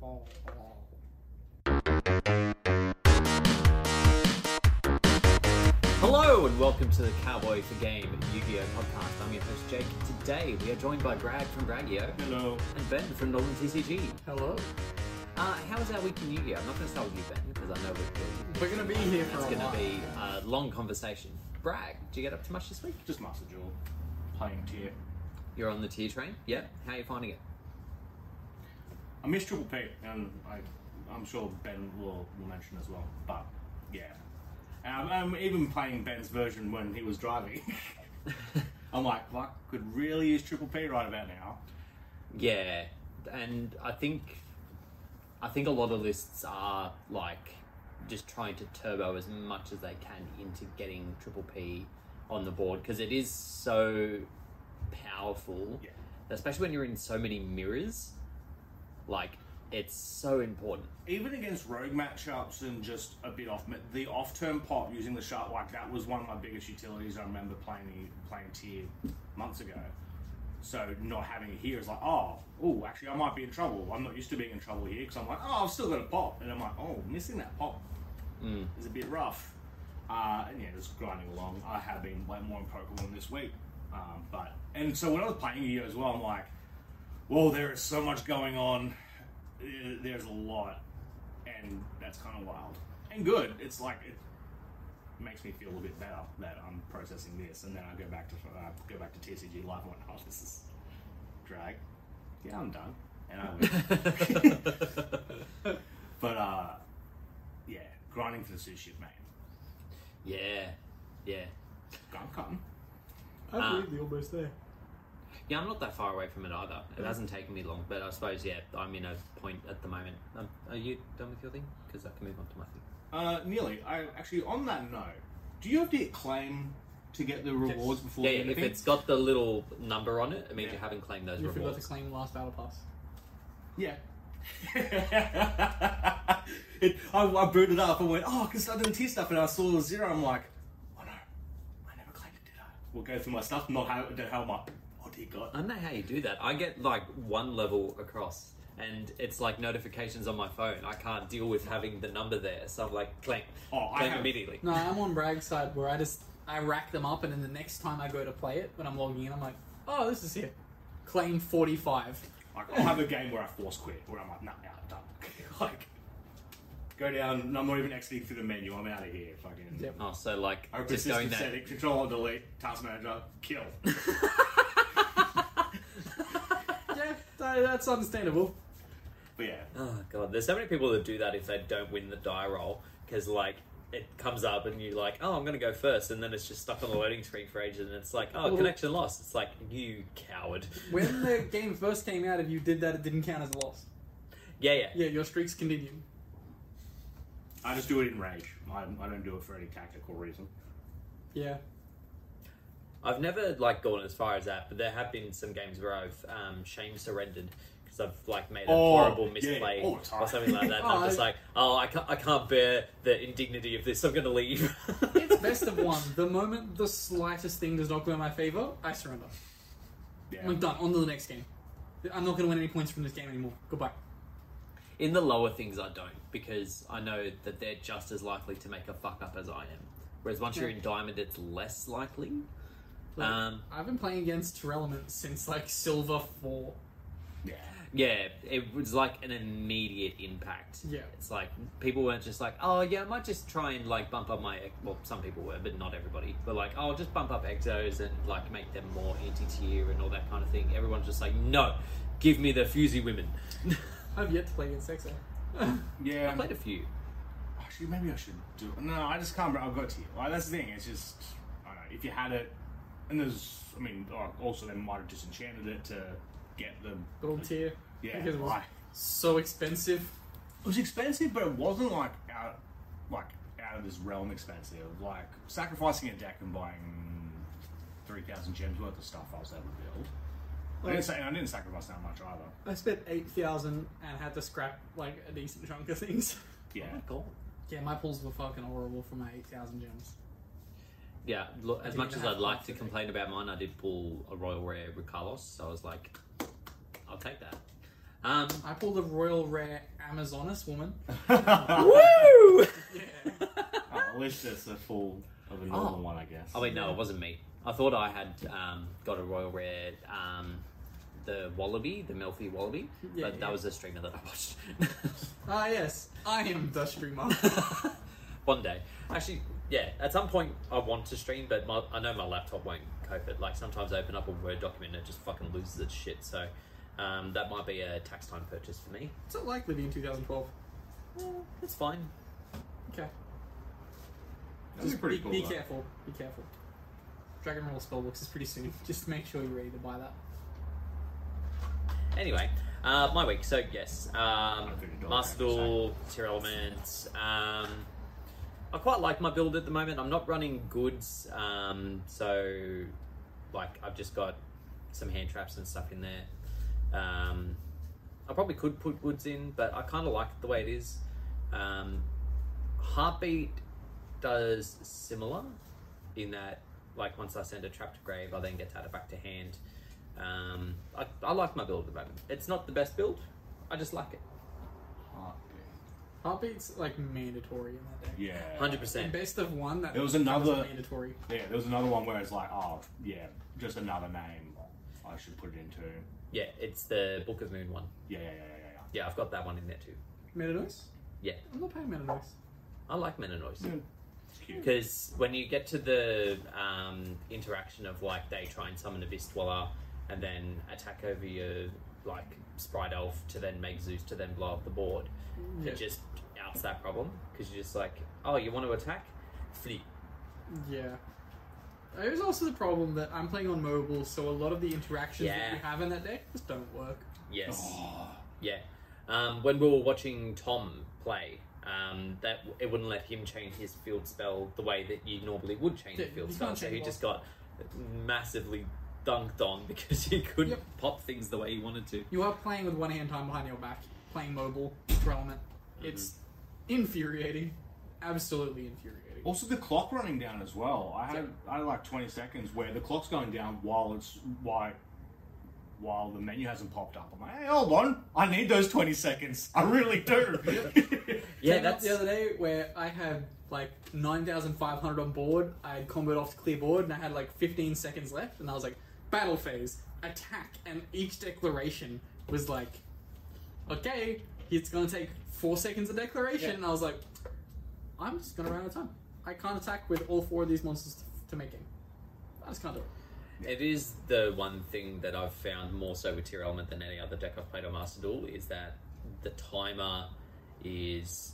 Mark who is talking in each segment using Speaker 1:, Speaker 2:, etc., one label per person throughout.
Speaker 1: fall off.
Speaker 2: Hello and welcome to the Cowboy for Game Yu-Gi-Oh! podcast. I'm your host Jake. Today we are joined by Brad from Bragio
Speaker 3: Hello.
Speaker 2: and Ben from Northern TCG.
Speaker 1: Hello.
Speaker 2: Uh, how was our week in Yu-Gi-Oh! I'm not going to start with you, Ben, because I know we're,
Speaker 1: We're gonna be here for
Speaker 2: it's
Speaker 1: a
Speaker 2: going
Speaker 1: while.
Speaker 2: to be a long conversation. Brag, do you get up to much this week?
Speaker 3: Just Master Jewel. Playing tier.
Speaker 2: You're on the tier train? Yeah. How are you finding it?
Speaker 3: I missed Triple P, and I, I'm sure Ben will, will mention as well. But yeah, and I'm, I'm even playing Ben's version when he was driving. I'm like, fuck, could really use Triple P right about now.
Speaker 2: Yeah, and I think I think a lot of lists are like just trying to turbo as much as they can into getting triple P on the board because it is so powerful,
Speaker 3: Yeah.
Speaker 2: especially when you're in so many mirrors. Like it's so important.
Speaker 3: Even against rogue matchups and just a bit off, the off-turn pop using the sharp like that was one of my biggest utilities. I remember playing the playing tier months ago. So not having it here is like, oh, oh, actually, I might be in trouble. I'm not used to being in trouble here because I'm like, oh, I've still got a pop, and I'm like, oh, missing that pop is a bit rough. Uh, and yeah, just grinding along. I have been playing more in Pokemon this week, um, but and so when I was playing Yu as well, I'm like, well, there is so much going on. Uh, There's a lot, and that's kind of wild and good. It's like it makes me feel a bit better that I'm processing this, and then I go back to uh, go back to TCG live and went, oh, this is drag. Yeah, I'm done, and I win. but uh, yeah, grinding for the sous chef, mate.
Speaker 2: yeah, yeah.
Speaker 3: I'm cutting.
Speaker 1: I
Speaker 2: Ah.
Speaker 1: believe you're almost there.
Speaker 2: Yeah, I'm not that far away from it either. It hasn't taken me long, but I suppose yeah, I'm in a point at the moment. Um, are you done with your thing? Because I can move on to my thing.
Speaker 3: Uh, nearly. I actually on that note, do you have to claim to get the rewards before
Speaker 2: Yeah,
Speaker 3: you
Speaker 2: yeah, if
Speaker 3: anything?
Speaker 2: it's got the little number on it, it means
Speaker 3: Yeah.
Speaker 2: you haven't claimed those
Speaker 1: You forgot to
Speaker 2: rewards.
Speaker 1: claim last battle pass.
Speaker 3: Yeah. it, I, I booted up and went, oh, because I didn't tier stuff, and I saw zero. I'm like, oh no, I never claimed it, did I? We'll go through my stuff, not how, don't how my. Oh dear
Speaker 2: I
Speaker 3: God.
Speaker 2: don't know how you do that. I get like one level across, and it's like notifications on my phone. I can't deal with having the number there, so I'm like claim,
Speaker 3: Oh, I
Speaker 2: claim
Speaker 3: have-
Speaker 2: immediately.
Speaker 1: No, I'm on Brag's side where I just I rack them up, and then the next time I go to play it, when I'm logging in, I'm like, oh, this is here. Claim 45.
Speaker 3: Like, I'll have a game where I force quit, where I'm like, nah, nah, I'm done. like, go down, and I'm not even exiting through the menu. I'm out of here. Fucking.
Speaker 1: Yep.
Speaker 2: Oh, so like
Speaker 3: Open
Speaker 2: just
Speaker 3: system
Speaker 2: going that.
Speaker 3: setting, control or delete, task manager, kill.
Speaker 1: yeah, that, that's understandable.
Speaker 3: but yeah,
Speaker 2: Oh god, there's so many people that do that if they don't win the die roll because like. It comes up and you're like, oh, I'm gonna go first, and then it's just stuck on the loading screen for ages, and it's like, oh,
Speaker 1: Well-
Speaker 2: connection lost. It's like, you coward.
Speaker 1: When the game first came out, if you did that, it didn't count as a loss.
Speaker 2: yeah, yeah,
Speaker 1: Yeah, your streaks continue.
Speaker 3: I just do it in rage. I, I don't do it for any tactical reason.
Speaker 1: Yeah.
Speaker 2: I've never like gone as far as that, but there have been some games where I've um, shame surrendered because I've like made a
Speaker 3: Oh,
Speaker 2: horrible
Speaker 3: yeah,
Speaker 2: misplay
Speaker 3: all the time.
Speaker 2: or something like that. and
Speaker 1: Oh,
Speaker 2: I'm just
Speaker 1: I-
Speaker 2: like, oh, I can't, I can't bear the indignity of this. I'm going to leave.
Speaker 1: It's best of one. The moment the slightest thing does not go in my favor, I surrender.
Speaker 3: Yeah.
Speaker 1: I'm done. On to the next game. I'm not going to win any points from this game anymore. Goodbye.
Speaker 2: In the lower things, I don't because I know that they're just as likely to make a fuck up as I am. Whereas once you're in diamond, it's less likely.
Speaker 1: Like,
Speaker 2: Um,
Speaker 1: I've been playing against Terrellament since like Silver 4.
Speaker 3: Yeah.
Speaker 2: Yeah, it was like an immediate impact.
Speaker 1: Yeah.
Speaker 2: It's like people weren't just like, oh, yeah, I might just try and like bump up my. ex-" Well, some people were, but not everybody. But like, oh, I'll just bump up exos and like make them more anti tier and all that kind of thing. Everyone's just like, no, give me the Fusey women.
Speaker 1: I've yet to play against Exo.
Speaker 3: Yeah.
Speaker 2: I played a few.
Speaker 3: Actually, maybe I should do it. No, I just can't. remember. I've got to you. Like, that's the thing. It's just, I don't know. If you had it, and there's, I mean, oh, also they might have disenchanted it to get the.
Speaker 1: Gold tier.
Speaker 3: Yeah.
Speaker 1: Because it was
Speaker 3: right.
Speaker 1: so expensive.
Speaker 3: It was expensive, but it wasn't like out, like out of this realm expensive. Like sacrificing a deck and buying three thousand gems worth of stuff, I was able to build. I didn't, say, I didn't sacrifice that much either.
Speaker 1: I spent 8,000 and had to scrap like a decent chunk of things.
Speaker 3: Yeah.
Speaker 2: Oh my god.
Speaker 1: Yeah, my pulls were fucking horrible for my 8,000 gems.
Speaker 2: Yeah, look, as
Speaker 1: didn't
Speaker 2: much as
Speaker 1: have
Speaker 2: I'd like
Speaker 1: much
Speaker 2: to
Speaker 1: of it.
Speaker 2: complain about mine, I did pull a Royal Rare with Carlos, so I was like, I'll take that. Um,
Speaker 1: I pulled a royal rare Amazonas woman.
Speaker 2: woo!
Speaker 1: Yeah.
Speaker 3: Oh, at least it's a full of a normal
Speaker 2: Oh.
Speaker 3: one, I guess.
Speaker 2: Oh wait, no, it wasn't me. I thought I had um, got a royal rare, um, the wallaby, the Melfi wallaby,
Speaker 1: Yeah,
Speaker 2: but that
Speaker 1: yeah.
Speaker 2: was a streamer that I watched.
Speaker 1: ah, yes. I am the streamer.
Speaker 2: One day, actually, yeah. At some point, I want to stream, but my, I know my laptop won't cope it. Like sometimes I open up a Word document and it just fucking loses its shit. So um, that might be a tax time purchase for me. Eh,
Speaker 1: it's not likely to be in 2012.
Speaker 2: It's fine.
Speaker 1: Okay.
Speaker 3: This is pretty cool.
Speaker 1: Be,
Speaker 3: though.
Speaker 1: careful. Be careful. Dragon Roll Spellbooks is pretty soon. Just make sure you're ready to buy that.
Speaker 2: Anyway, uh, my week. So yes, um,
Speaker 3: think a dollar
Speaker 2: Master
Speaker 3: back, so.
Speaker 2: Duel, Tier Elements. Um, I quite like my build at the moment. I'm not running goods, um, so like I've just got some hand traps and stuff in there. Um, I probably could put goods in, but I kind of like it the way it is. Um, Heartbeat does similar in that, like, once I send a trap to grave, I then get to add it back to hand. Um, I, I like my build at the moment. It's not the best build, I just like it.
Speaker 3: Oh,
Speaker 1: Heartbeat's like mandatory in that deck.
Speaker 3: Yeah.
Speaker 2: 100%.
Speaker 1: In best of one, that
Speaker 3: It was
Speaker 1: that
Speaker 3: another-
Speaker 1: mandatory.
Speaker 3: Yeah, there was another one where it's like, oh, yeah, just another name I should put it into.
Speaker 2: Yeah, it's the Book of Moon one.
Speaker 3: Yeah, yeah, yeah, yeah,
Speaker 2: Yeah, I've got that one in there too.
Speaker 1: Metanoise?
Speaker 2: Yeah,
Speaker 1: I'm not paying Metanoise.
Speaker 2: I like Menanoise.
Speaker 3: yeah. yeah. It's cute.
Speaker 2: Because when you get to the um, interaction of like they try and summon a Beast Dweller and then attack over your like Sprite Elf to then make Zeus to then blow up the board,
Speaker 1: Yeah.
Speaker 2: it just outs that problem. Because you're just like, oh, you want to attack? Flip.
Speaker 1: Yeah. There's also the problem that I'm playing on mobile, so a lot of the interactions that
Speaker 2: Yeah.
Speaker 1: you have in that deck just don't work.
Speaker 2: Yes.
Speaker 3: Oh,
Speaker 2: Yeah. Um, when we were watching Tom play, um, that it wouldn't let him change his field spell the way that you normally would change
Speaker 1: Yeah,
Speaker 2: a field
Speaker 1: you
Speaker 2: spell.
Speaker 1: can't
Speaker 2: So
Speaker 1: change
Speaker 2: he just got massively dunked on because he couldn't
Speaker 1: Yep.
Speaker 2: pop things the way he wanted to.
Speaker 1: You are playing with one hand time behind your back, playing mobile, for element. It's infuriating. Absolutely infuriating.
Speaker 3: Also, the clock running down as well. I had I had like twenty seconds where the clock's going down while it's why while the menu hasn't popped up. I'm like, hey, hold on, I need those twenty seconds. I really do.
Speaker 2: Yeah,
Speaker 1: Came up
Speaker 2: that's
Speaker 1: the other day where I had like 9,500 on board. I had comboed off to clear board and I had like 15 seconds left, and I was like, battle phase, attack, and each declaration was like, okay, it's gonna take four seconds of declaration,
Speaker 3: Yeah.
Speaker 1: and I was like, I'm just gonna run out of time. I can't attack with all four of these monsters to, to make it. I just can't do it.
Speaker 2: it is the one thing that I've found more so with Tier Element than any other deck I've played on Master Duel is that the timer is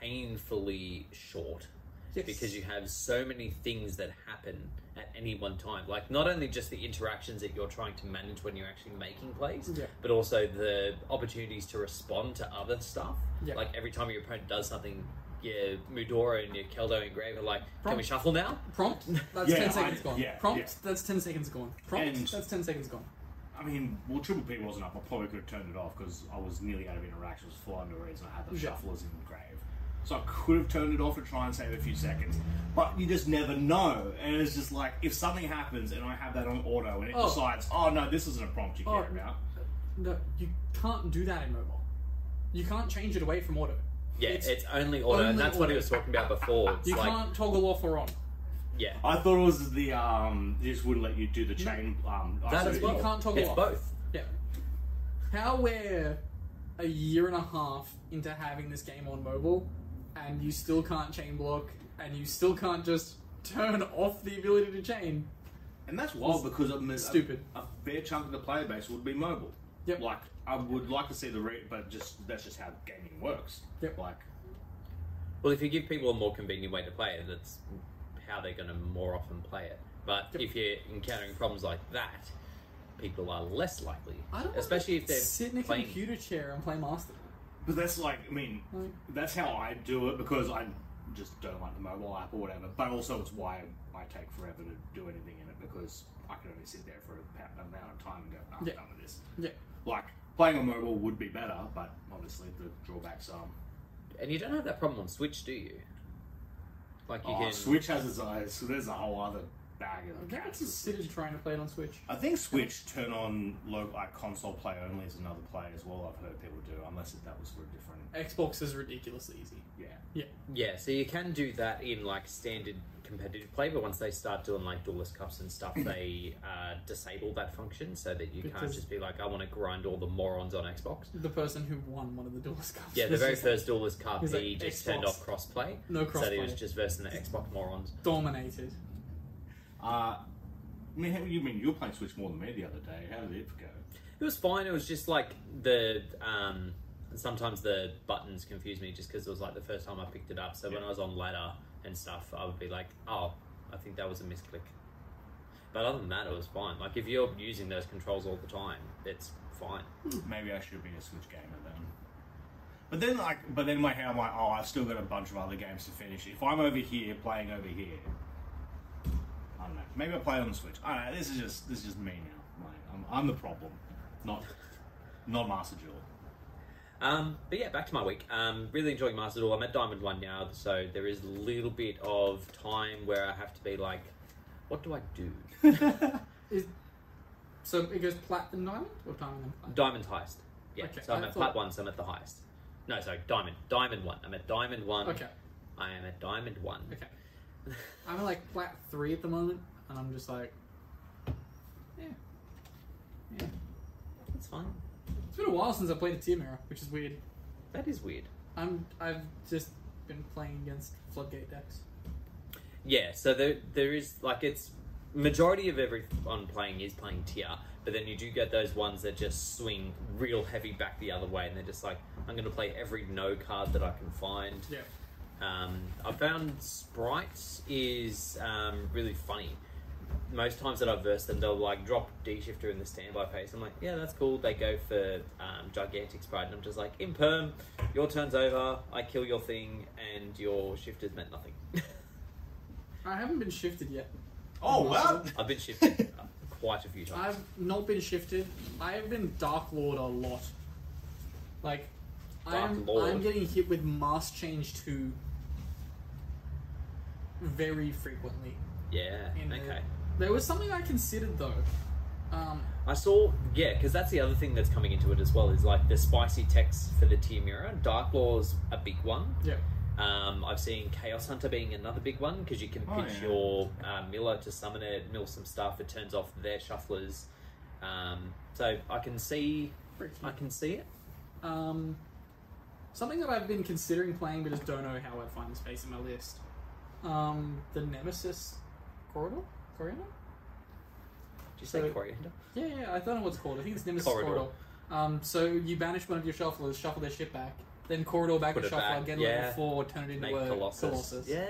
Speaker 2: painfully short.
Speaker 1: Yes.
Speaker 2: because you have so many things that happen at any one time. Like not only just the interactions that you're trying to manage when you're actually making plays,
Speaker 1: Yeah.
Speaker 2: but also the opportunities to respond to other stuff.
Speaker 1: Yeah.
Speaker 2: Like every time your opponent does something, your Mudora and your Keldo and Grave are like, "Can we shuffle now?"
Speaker 1: Prompt, that's
Speaker 3: Yeah,
Speaker 1: 10 seconds
Speaker 3: I-
Speaker 1: gone.
Speaker 3: yeah,
Speaker 1: Prompt,
Speaker 3: yeah.
Speaker 1: that's 10 seconds gone. Prompt,
Speaker 3: And-
Speaker 1: that's 10 seconds gone.
Speaker 3: I mean, well, Triple P wasn't up. I probably could have turned it off because I was nearly out of interactions for no reason. I had the
Speaker 1: Yeah.
Speaker 3: shufflers in the grave. So I could have turned it off to try and save a few seconds. But you just never know. And it's just like, if something happens and I have that on auto and it
Speaker 1: Oh.
Speaker 3: decides, oh no, this isn't a prompt you care
Speaker 1: Oh.
Speaker 3: about.
Speaker 1: No, you can't do that in mobile. You can't change it away from auto.
Speaker 2: Yeah,
Speaker 1: It's-
Speaker 2: it's, only auto, and
Speaker 1: only
Speaker 2: that's what
Speaker 1: auto.
Speaker 2: he was talking about before. It's
Speaker 1: You
Speaker 2: like,
Speaker 1: can't toggle off or on.
Speaker 2: yeah,
Speaker 3: I thought it was the, um, it just wouldn't let you do the chain. Um,
Speaker 2: that
Speaker 3: ISO.
Speaker 2: as well.
Speaker 1: You can't toggle
Speaker 2: it's
Speaker 1: off.
Speaker 2: both.
Speaker 1: Yeah. How we're a year and a half into having this game on mobile, and you still can't chain block, and you still can't just turn off the ability to chain.
Speaker 3: And that's wild because it mis-
Speaker 1: Stupid.
Speaker 3: A, a fair chunk of the player base would be mobile.
Speaker 1: Yep.
Speaker 3: Like I would like to see the rate, but just that's just how gaming works.
Speaker 1: Yep.
Speaker 3: Like
Speaker 2: Well, if you give people a more convenient way to play it, that's how they're going to more often play it. But
Speaker 1: Yep.
Speaker 2: if you're encountering problems like that, people are less likely,
Speaker 1: I don't
Speaker 2: especially
Speaker 1: wanna
Speaker 2: if they're
Speaker 1: sit in a
Speaker 2: playing.
Speaker 1: computer chair and play Master.
Speaker 3: But that's like, I mean,
Speaker 1: Like-
Speaker 3: that's how I do it because I just don't like the mobile app or whatever. But also, it's why I take forever to do anything in it because I can only sit there for a pa- an amount of time and go, "No, I'm
Speaker 1: Yeah.
Speaker 3: done with this.
Speaker 1: Yeah.
Speaker 3: Like, playing on mobile would be better, but obviously the drawbacks are.
Speaker 2: And you don't have that problem on Switch, do you? Like you
Speaker 3: Oh,
Speaker 2: can
Speaker 3: Switch has its eyes, so there's a whole other
Speaker 4: bag of
Speaker 1: I think it's
Speaker 4: cats.
Speaker 1: just sitting trying to play it on Switch.
Speaker 4: I think Switch turn on local, like console play only is another play as well. I've heard people do, unless if that was for a different.
Speaker 1: Xbox is ridiculously easy.
Speaker 4: Yeah,
Speaker 2: Yeah, so you can do that in like standard competitive play, but once they start doing like duelist cups and stuff, they uh, disable that function so that you can't
Speaker 1: Because-
Speaker 2: just be like, I want to grind all the morons on Xbox.
Speaker 1: The person who won one of the duelist cups.
Speaker 2: Yeah, the
Speaker 1: was
Speaker 2: very
Speaker 1: just
Speaker 2: first duelist cup,
Speaker 1: He's
Speaker 2: he
Speaker 1: like,
Speaker 2: just turned
Speaker 1: Xbox.
Speaker 2: off crossplay,
Speaker 1: No
Speaker 2: so that he was
Speaker 1: crossplay.
Speaker 2: just versing the Xbox morons.
Speaker 1: dominated.
Speaker 4: Uh, I mean, how- you mean you were playing Switch more than me the other day? How did it go?
Speaker 2: It was fine. It was just like the um, sometimes the buttons confuse me just because it was like the first time I picked it up. So when
Speaker 4: Yeah.
Speaker 2: I was on ladder and stuff, I would be like, oh, I think that was a misclick. But other than that, it was fine. Like if you're using those controls all the time, it's fine.
Speaker 4: Maybe I should be a Switch gamer then. But then, like, but then in my head, I'm like, oh, I've still got a bunch of other games to finish. If I'm over here playing over here, I don't know. Maybe I play on the Switch. I don't know. This is just this is just me now. Like, I'm, I'm the problem, not not Master Duel.
Speaker 2: Um, but yeah, back to my week. Um, really enjoying Master Duel. I'm at Diamond One now, so there is a little bit of time where I have to be like, what do I do?
Speaker 1: Is, so it goes platinum diamond or diamond and platinum?
Speaker 2: Diamond heist. Yeah.
Speaker 1: Okay,
Speaker 2: So I'm
Speaker 1: I
Speaker 2: at
Speaker 1: thought-
Speaker 2: plat one, so I'm at the highest. No, sorry, diamond. Diamond one. I'm at diamond one.
Speaker 1: Okay,
Speaker 2: I am at diamond one.
Speaker 1: okay. I'm at like plat three at the moment, and I'm just like, yeah, yeah.
Speaker 2: That's fine.
Speaker 1: It's been a while since I played a team era, which is weird.
Speaker 2: That is weird.
Speaker 1: I'm I've just been playing against floodgate decks.
Speaker 2: Yeah, so there there is like it's majority of everyone playing is playing tier, but then you do get those ones that just swing real heavy back the other way and they're just like, I'm gonna play every no card that I can find.
Speaker 1: Yeah,
Speaker 2: Um, I found sprites is um, really funny. Most times that I've versed them, they'll like drop D shifter in the standby phase. I'm like, yeah, that's cool. They go for um, gigantic sprite, and I'm just like, imperm, your turn's over. I kill your thing, and your shifter's meant nothing.
Speaker 1: I haven't been shifted yet.
Speaker 4: Oh
Speaker 1: well.
Speaker 2: I've been shifted uh, quite a few times.
Speaker 1: I've not been shifted. I have been Dark Lord a lot. Like,
Speaker 2: Dark
Speaker 1: I'm,
Speaker 2: Lord.
Speaker 1: I'm getting hit with Mass Change 2 very frequently.
Speaker 2: Yeah.
Speaker 1: In
Speaker 2: Okay.
Speaker 1: The, there was something I considered, though. Um,
Speaker 2: I saw, yeah, because that's the other thing that's coming into it as well is like the spicy text for the tier mirror. Dark Law's a big one.
Speaker 1: yeah.
Speaker 2: Um, I've seen Chaos Hunter being another big one because you can pitch
Speaker 4: Oh, yeah.
Speaker 2: your uh, miller to summon it, mill some stuff. It turns off their shufflers. Um, so I can see,
Speaker 1: Pretty
Speaker 2: I
Speaker 1: cute.
Speaker 2: can see it.
Speaker 1: Um, something that I've been considering playing but just don't know how I'd find a space in my list. Um, the Nemesis Corridor? Corridor?
Speaker 2: Did you say
Speaker 1: So-
Speaker 2: coriander?
Speaker 1: Yeah, yeah, I don't know what's called. I think it's Nemesis
Speaker 2: Corridor.
Speaker 1: Corridor. Um, so you banish one of your shufflers, shuffle their shit back, then corridor back
Speaker 2: Put
Speaker 1: a
Speaker 2: it
Speaker 1: shuffler,
Speaker 2: back,
Speaker 1: get a
Speaker 2: yeah.
Speaker 1: level four, turn it into
Speaker 2: Make
Speaker 1: a
Speaker 2: Colossus. Yeah,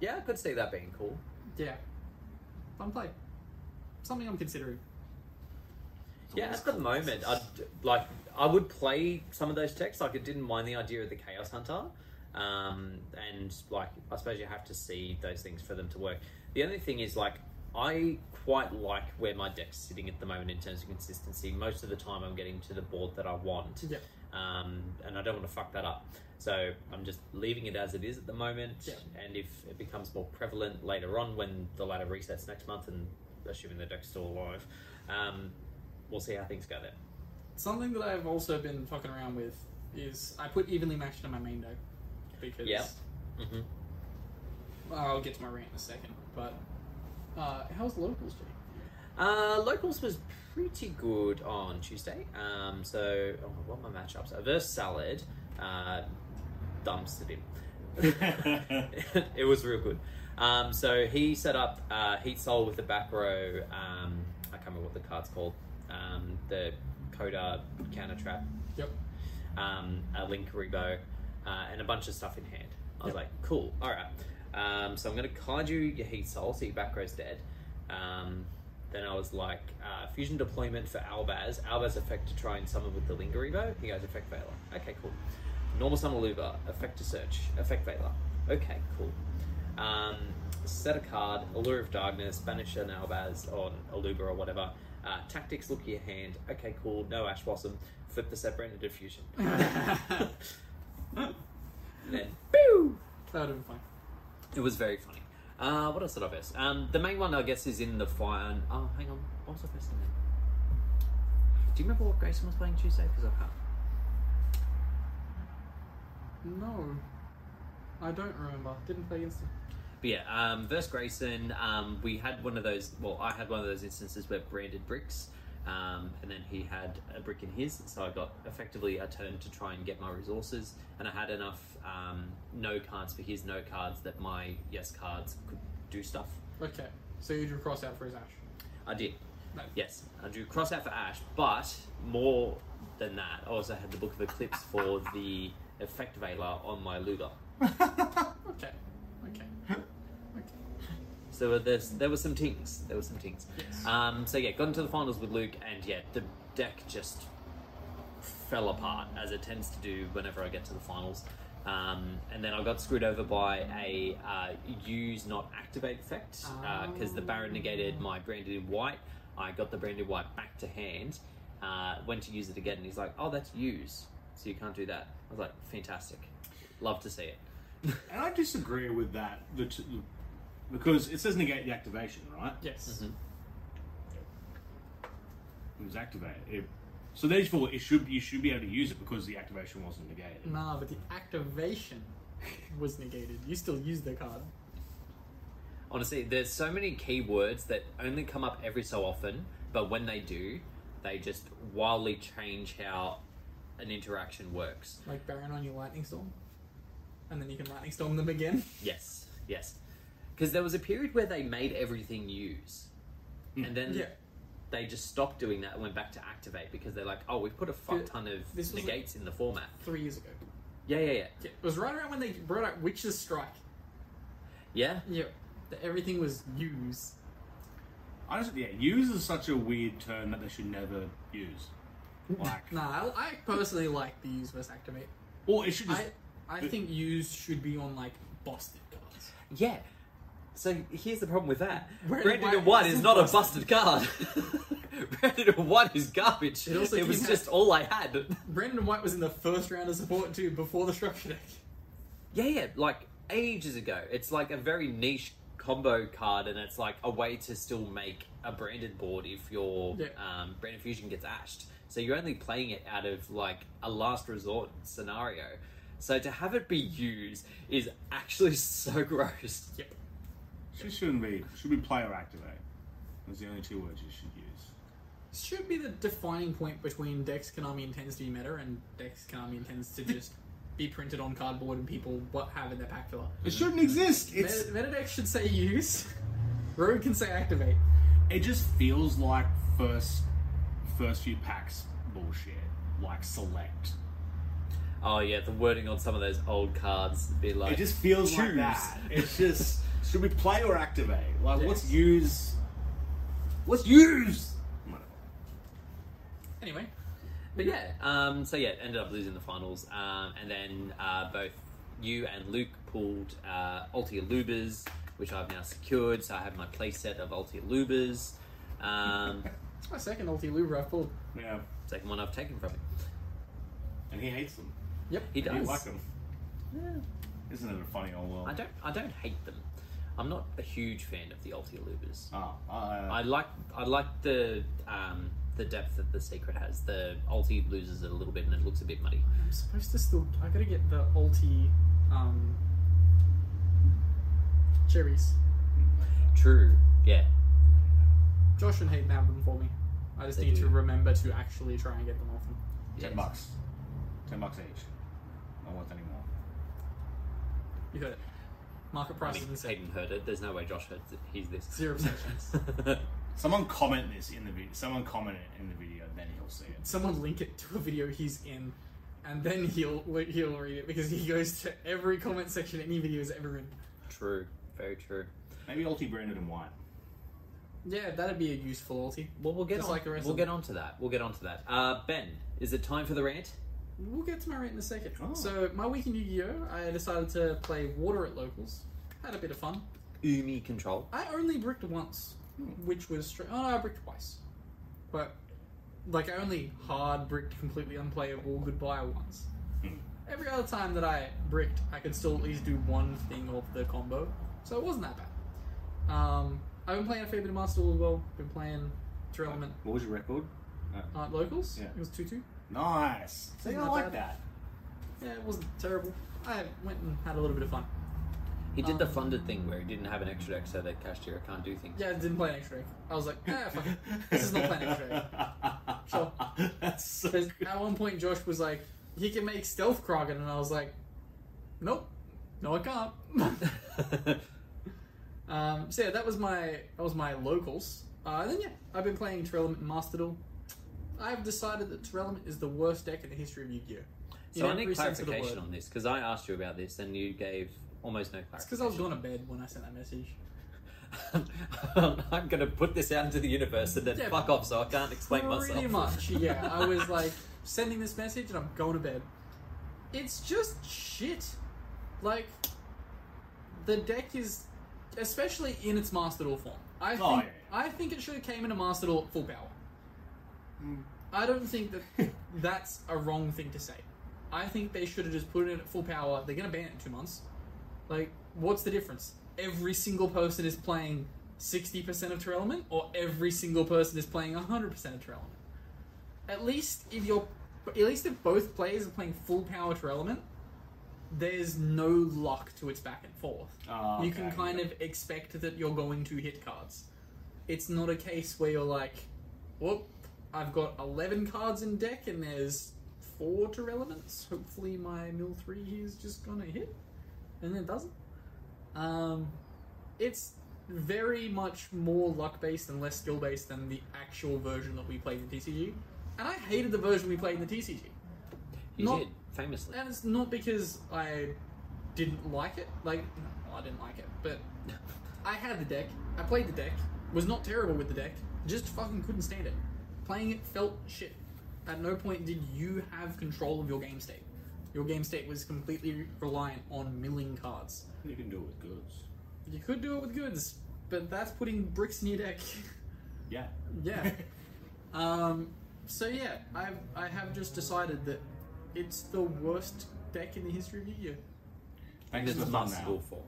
Speaker 2: yeah, I could see that being cool.
Speaker 1: Yeah. Fun play. Something I'm considering.
Speaker 2: Yeah, at the moment, I'd like I would play some of those texts. Like, I didn't mind the idea of the Chaos Hunter, um, and like I suppose you have to see those things for them to work. The only thing is like I quite like where my deck's sitting at the moment in terms of consistency. Most of the time, I'm getting to the board that I want,
Speaker 1: Yeah.
Speaker 2: um, and I don't want to fuck that up. So I'm just leaving it as it is at the moment.
Speaker 1: Yeah.
Speaker 2: And if it becomes more prevalent later on when the ladder resets next month, and assuming the deck's still alive, um, we'll see how things go there.
Speaker 1: Something that I've also been fucking around with is I put evenly matched on my main deck because
Speaker 2: Yeah. Mm-hmm.
Speaker 1: well, I'll get to my rant in a second. But uh, how's locals doing?
Speaker 2: Uh, locals was pretty good on Tuesday. Um, so, oh, what are my matchups? I versed Salad, uh, dumpstered him. it was real good. Um, so he set up uh, Heat Soul with the back row. Um, I can't remember what the card's called. Um, the Coda counter trap,
Speaker 1: Yep.
Speaker 2: um, a Link Rebo, uh, and a bunch of stuff in hand. I was
Speaker 1: Yep.
Speaker 2: like, cool, all right. Um, so I'm going to kaiju your Heat Soul, so your back row's dead. Um, then I was like, uh, fusion deployment for Albaz. Albaz effect to try and summon with the Linger Evo. He goes effect Veiler. Okay, cool. Normal summon Luba, effect to search, effect Veiler. Okay, cool. Um, set a card, Allure of Darkness, banish an Albaz on Aluba or whatever. Uh, tactics, look at your hand. Okay, cool. No Ash Blossom. Flip the Separator to Fusion. and then, boo!
Speaker 1: That would have been fun.
Speaker 2: It was very funny. Uh, what else did I best? Um, the main one I guess is in the fire. And, oh, hang on, what was I best in then? Do you remember what Grayson was playing Tuesday? Because I can't.
Speaker 1: No, I don't remember. Didn't play against him.
Speaker 2: But yeah, um, versus Grayson, um, we had one of those. Well, I had one of those instances where branded bricks, um, and then he had a brick in his. So I got effectively a turn to try and get my resources, and I had enough um, no cards for his no cards that my yes cards could do stuff.
Speaker 1: Okay, so you drew cross out for his ash.
Speaker 2: I did.
Speaker 1: No.
Speaker 2: Yes, I drew cross out for Ash, but more than that, I also had the book of eclipse for the effect veiler on my Luger.
Speaker 1: Okay, okay, okay.
Speaker 2: So uh, there's, there were some tings. There were some tings.
Speaker 1: Yes.
Speaker 2: Um, so yeah, got into the finals with Luke, and yeah, the deck just fell apart as it tends to do whenever I get to the finals. Um, and then I got screwed over by a uh, use not activate effect because the Baron negated my branded in white. I got the branded white back to hand. Uh, went to use it again, and he's like, "Oh, that's use, so you can't do that." I was like, "Fantastic, love to see it."
Speaker 3: And I disagree with that. The t- because it says negate the activation, right?
Speaker 1: Yes.
Speaker 3: It was activated. It, so therefore, it should you should be able to use it because the activation wasn't negated.
Speaker 2: Mm-hmm.
Speaker 1: Nah, but the activation was negated. You still used the card.
Speaker 2: Honestly, there's so many keywords that only come up every so often, but when they do, they just wildly change how an interaction works.
Speaker 1: Like Baron on your lightning storm. And then you can lightning storm them again.
Speaker 2: Yes, yes. Because there was a period where they made everything use, and then
Speaker 1: Yeah.
Speaker 2: they just stopped doing that and went back to activate because they're like, oh, we've put a fuck
Speaker 1: Th-
Speaker 2: ton of
Speaker 1: this was like-
Speaker 2: negates in the format.
Speaker 1: Three years ago.
Speaker 2: Yeah, yeah, yeah.
Speaker 1: Yeah. It was right around when they brought out Witch's Strike.
Speaker 2: Yeah?
Speaker 1: Yeah. That everything was use.
Speaker 3: I just yeah, use is such a weird term that they should never use. Like,
Speaker 1: Nah, I, I personally like the use versus activate.
Speaker 3: or it should just
Speaker 1: I I think use should be on like busted cards.
Speaker 2: Yeah. So here's the problem with that.
Speaker 1: Where-
Speaker 2: Brandon
Speaker 1: why
Speaker 2: and White
Speaker 1: is
Speaker 2: is
Speaker 1: it
Speaker 2: not a busted card. Brandon and White is garbage.
Speaker 1: It
Speaker 2: It,
Speaker 1: also
Speaker 2: was
Speaker 1: came out-
Speaker 2: just all I had.
Speaker 1: Brandon White was in the first round of support too before the structure deck.
Speaker 2: Yeah, yeah, like ages ago. It's like a very niche combo card, and it's like a way to still make a branded board if your
Speaker 1: Yeah.
Speaker 2: um, branded fusion gets ashed. So you're only playing it out of like a last resort scenario. So to have it be used is actually so gross.
Speaker 1: Yep.
Speaker 3: should, shouldn't be should be player activate. That's the only two words you should use.
Speaker 1: Should be the defining point between decks Konami intends to be meta and decks Konami intends to just be printed on cardboard and people what have in their pack filler.
Speaker 3: It shouldn't exist. It's
Speaker 1: Meta, meta decks should say use. Rogue can say activate.
Speaker 3: it just feels like first first few packs bullshit. Like select.
Speaker 2: Oh yeah, the wording on some of those old cards would be like
Speaker 3: It just feels
Speaker 2: choose.
Speaker 3: like that. It's just should we play or activate? Like
Speaker 1: Yes.
Speaker 3: let's use let's use
Speaker 1: Anyway,
Speaker 2: But yeah, um, so yeah, ended up losing the finals, um, and then uh, both you and Luke pulled uh, Altia Lubers, which I've now secured. So I have my playset of Altia Lubers, um,
Speaker 1: it's my second ulti Lubra I've pulled.
Speaker 3: Yeah.
Speaker 2: second one I've taken from him.
Speaker 3: And he hates them.
Speaker 1: Yep.
Speaker 2: He
Speaker 3: You
Speaker 2: does.
Speaker 3: like them.
Speaker 2: Yeah.
Speaker 3: Isn't it a funny old world?
Speaker 2: I don't. I don't hate them. I'm not a huge fan of the Altia Lubers.
Speaker 3: Oh, uh,
Speaker 2: I like. I like the um, the depth that the secret has. The Altia loses it a little bit, and it looks a bit muddy.
Speaker 1: I'm supposed to still. I gotta get the ulti um, cherries.
Speaker 2: True. Yeah.
Speaker 1: Josh and Hayden have them for me. I just
Speaker 2: They
Speaker 1: need
Speaker 2: do.
Speaker 1: to remember to actually try and get them off them.
Speaker 3: ten
Speaker 2: Yes.
Speaker 3: bucks. Ten bucks each. Not worth any more.
Speaker 1: You heard it. Market price
Speaker 2: I mean,
Speaker 1: is insane.
Speaker 2: Hayden heard it. There's no way Josh heard it. He's this.
Speaker 1: Zero percent chance.
Speaker 3: Someone comment this in the video. Someone comment it in the video, then he'll see it.
Speaker 1: Someone link it to a video he's in, and then he'll he'll read it because he goes to every comment section any video has ever in.
Speaker 2: true. Very true.
Speaker 3: Maybe ulti branded in white.
Speaker 1: Yeah, that'd be a useful ulti.
Speaker 2: Well, we'll get
Speaker 1: Just
Speaker 2: on.
Speaker 1: like the rest
Speaker 2: we'll
Speaker 1: of
Speaker 2: get
Speaker 1: them.
Speaker 2: onto that. We'll get onto that. Uh, ben, is it time for the rant?
Speaker 1: We'll get to my rant in a second.
Speaker 3: Oh.
Speaker 1: So my week in Yu-Gi-Oh, I decided to play Water at locals. Had a bit of fun.
Speaker 2: Umi control.
Speaker 1: I only bricked once, which was straight. Oh, no, I bricked twice, but like I only hard bricked completely unplayable goodbye once.
Speaker 3: Hmm.
Speaker 1: Every other time that I bricked, I could still at least do one thing of the combo, so it wasn't that bad. Um, I've been playing a fair bit of Master Duel as well. Been playing True Element
Speaker 3: What was your record?
Speaker 1: uh, locals.
Speaker 3: Yeah.
Speaker 1: It was two two.
Speaker 3: Nice. See, I
Speaker 1: Not
Speaker 3: like
Speaker 1: bad.
Speaker 3: that.
Speaker 1: Yeah, it wasn't terrible. I went and had a little bit of fun.
Speaker 2: He did the
Speaker 1: Um,
Speaker 2: funded thing where he didn't have an extra deck, so that cashier can't do things.
Speaker 1: Yeah, I didn't play an extra egg. I was like, ah, fuck it. This is not playing extra egg. So-
Speaker 3: That's so
Speaker 1: 'Cause
Speaker 3: good.
Speaker 1: at one point, Josh was like, he can make stealth Krogan, and I was like, nope, no, I can't. um, so yeah, that was my that was my locals. Uh, and then yeah, I've been playing Trellement and Master Duel. I've decided that Trellement is the worst deck in the history of Yu-Gi-Oh. In
Speaker 2: So I need
Speaker 1: every sense of the
Speaker 2: clarification
Speaker 1: word.
Speaker 2: on this because I asked you about this and you gave almost no
Speaker 1: It's because I was
Speaker 2: clarification.
Speaker 1: going to bed when I sent that message.
Speaker 2: I'm going to put this out into the universe and then
Speaker 1: Yeah,
Speaker 2: fuck off, so I can't explain
Speaker 1: Pretty
Speaker 2: myself.
Speaker 1: much, yeah. I was like sending this message and I'm going to bed. It's just shit. Like the deck is especially in its Master Duel form. I think
Speaker 3: Oh, yeah.
Speaker 1: I think it should have came in a Master Duel at full power.
Speaker 3: Mm.
Speaker 1: I don't think that that's a wrong thing to say. I think they should have just put it in at full power. They're gonna ban it in two months. Like, what's the difference? Every single person is playing 60% of Terrellman, or every single person is playing 100% of Terrellman. At least if you're, at least if both players are playing full power Terrellman, there's no luck to its back and forth.
Speaker 3: Ah,
Speaker 1: You can
Speaker 3: okay,
Speaker 1: kind
Speaker 3: yeah.
Speaker 1: of expect that you're going to hit cards. It's not a case where you're like, whoop, I've got 11 cards in deck and there's four Terrellmans. Hopefully my mill 3 here is just gonna hit and then it doesn't. Um, it's very much more luck based and less skill based than the actual version that we played in TCG, and I hated the version we played in the TCG.
Speaker 2: You
Speaker 1: Not-
Speaker 2: did, famously.
Speaker 1: And it's not because I didn't like it, like no, I didn't like it, but I had the deck, I played the deck, was not terrible with the deck, just fucking couldn't stand it. Playing it felt shit. At no point did you have control of your game state. Your game state was completely reliant on milling cards.
Speaker 3: You can do it with goods.
Speaker 1: You could do it with goods, but that's putting bricks in your deck.
Speaker 3: Yeah.
Speaker 1: yeah. Um, so yeah, I've I have just decided that it's the worst deck in the history of Yu-Gi-Oh.
Speaker 2: And
Speaker 3: Thanks
Speaker 2: there's
Speaker 3: for the
Speaker 2: a
Speaker 3: fun
Speaker 2: possible
Speaker 3: now.
Speaker 2: form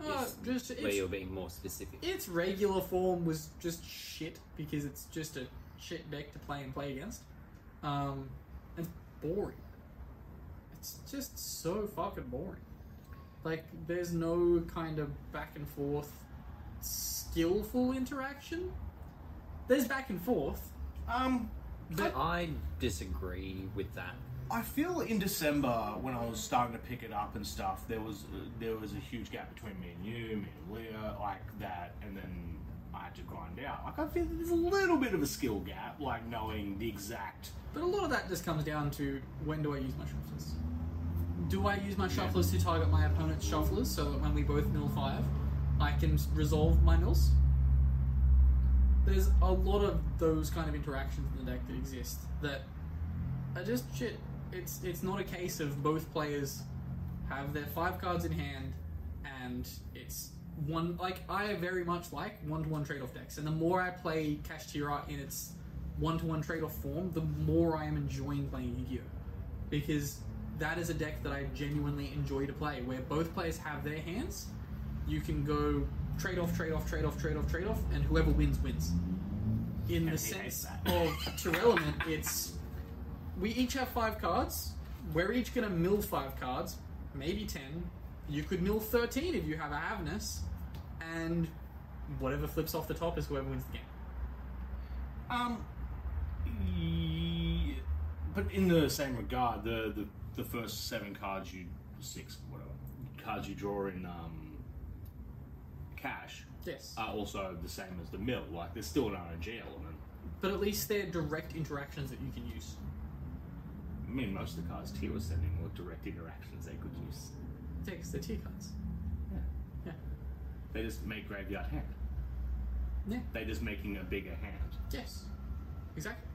Speaker 1: Uh,
Speaker 2: Yes.
Speaker 1: just
Speaker 2: where you're
Speaker 1: its,
Speaker 2: being more specific.
Speaker 1: its regular form was just shit because it's just a shit deck to play and play against. Um, and it's boring. It's just so fucking boring. Like there's no kind of back and forth skillful interaction. There's back and forth.
Speaker 3: Um,
Speaker 1: But
Speaker 2: I disagree with that.
Speaker 3: I feel in December when I was starting to pick it up and stuff, there was there was a huge gap between me and you, me and Leah, like that, and then I had to grind out. Like I feel there's a little bit of a skill gap, like knowing the exact.
Speaker 1: But a lot of that just comes down to when do I use my shufflers? Do I use my shufflers to target my opponent's shufflers so that when we both mill five, I can s- resolve my mills? There's a lot of those kind of interactions in the deck that exist that are just shit. It's it's not a case of both players have their five cards in hand and it's one like I very much like one to one trade off decks and the more I play Kashtira in its one to one trade off form, the more I am enjoying playing Yu-Gi-Oh! Because that is a deck that I genuinely enjoy to play, where both players have their hands, you can go trade off, trade off, trade off, trade off, trade off, and whoever wins wins. In the
Speaker 3: he
Speaker 1: sense
Speaker 3: hates that.
Speaker 1: of Terrellament, it's we each have five cards. We're each gonna mill five cards, maybe ten. You could mill thirteen if you have a Avnus, and whatever flips off the top is whoever wins the game.
Speaker 3: Um, y- but in the same regard, the the, the first seven cards you six whatever cards you draw in um, cash
Speaker 1: Yes.
Speaker 3: are also the same as the mill. Like there's still an RNG element.
Speaker 1: But at least they're direct interactions that you can use.
Speaker 3: I mean, most of the cards T was sending were direct interactions they could use.
Speaker 1: Takes the tier cards.
Speaker 3: They just make graveyard hand.
Speaker 1: Yeah.
Speaker 3: They're just making a bigger hand.
Speaker 1: Yes. Exactly.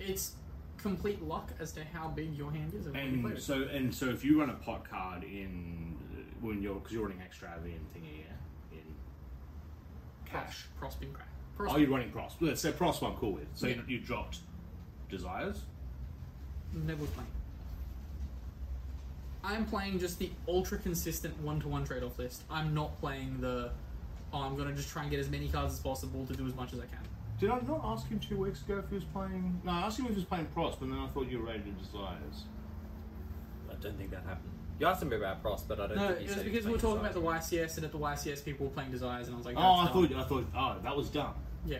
Speaker 1: It's complete luck as to how big your hand is and, what you play
Speaker 3: And
Speaker 1: with.
Speaker 3: so, and so, if you run a pot card in uh, when you're because you're running extravagant thingy yeah, in cash.
Speaker 1: Pros- Prosping crack.
Speaker 3: Oh,
Speaker 1: Prosping.
Speaker 3: you're running pros. Let's say pros one cool with. So
Speaker 1: Yeah.
Speaker 3: you, you dropped desires.
Speaker 1: Never playing. I'm playing just the ultra consistent one to one trade off list. I'm not playing the oh, I'm gonna just try and get as many cards as possible to do as much as I can.
Speaker 3: Did I not ask him two weeks ago if he was playing? No, I asked him if he was playing Prosp, and then I thought you were rated Desires.
Speaker 2: I don't think that happened. You asked me about Pross, but I don't
Speaker 1: No,
Speaker 2: think you
Speaker 1: it was
Speaker 2: said
Speaker 1: because we were talking about the YCS and at the YCS people were playing Desires, and I was like,
Speaker 3: oh, I
Speaker 1: "That's dumb."
Speaker 3: thought I thought oh that was dumb.
Speaker 1: yeah.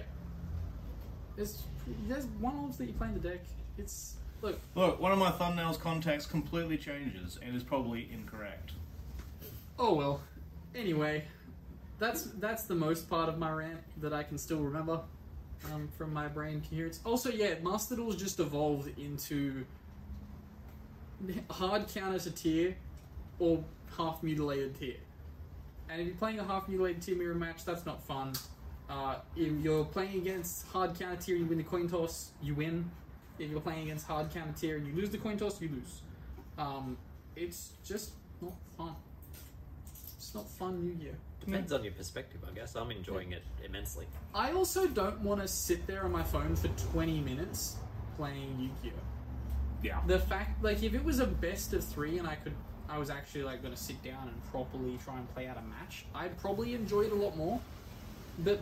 Speaker 1: There's there's one orbs that you play in the deck. It's look,
Speaker 3: Look, one of my thumbnails contacts completely changes and is probably incorrect.
Speaker 1: oh well. Anyway, that's that's the most part of my rant that I can still remember um, from my brain coherence. Also, yeah, Master Duel's just evolved into hard counter to tier or half mutilated tier. And if you're playing a half mutilated tier mirror match, that's not fun. Uh, if you're playing against hard counter tier and you win the coin toss, you win. If you're playing against hard counter tier and you lose the coin toss, you lose. Um, it's just not fun. It's not fun New Year.
Speaker 2: Depends on your perspective, I guess. I'm enjoying it immensely.
Speaker 1: I also don't want to sit there on my phone for 20 minutes playing Yu-Gi-Oh.
Speaker 3: Yeah.
Speaker 1: The fact, like, if it was a best of three and I could, I was actually like going to sit down and properly try and play out a match, I'd probably enjoy it a lot more. But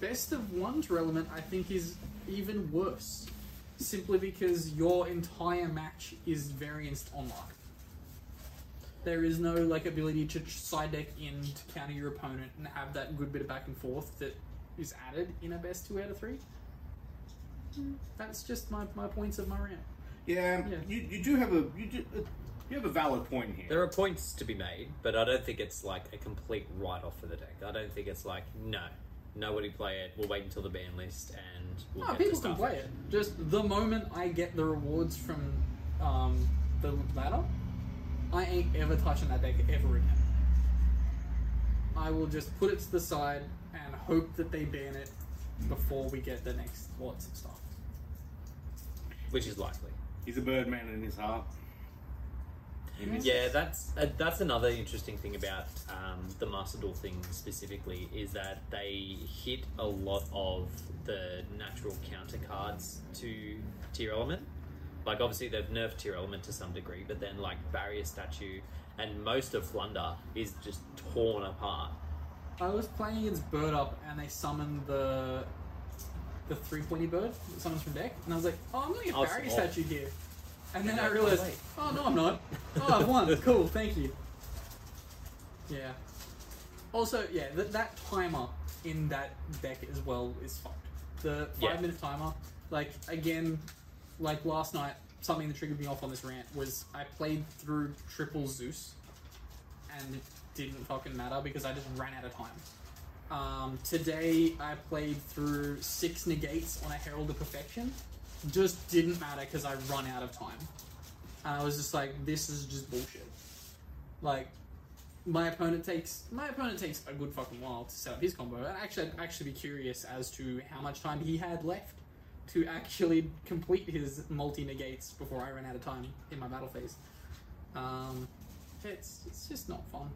Speaker 1: best of one's relevant, I think, is even worse, simply because your entire match is varianced on luck. There is no like ability to ch- side deck in to counter your opponent and have that good bit of back and forth that is added in a best two out of three. Mm, That's just my, my points of my rant.
Speaker 4: Yeah, um,
Speaker 1: Yeah.
Speaker 4: You, you do have a you do uh, you have a valid point here.
Speaker 2: There are points to be made, but I don't think it's like a complete write off for the deck. I don't think it's like, no, nobody play it, we'll wait until the ban list and we'll
Speaker 1: No,
Speaker 2: get
Speaker 1: Oh, people
Speaker 2: to
Speaker 1: can
Speaker 2: stuff.
Speaker 1: play it. Just the moment I get the rewards from um, the ladder, I ain't ever touching that deck ever again. I will just put it to the side and hope that they ban it before we get the next lots of stuff.
Speaker 2: Which is likely.
Speaker 4: He's a birdman in his heart.
Speaker 2: Yeah, that's uh, that's another interesting thing about um, the Master Duel thing specifically is that they hit a lot of the natural counter cards to Tier Element. Like obviously they've nerfed Tier Element to some degree, but then like Barrier Statue and most of Flunder is just torn apart.
Speaker 1: I was playing against Bird Up and they summoned the the three pointy bird that summons from deck, and I was like, oh, I'm gonna get
Speaker 2: Oh,
Speaker 1: Barry
Speaker 2: small.
Speaker 1: statue here. And then
Speaker 2: Yeah,
Speaker 1: I realized,
Speaker 2: oh, wait.
Speaker 1: oh no, I'm not. Oh, I've won. cool, thank you. Yeah. Also, yeah, that that timer in that deck as well is fucked. The five
Speaker 2: Yeah.
Speaker 1: minute timer, like again, like last night, something that triggered me off on this rant was I played through triple Zeus, and it didn't fucking matter because I just ran out of time. Um, today I played through six negates on a Herald of Perfection. Just didn't matter because I run out of time. And I was just like, this is just bullshit. Like, my opponent takes my opponent takes a good fucking while to set up his combo. And actually, I'd actually be curious as to how much time he had left to actually complete his multi negates before I ran out of time in my battle phase. Um, it's it's just not fun.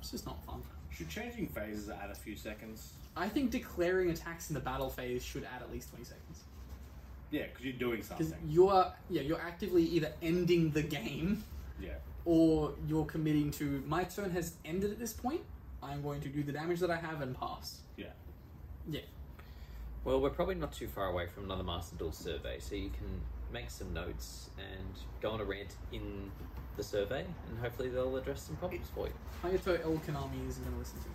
Speaker 1: It's just not fun.
Speaker 4: Should changing phases add a few seconds?
Speaker 1: I think declaring attacks in the battle phase should add at least 20 seconds.
Speaker 4: Yeah, because you're doing
Speaker 1: Because
Speaker 4: something.
Speaker 1: you're, yeah, you're actively either ending the game
Speaker 4: Yeah.
Speaker 1: or you're committing to my turn has ended at this point. I'm going to do the damage that I have and pass.
Speaker 4: Yeah.
Speaker 1: Yeah.
Speaker 2: Well, we're probably not too far away from another Master Duel survey, so you can make some notes and go on a rant in the survey, and hopefully they'll address some problems for you.
Speaker 1: Hayato El Konami isn't going to listen to me.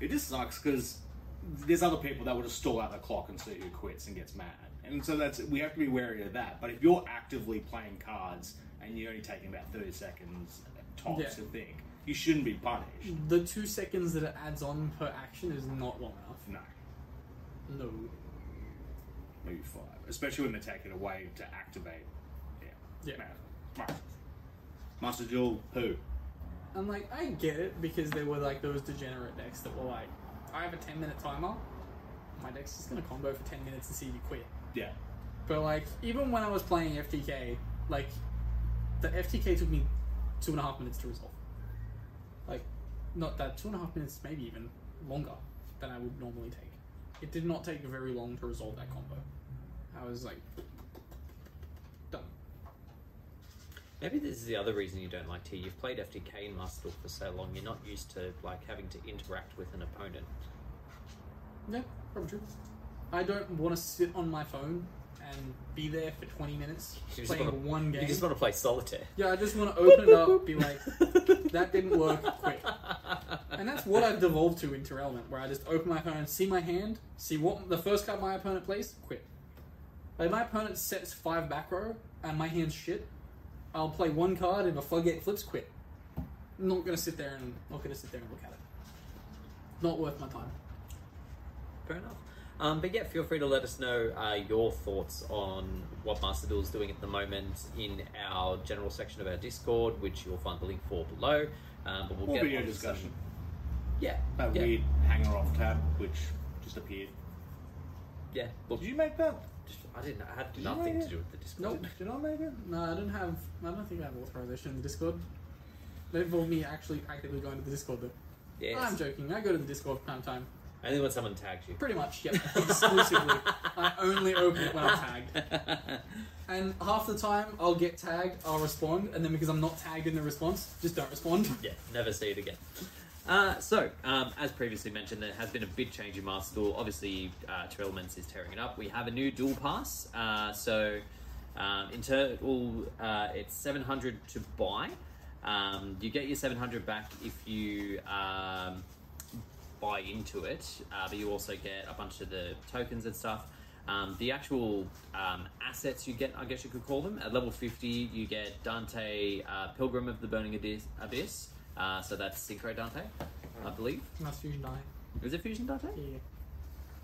Speaker 4: It just sucks because there's other people that would just stall out the clock and see who quits and gets mad. And so that's we have to be wary of that. But if you're actively playing cards and you're only taking about thirty seconds tops
Speaker 1: Yeah. Mm.
Speaker 4: to think, you shouldn't be punished.
Speaker 1: The two seconds that it adds on per action is not long enough.
Speaker 4: No,
Speaker 1: No.
Speaker 4: maybe five, especially when they take it away to activate. Yeah.
Speaker 1: Yeah.
Speaker 4: Nah. Right. Master Duel, who?
Speaker 1: And like, I get it because there were like those degenerate decks that were like, I have a 10 minute timer. My deck's just going to combo for 10 minutes and see if you quit.
Speaker 4: Yeah.
Speaker 1: But like, even when I was playing FTK, like the FTK took me two and a half minutes to resolve. Like, not that two and a half minutes, maybe even longer than I would normally take. It did not take very long to resolve that combo. I was like, done.
Speaker 2: Maybe this is the other reason you don't like T. You've played FTK in Master Duel for so long, you're not used to like having to interact with an opponent.
Speaker 1: Yeah, probably true. I don't want to sit on my phone and be there for 20 minutes
Speaker 2: You just
Speaker 1: playing
Speaker 2: wanna-
Speaker 1: one game.
Speaker 2: You just want to play solitaire.
Speaker 1: Yeah, I just want to open it up, be like, that didn't work, quit. And that's what I've devolved to into Element, where I just open my phone, see my hand, see what the first card my opponent plays, quit. Like my opponent sets five back row, and my hand's shit. I'll play one card, and if a floodgate flips, quit. I'm not gonna sit there and not gonna sit there and look at it. Not worth my time.
Speaker 2: Fair enough. Um, but yeah, feel free to let us know uh, your thoughts on what Master Duel is doing at the moment in our general section of our Discord, which you'll find the link for below. Um, but we'll
Speaker 4: More
Speaker 2: get
Speaker 4: video
Speaker 2: onto
Speaker 4: discussion.
Speaker 2: some- Yeah,
Speaker 4: That
Speaker 2: yeah,
Speaker 4: weird hanger off tab which just appeared.
Speaker 2: yeah. Well,
Speaker 4: Did you make that?
Speaker 2: I didn't. I had
Speaker 4: you
Speaker 2: nothing
Speaker 4: make
Speaker 2: to
Speaker 4: it?
Speaker 2: do with the Discord.
Speaker 1: Nope.
Speaker 4: Did I make it?
Speaker 1: No, I didn't have. I don't think I have authorization in the Discord. That involved me actually actively going to the Discord though.
Speaker 2: Yes.
Speaker 1: I'm joking. I go to the Discord from time to time.
Speaker 2: Only when someone tags you.
Speaker 1: Pretty much, yep. Exclusively. I only open it when I'm tagged. And half the time I'll get tagged, I'll respond, and then because I'm not tagged in the response, just don't respond.
Speaker 2: yeah, never see it again. Uh, so, um, as previously mentioned, there has been a big change in Master Duel. Obviously, uh, Two Elements is tearing it up. We have a new Duel Pass. Uh, so, um, in total, uh, it's 700 to buy. Um, you get your 700 back if you um, buy into it, uh, but you also get a bunch of the tokens and stuff. Um, the actual um, assets you get, I guess you could call them. At level 50, you get Dante, uh, Pilgrim of the Burning Abyss. Abyss. Uh, so that's Synchro Dante, I believe.
Speaker 1: That's Fusion Die.
Speaker 2: Is it Fusion Dante?
Speaker 1: Yeah. yeah.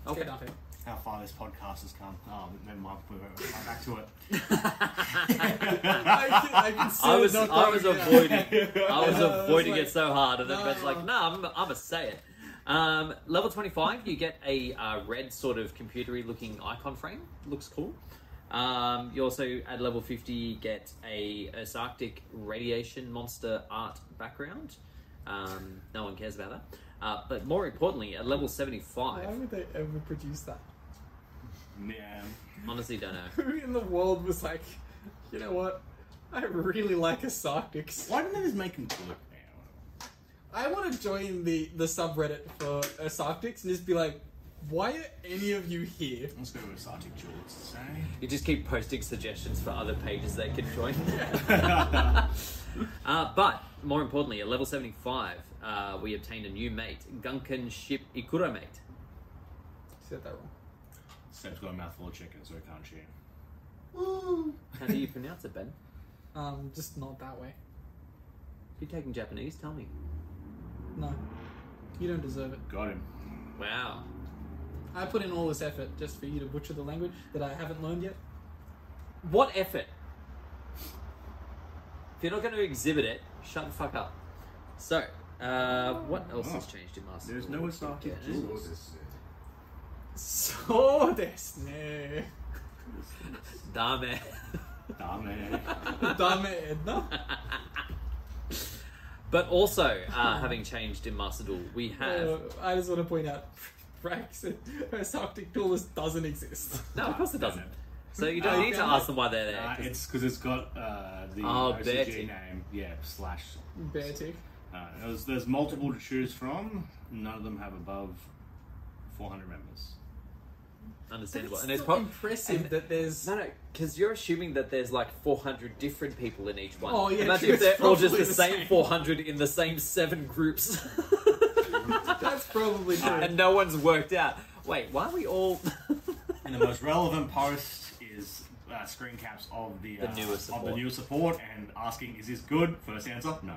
Speaker 1: Let's
Speaker 2: Okay.
Speaker 1: get Dante.
Speaker 3: How far this podcast has come. Oh, never mind. We're we're back to it.
Speaker 1: I can, I can see
Speaker 2: I
Speaker 1: it
Speaker 2: was,
Speaker 1: not
Speaker 2: I was
Speaker 1: going down.
Speaker 2: avoiding, I was
Speaker 1: Yeah, I was
Speaker 2: avoiding
Speaker 1: like,
Speaker 2: it so hard, and then
Speaker 1: no.
Speaker 2: Ben's like, "No, I'm, I'm a say it." Um, level twenty five, you get a uh, red sort of computery looking icon frame. Looks cool. Um, you also at level fifty get a Antarctic radiation monster art background. Um, no one cares about that. Uh, but more importantly, at level seventy
Speaker 1: Why
Speaker 2: five,
Speaker 1: would they ever produce that?
Speaker 4: Yeah.
Speaker 2: honestly, don't know.
Speaker 1: Who in the world was like, you know what? I really like Asarctics.
Speaker 4: Why didn't they just make him do it?
Speaker 1: I want to join the, the subreddit for Asarctics and just be like, why are any of you here?
Speaker 4: Let's go with Sartic Jewel. It's the same.
Speaker 2: You just keep posting suggestions for other pages they could join. uh, but more importantly, at level 75, uh, we obtained a new mate, Gunken Ship Ikura mate.
Speaker 1: Said that wrong.
Speaker 4: Seb's got a mouthful of chicken, so he can't cheat.
Speaker 2: How do you pronounce it, Ben?
Speaker 1: Um, just not that way.
Speaker 2: If you're taking Japanese, tell me.
Speaker 1: No. You don't deserve it.
Speaker 4: Got him.
Speaker 2: Wow.
Speaker 1: I put in all this effort just for you to butcher the language that I haven't learned yet.
Speaker 2: What effort? If you're not going to exhibit it, shut the fuck up. So, uh, what else has changed in Master?
Speaker 4: There's
Speaker 2: Duel?
Speaker 4: no Sartic
Speaker 2: Yeah.
Speaker 4: Jewel.
Speaker 1: So desne.
Speaker 2: Dame.
Speaker 4: Damn it.
Speaker 1: Dame Edna.
Speaker 2: But also, uh, having changed in Master Duel, we have.
Speaker 1: Uh, I just want to point out, Frax, her Sarctic duelist doesn't exist.
Speaker 2: No, of course it doesn't. So you don't
Speaker 1: Oh,
Speaker 2: need to
Speaker 1: okay.
Speaker 2: ask them why they're there.
Speaker 4: Uh,
Speaker 2: 'cause-
Speaker 4: it's because it's got uh, the
Speaker 2: Oh,
Speaker 4: OCG
Speaker 2: Bertie.
Speaker 4: name. Yeah, slash.
Speaker 1: Bear tick.
Speaker 4: Uh, there's, there's multiple to choose from. None of them have above 400 members.
Speaker 2: understandable.
Speaker 1: It's
Speaker 2: and it's
Speaker 1: still
Speaker 2: probably
Speaker 1: impressive that there's.
Speaker 2: no, no, because you're assuming that there's like 400 different people in each one.
Speaker 1: Oh, yeah,
Speaker 2: Imagine
Speaker 1: true,
Speaker 2: if they're
Speaker 1: it's
Speaker 2: all just
Speaker 1: probably
Speaker 2: the,
Speaker 1: the
Speaker 2: same
Speaker 1: same.
Speaker 2: 400 in the same seven groups,
Speaker 1: That's probably true.
Speaker 2: and no one's worked out. Wait, why are we all?
Speaker 4: And the most relevant post is uh, screen caps of the, uh,
Speaker 2: The newer
Speaker 4: of the
Speaker 2: support.
Speaker 4: newer support and asking, "Is this good?" First answer, no.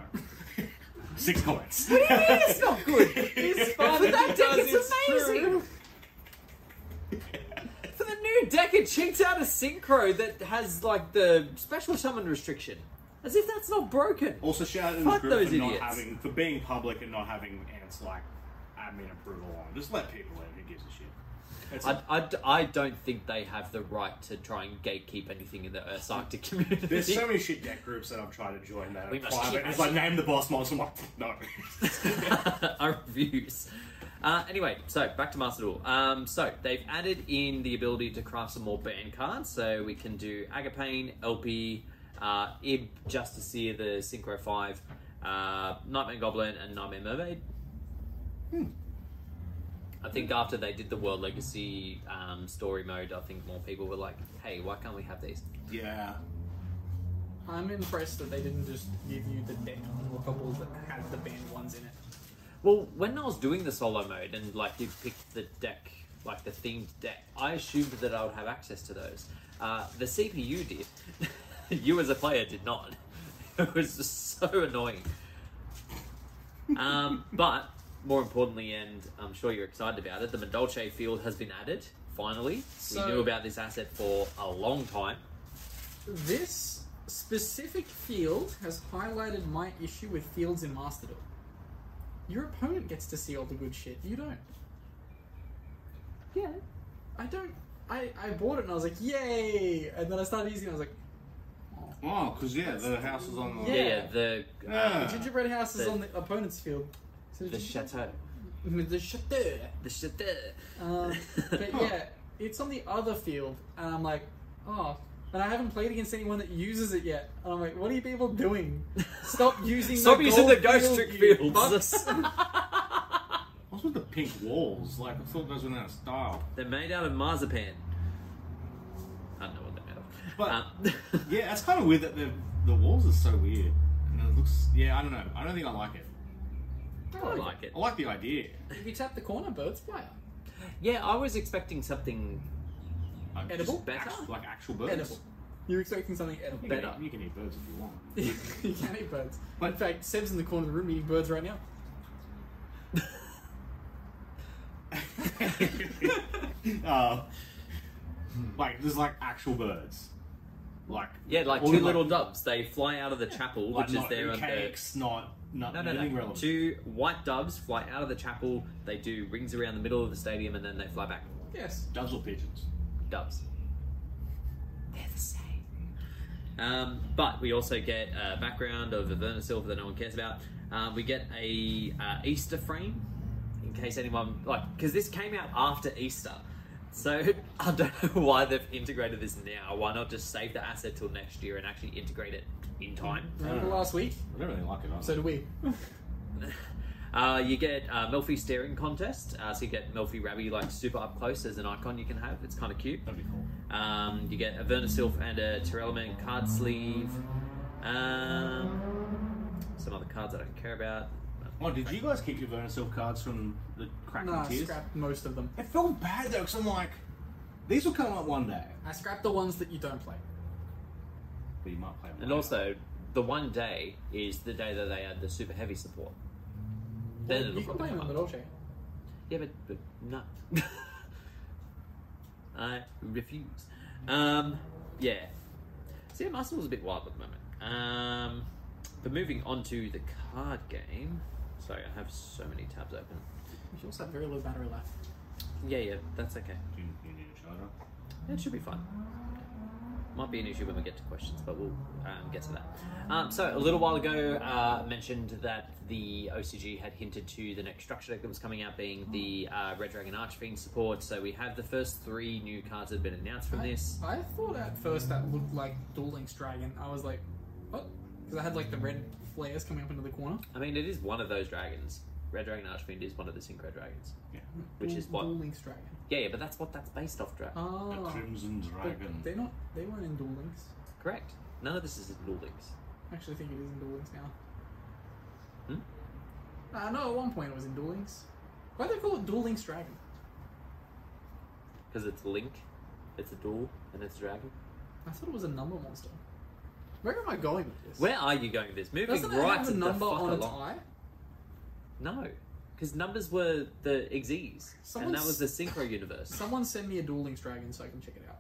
Speaker 4: Six comments.
Speaker 1: it's not good. It's fun.
Speaker 2: But that
Speaker 1: It
Speaker 2: deck
Speaker 1: does,
Speaker 2: is
Speaker 1: it's
Speaker 2: amazing.
Speaker 1: true.
Speaker 2: For the new deck, it chinks out a synchro that has like the special summon restriction, as if that's not broken.
Speaker 4: also, shout out in the
Speaker 2: Fuck
Speaker 4: group
Speaker 2: those
Speaker 4: for not
Speaker 2: idiots.
Speaker 4: having for being public and not having ants like admin approval on. Just let people in. Who gives a shit? That's
Speaker 2: I, I, I don't think they have the right to try and gatekeep anything in the Earth's Arctic community.
Speaker 4: There's so many shit deck groups that I've tried to join that
Speaker 2: We
Speaker 4: are
Speaker 2: must
Speaker 4: private.
Speaker 2: keep-
Speaker 4: It's like name the boss monster. I'm like, no.
Speaker 2: our reviews. Uh, anyway, so back to Master Duel. Um, so they've added in the ability to craft some more band cards, so we can do Agapane, LP, uh, Uh, Ib, Justiciar, the Synchro 5, uh, Nightmare Goblin, and Nightmare Mermaid.
Speaker 4: Hmm.
Speaker 2: I think after they did the World Legacy um, story mode, I think more people were like, hey, why can't we have these?
Speaker 3: Yeah.
Speaker 1: I'm impressed that they didn't just give you the deck unlockables that had the banned ones in it.
Speaker 2: Well, when I was doing the solo mode and like you picked the deck, like the themed deck, I assumed that I would have access to those. Uh, the CPU did. you as a player did not. It was just so annoying. Um, but more importantly, and I'm sure you're excited about it, the Mendolce field has been added. Finally,
Speaker 1: So-
Speaker 2: we knew about this asset for a long time.
Speaker 1: This specific field has highlighted my issue with fields in Master Duel. Your opponent gets to see all the good shit, you don't.
Speaker 2: Yeah.
Speaker 1: I don't. I, I bought it and I was like, yay! And then I started using it and I was like,
Speaker 3: Oh, because yeah, the house is on the.
Speaker 2: Yeah,
Speaker 1: Yeah.
Speaker 2: the uh,
Speaker 3: Ah.
Speaker 1: gingerbread house is
Speaker 2: The-
Speaker 1: on the opponent's field. So
Speaker 2: the
Speaker 1: gingerbread-
Speaker 2: chateau,
Speaker 1: The chateau.
Speaker 2: the chateau.
Speaker 1: Um, but yeah, it's on the other field, and I'm like, oh. And I haven't played against anyone that uses it yet. And I'm like, what are you people doing? Stop using
Speaker 2: Stop
Speaker 1: the
Speaker 2: using
Speaker 1: gold
Speaker 2: the ghost
Speaker 1: field,
Speaker 2: trick
Speaker 1: you
Speaker 2: fields."
Speaker 1: bucks.
Speaker 3: What's with the pink walls? Like, I thought those were out of style.
Speaker 2: They're made out of marzipan. I don't know what they're made of.
Speaker 3: But-
Speaker 2: Um,
Speaker 3: Yeah, that's kind of weird that the the walls are so weird. And it looks. Yeah, I don't know. I don't think I like it.
Speaker 2: I like it.
Speaker 3: I like the idea.
Speaker 1: if you tap the corner, birds fly up.
Speaker 2: Yeah, I was expecting something
Speaker 3: Like, just
Speaker 1: Edible?
Speaker 2: better.
Speaker 3: Actual, like actual birds.
Speaker 1: Edible. You're expecting something edible.
Speaker 3: You can,
Speaker 2: Better.
Speaker 3: eat, you can eat birds if you want.
Speaker 1: you can't eat birds. in
Speaker 3: But-
Speaker 1: fact, Seb's in the corner of the room eating birds right now.
Speaker 3: uh, like there's like actual birds, like
Speaker 2: Yeah, like
Speaker 3: all
Speaker 2: two
Speaker 3: the,
Speaker 2: little doves. They fly out of the chapel,
Speaker 3: like,
Speaker 2: which is
Speaker 3: not
Speaker 2: there on the.
Speaker 3: cakes, not not
Speaker 2: No, no,
Speaker 3: anything
Speaker 2: no.
Speaker 3: relevant.
Speaker 2: Two white doves fly out of the chapel. They do rings around the middle of the stadium, and then they fly back.
Speaker 1: Yes.
Speaker 3: Doves or pigeons?
Speaker 2: Doves. They're the same. Um, but we also get a background of Averna Silver that no one cares about. Um, we get a uh, Easter frame in case anyone like because this came out after Easter, so I don't know why they've integrated this now. Why not just save the asset till next year and actually integrate it in time?
Speaker 1: Remember last week?
Speaker 3: I don't really like it. Either.
Speaker 1: So do we.
Speaker 2: Uh, you get uh, Melfi staring contest, uh, so you get Melfi Rabby like super up close as an icon you can have. It's kind of cute.
Speaker 3: that'd be cool.
Speaker 2: Um, you get a Vernasilf and a Terrellman card sleeve. Um, some other cards I don't care about.
Speaker 3: Oh, did you guys keep your Vernasil cards from the Kraken
Speaker 1: Nah, I
Speaker 3: tears?
Speaker 1: scrapped most of them.
Speaker 3: It felt bad though, because I'm like, these will come up one day.
Speaker 1: I scrapped the ones that you don't play.
Speaker 3: But you might play them.
Speaker 2: And
Speaker 3: later.
Speaker 2: also, the one day is the day that they add the super heavy support. Then
Speaker 1: you
Speaker 2: it'll
Speaker 1: can play
Speaker 2: probably come
Speaker 1: them at
Speaker 2: up.
Speaker 1: all, Jay.
Speaker 2: Yeah, but, but no. I refuse. Um, yeah. See, my was a bit wild at the moment. Um, but moving on to the card game. Sorry, I have so many tabs open.
Speaker 1: You also have very low battery life.
Speaker 2: Yeah, yeah, that's okay.
Speaker 3: Do you, you need a charger.
Speaker 2: It should be fine. Might be an issue when we get to questions, but we'll um, get to that. Um, so a little while ago, uh, mentioned that the OCG had hinted to the next structure deck that was coming out being the uh, Red Dragon Archfiend support. So we have the first three new cards that have been announced from
Speaker 1: I-
Speaker 2: this.
Speaker 1: I, thought at first that looked like Duel Links Dragon. I was like, what? Because I had like the red flares coming up into the corner.
Speaker 2: I mean, it is one of those dragons. Red Dragon Archfiend is one of the Synchro Dragons.
Speaker 3: Yeah.
Speaker 2: Which
Speaker 1: Duel-
Speaker 2: is what-
Speaker 1: Duel Links Dragon.
Speaker 2: Yeah, yeah, but that's what that's based off dragon.
Speaker 1: Oh.
Speaker 3: The Crimson
Speaker 1: But
Speaker 3: Dragon.
Speaker 1: they're not. They weren't in Duel Links.
Speaker 2: Correct. None of this is in Duel Links.
Speaker 1: I actually think it is in Duel Links now.
Speaker 2: Hmm?
Speaker 1: Uh, no, at one point it was in Duel Links. Why do they call it Duel Links Dragon?
Speaker 2: Because it's Link, it's a duel, and it's a dragon.
Speaker 1: I thought it was a number monster. Where am I going with this?
Speaker 2: Where are you going with this? Moving
Speaker 1: Doesn't it
Speaker 2: right
Speaker 1: have
Speaker 2: to
Speaker 1: a
Speaker 2: the
Speaker 1: number
Speaker 2: fuck
Speaker 1: on its
Speaker 2: along.
Speaker 1: eye?
Speaker 2: No, because numbers were the exes, and that
Speaker 1: Someone's-
Speaker 2: was the synchro universe.
Speaker 1: Someone send me a Duel Links Dragon so I can check it out.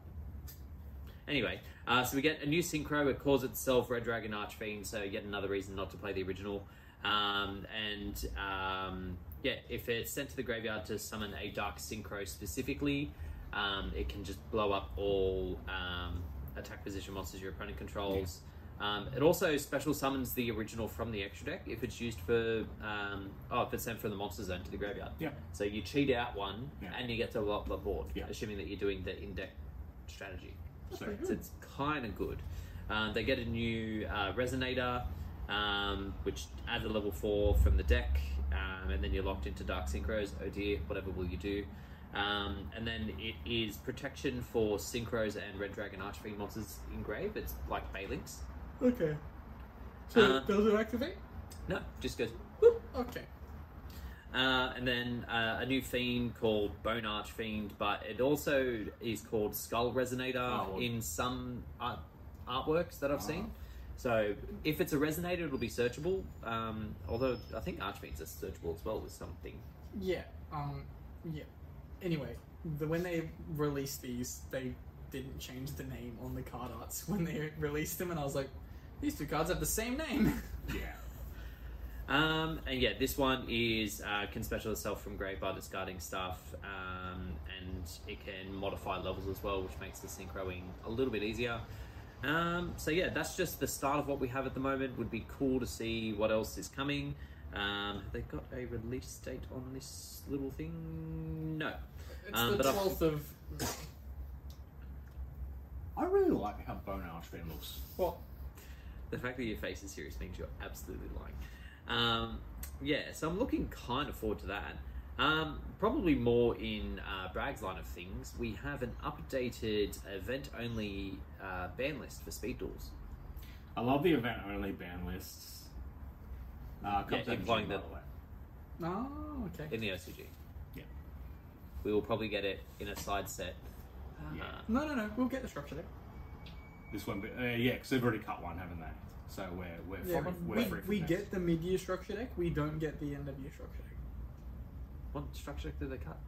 Speaker 2: Anyway, uh, so we get a new synchro. It calls itself Red Dragon Archfiend, so yet another reason not to play the original. Um, and um, yeah, if it's sent to the graveyard to summon a dark synchro specifically, um, it can just blow up all um, attack position monsters your opponent controls. Um, it also special summons the original from the extra deck if it's used for um, oh if it's sent from the monster zone to the graveyard.
Speaker 3: Yeah.
Speaker 2: So you cheat out one
Speaker 3: Yeah.
Speaker 2: and you get to blow up the board,
Speaker 3: Yeah.
Speaker 2: assuming that you're doing the in deck strategy.
Speaker 1: That's
Speaker 3: So-
Speaker 1: pretty
Speaker 2: So
Speaker 1: good.
Speaker 2: it's kind of good. Um, they get a new uh, resonator, um, which adds a level four from the deck, um, and then you're locked into dark synchros. Oh dear, whatever will you do? Um, and then it is protection for synchros and red dragon archfiend monsters in grave. It's like Balinx.
Speaker 1: Okay. So
Speaker 2: Uh,
Speaker 1: does it activate?
Speaker 2: No, just goes.
Speaker 1: Whoop. Okay.
Speaker 2: Uh, and then uh, a new fiend called Bone Arch Fiend, but it also is called Skull Resonator
Speaker 4: Oh, well. Ah.
Speaker 2: in some art- artworks that I've seen. So if it's a resonator, it'll be searchable. Um, although I think Archfiends are searchable as well with something.
Speaker 1: Yeah. Um. Yeah. Anyway, the, when they released these, they didn't change the name on the card arts when they released them, and I was like, these two cards have the same name.
Speaker 4: Yeah.
Speaker 2: Um, and yeah, this one is uh, can special itself from grave by discarding stuff, um, and it can modify levels as well, which makes the synchroing a little bit easier. Um, so yeah, that's just the start of what we have at the moment. Would be cool to see what else is coming. Um, have they got a release date on this little thing? No.
Speaker 1: It's
Speaker 2: Um,
Speaker 1: the
Speaker 2: but I've-
Speaker 1: twelfth of.
Speaker 3: I really like how Bone Archfiend looks.
Speaker 1: Well,
Speaker 2: The fact that your face is serious means you're absolutely lying. Um, yeah, so I'm looking kind of forward to that. Um, probably more in uh, Bragg's line of things, we have an updated event only uh, ban list for speed duels.
Speaker 3: I love the event only ban lists.
Speaker 2: Yeah,
Speaker 3: Uh, comes out in
Speaker 2: implying
Speaker 3: June,
Speaker 2: that-
Speaker 3: by the way.
Speaker 1: oh, okay.
Speaker 2: in the OCG.
Speaker 3: Yeah.
Speaker 2: We will probably get it in a side set.
Speaker 3: Yeah.
Speaker 2: Uh,
Speaker 1: No, no, no. We'll get the structure there.
Speaker 3: This one, uh, yeah, because they've already cut one, haven't they? So we're we're
Speaker 1: Yeah,
Speaker 3: free.
Speaker 1: but
Speaker 3: We're
Speaker 1: we,
Speaker 3: free from
Speaker 1: we
Speaker 3: this.
Speaker 1: get the mid-year structure deck. We don't get the end-of-year structure deck.
Speaker 2: what structure did they cut?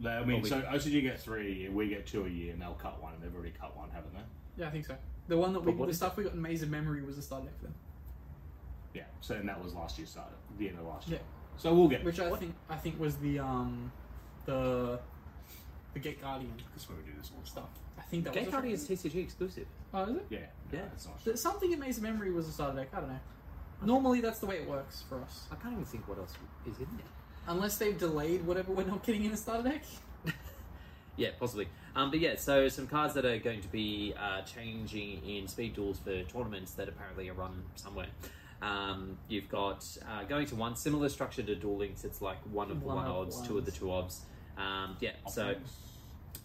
Speaker 3: They- I
Speaker 2: Well,
Speaker 3: mean,
Speaker 2: we-
Speaker 3: so OCG get three a year, we get two a year, and they'll cut one. They've already cut one, haven't they?
Speaker 1: Yeah, I think so. The one that we,
Speaker 2: But what
Speaker 1: the
Speaker 2: is
Speaker 1: stuff we got in Maze of Memory was the starter deck for them.
Speaker 3: Yeah. So and that was last year's start, the end of last year.
Speaker 1: Yeah.
Speaker 3: So we'll get
Speaker 1: Which I think I think was the um the the Gate Guardian
Speaker 3: because we do this all the
Speaker 1: stuff.
Speaker 3: stuff.
Speaker 1: I think that
Speaker 2: Gate
Speaker 1: was the
Speaker 2: Party is TCG exclusive.
Speaker 1: Oh, is it?
Speaker 3: Yeah.
Speaker 2: Yeah.
Speaker 3: It's not.
Speaker 1: Th- Something in Maze of Memory was a starter deck. I don't know. Normally that's the way it works for us,
Speaker 2: I can't even think what else is in there.
Speaker 1: unless they've delayed whatever we're not getting in a starter deck.
Speaker 2: Yeah, possibly. Um, but yeah, so some cards that are going to be uh, changing in speed duels for tournaments that apparently are run somewhere. Um, you've got uh, going to one similar structure to duel links. It's like one of the
Speaker 1: One
Speaker 2: one,
Speaker 1: of
Speaker 2: odds, two of the
Speaker 1: ones.
Speaker 2: two odds. Um, yeah, so
Speaker 3: Offerings.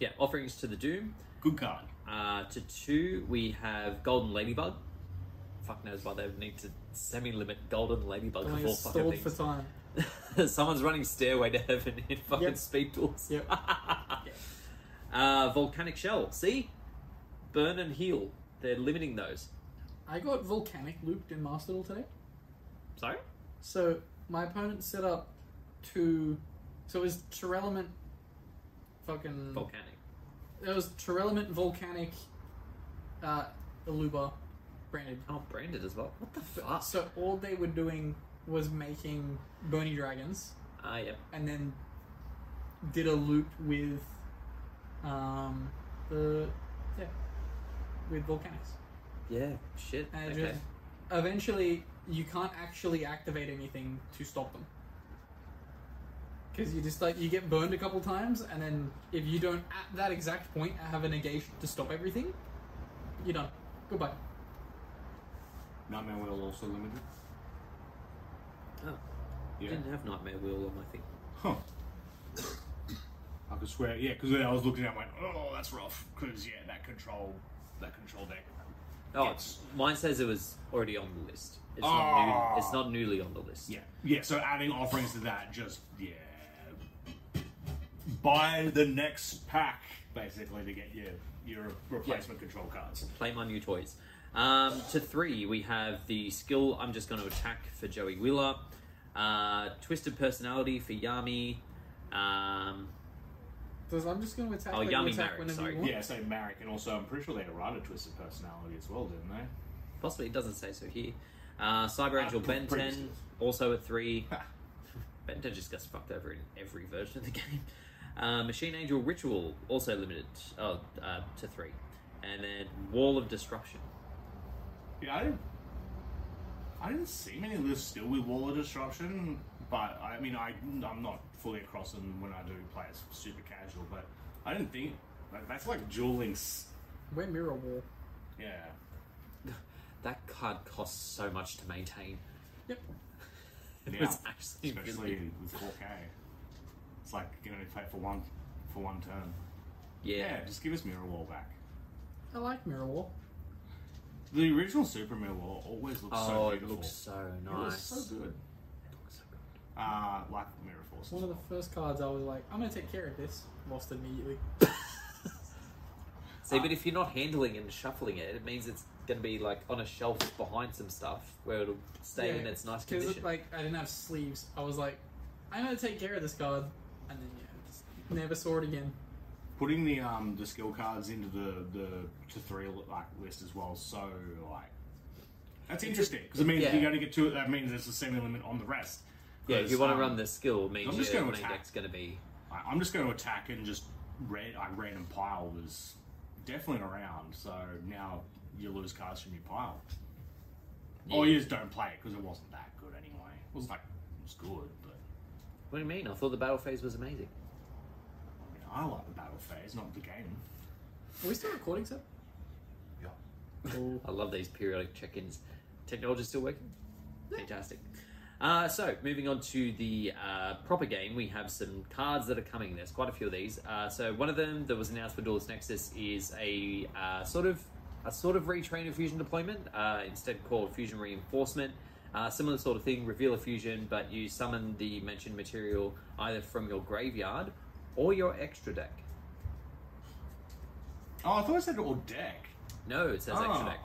Speaker 2: yeah, offerings to the doom.
Speaker 3: good card.
Speaker 2: Uh, to two, we have Golden Ladybug. Fuck knows why they would need to semi-limit Golden Ladybug
Speaker 1: Only
Speaker 2: for
Speaker 1: it's
Speaker 2: fucking
Speaker 1: stalled Oh, for
Speaker 2: things.
Speaker 1: time.
Speaker 2: Someone's running Stairway to Heaven in fucking
Speaker 1: Yep.
Speaker 2: speed tools.
Speaker 1: Yep.
Speaker 2: uh, volcanic Shell. See? Burn and heal. They're limiting those.
Speaker 1: I got volcanic looped in Master Duel today.
Speaker 2: Sorry?
Speaker 3: Mm.
Speaker 1: So my opponent set up two. So it was Terelement. Fucking.
Speaker 2: Volcanic.
Speaker 1: It was Terelement volcanic. Uh, Aluba, branded.
Speaker 2: Oh, branded as well. What the Ah, fuck?
Speaker 1: So all they were doing was making Bernie dragons,
Speaker 2: Ah, yeah.
Speaker 1: and then did a loop with, um, the yeah, with volcanics.
Speaker 2: Yeah. Shit.
Speaker 1: And
Speaker 2: okay.
Speaker 1: just- eventually, you can't actually activate anything to stop them. Because you just like you get burned a couple times, and then if you don't at that exact point have a negation to stop everything, you're done. Goodbye.
Speaker 3: Nightmare Wheel also limited.
Speaker 2: Oh,
Speaker 3: Yeah.
Speaker 2: didn't have Nightmare Wheel on my thing.
Speaker 3: Huh. I could swear, yeah, because I was looking at it, I went, oh, that's rough. Because, yeah, that control, that control deck.
Speaker 2: Oh,
Speaker 3: Yes.
Speaker 2: mine says it was already on the list. It's, not
Speaker 3: Ah.
Speaker 2: new, it's not newly on the list.
Speaker 3: Yeah. Yeah, so adding offerings to that just, yeah. Buy the next pack, basically, to get your, your replacement control cards.
Speaker 2: play my new toys. Um, to three, we have the skill I'm just going to attack for Joey Wheeler, uh, twisted personality for Yami. Um,
Speaker 1: Because I'm just going to attack.
Speaker 2: Oh,
Speaker 1: like, you
Speaker 2: Yami
Speaker 1: attack
Speaker 2: Merrick,
Speaker 1: whenever
Speaker 2: sorry.
Speaker 1: you want.
Speaker 3: Yeah, so Marek, and also I'm pretty sure they errata Twisted Personality as well, didn't they?
Speaker 2: possibly it doesn't say so here. Uh, Cyber
Speaker 3: Ah,
Speaker 2: Angel Ben
Speaker 3: pretty
Speaker 2: 10,
Speaker 3: soon.
Speaker 2: also at three.
Speaker 3: Ha.
Speaker 2: ben 10 just gets fucked over in every version of the game. Uh, Machine Angel Ritual, also limited oh, uh, to three. And then Wall of Disruption.
Speaker 3: Yeah, I didn't, I didn't see many lists still with Wall of Disruption, but I mean, I, I'm not fully across them when I do play it super casual, but I didn't think like, that's like dueling. s-
Speaker 1: We're mirror wall.
Speaker 3: Yeah.
Speaker 2: that card costs so much to maintain.
Speaker 1: Yep.
Speaker 2: It
Speaker 3: Yeah.
Speaker 2: was actually
Speaker 3: especially
Speaker 2: really
Speaker 3: with 4K. It's like you can only play it for one for one turn.
Speaker 2: yeah.
Speaker 3: Yeah, just give us Mirror Wall back.
Speaker 1: I like Mirror War.
Speaker 3: The original Super Mirror Wall always looks
Speaker 2: Oh,
Speaker 3: so
Speaker 2: it
Speaker 3: beautiful.
Speaker 2: looks so
Speaker 3: It
Speaker 2: nice.
Speaker 3: looks so good.
Speaker 2: It looks so good.
Speaker 3: Uh, like Mirror Force.
Speaker 1: One of the first cards I was like, I'm gonna take care of this. Lost it immediately.
Speaker 2: See,
Speaker 3: Uh,
Speaker 2: but if you're not handling and shuffling it, it means it's going to be like on a shelf behind some stuff where it'll stay in its nice
Speaker 1: Because
Speaker 2: condition.
Speaker 1: like I didn't have sleeves, I was like, I'm gonna take care of this card, and then yeah, just never saw it again.
Speaker 3: Putting the um the skill cards into the the to three like list as well. So like that's interesting because it means
Speaker 2: Yeah.
Speaker 3: you got to get two. That means there's a semi limit on the rest.
Speaker 2: yeah, if you
Speaker 3: 'Cause,
Speaker 2: want to
Speaker 3: um,
Speaker 2: run the skill, it means
Speaker 3: I'm just
Speaker 2: your
Speaker 3: gonna
Speaker 2: main
Speaker 3: attack.
Speaker 2: deck's going to be
Speaker 3: I- I'm just going to attack and just ran, I random pile was definitely around. So now you lose cards from your pile, or
Speaker 2: Yeah.
Speaker 3: you just don't play it because it wasn't that good anyway. It was like it was good, but
Speaker 2: What do you mean? I thought the battle phase was amazing.
Speaker 3: I, mean, I like the battle phase, not the game.
Speaker 1: Are we still recording, sir?
Speaker 3: Yeah.
Speaker 1: Cool.
Speaker 2: I love these periodic check-ins. Technology's still working. Fantastic. Uh, so, moving on to the uh, proper game, we have some cards that are coming. There's quite a few of these. Uh, so, one of them that was announced for Duelist Nexus is a uh, sort of a sort of retrain of fusion deployment, uh, instead called fusion reinforcement. Uh, similar sort of thing, reveal a fusion, but you summon the mentioned material either from your graveyard or your extra deck.
Speaker 3: Oh, I thought it said all deck.
Speaker 2: No, it says extra
Speaker 3: Oh.
Speaker 2: deck.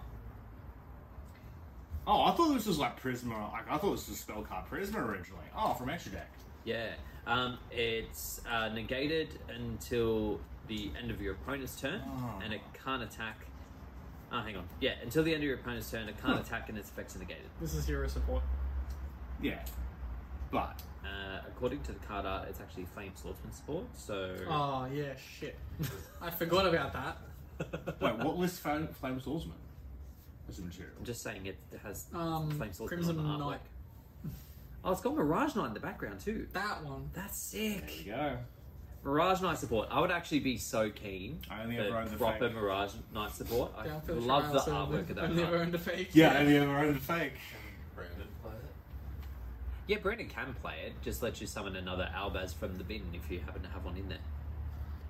Speaker 3: Oh, I thought this was like Prisma. Like, I thought this was spell card Prisma originally. Oh, from extra deck.
Speaker 2: Yeah, um, it's uh, negated until the end of your opponent's turn,
Speaker 3: Oh.
Speaker 2: and it can't attack. Oh, hang on. Yeah, until the end of your opponent's turn, it can't attack, and its effects are negated.
Speaker 1: This is hero support.
Speaker 3: Yeah, but
Speaker 2: Uh, according to the card art, it's actually Flame Swordsman support. So
Speaker 1: Oh yeah, shit. I forgot about that.
Speaker 3: wait, what list flame, flame swordsman? As a material.
Speaker 2: I'm just saying it has
Speaker 1: Um,
Speaker 2: Flame Swordsman
Speaker 1: Crimson
Speaker 2: on the artwork.
Speaker 1: Knight.
Speaker 2: Oh, it's got Mirage Knight in the background too.
Speaker 1: That one.
Speaker 2: That's
Speaker 3: There you
Speaker 2: sick.
Speaker 3: go.
Speaker 2: Mirage Knight support. I would actually be so keen
Speaker 3: I only ever
Speaker 2: for
Speaker 3: owned the
Speaker 2: proper
Speaker 3: fake.
Speaker 2: Mirage Knight support. I
Speaker 1: Down for
Speaker 2: love
Speaker 1: trial,
Speaker 2: the
Speaker 1: so
Speaker 2: artwork
Speaker 1: I've-
Speaker 2: of that.
Speaker 1: I've never
Speaker 2: card.
Speaker 1: earned a fake.
Speaker 3: Yeah, and you ever owned the fake?
Speaker 5: Brandon play it?
Speaker 2: Yeah, Brandon can play it. Just lets you summon another Albaz from the bin if you happen to have one in there.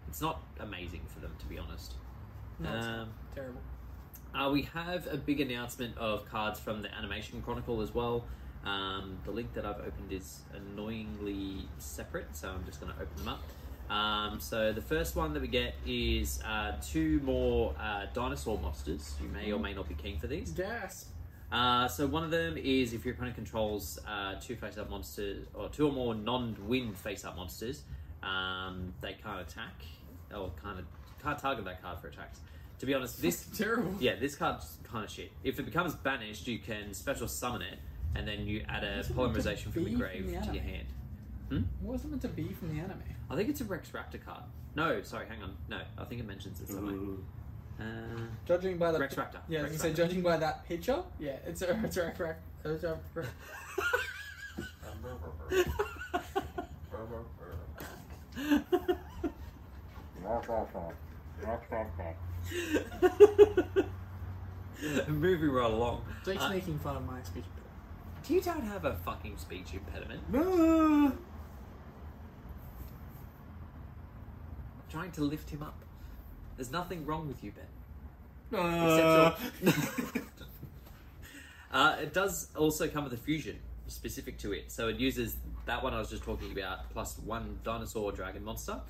Speaker 2: It's not amazing for them, to be honest.
Speaker 1: No, it's
Speaker 2: Um,
Speaker 1: terrible.
Speaker 2: uh, we have a big announcement of cards from the Animation Chronicle as well. Um, the link that I've opened is annoyingly separate, so I'm just going to open them up. Um, so the first one that we get is uh, two more uh, dinosaur monsters. You may or may not be keen for these.
Speaker 1: Gas.
Speaker 2: Uh, so one of them is if your opponent controls uh, two face-up monsters or two or more non-win face-up monsters, um, they can't attack or can't can't target that card for attacks. To be honest, this
Speaker 1: Terrible.
Speaker 2: yeah this card's kind of shit. If it becomes banished, you can special summon it, and then you add a
Speaker 1: Isn't it meant to
Speaker 2: polymerization from
Speaker 1: be
Speaker 2: the grave
Speaker 1: from the
Speaker 2: to your
Speaker 1: anime?
Speaker 2: hand. Hmm?
Speaker 1: It wasn't meant to be from the anime.
Speaker 2: I think it's a Rex Raptor card. No, sorry, hang on. No, I think it mentions it somewhere.
Speaker 3: Ooh.
Speaker 2: Uh,
Speaker 1: Judging by the
Speaker 2: Rex Raptor.
Speaker 1: Yeah, I was
Speaker 2: Rex
Speaker 1: gonna say
Speaker 2: Raptor.
Speaker 1: judging by that picture. Yeah, it's a it's a Rex Raptor. It's a Rex
Speaker 5: Um, brr, brr, brr. Brr, brr, brr.
Speaker 2: Uh, Moving right along.
Speaker 1: Jake's
Speaker 2: Uh,
Speaker 1: making fun of my speech.
Speaker 2: You don't have a fucking speech impediment.
Speaker 3: Ah.
Speaker 2: I'm trying to lift him up. There's nothing wrong with you, Ben.
Speaker 3: Ah.
Speaker 2: Except your- uh, it does also come with a fusion specific to it. So it uses that one I was just talking about, plus one dinosaur dragon monster.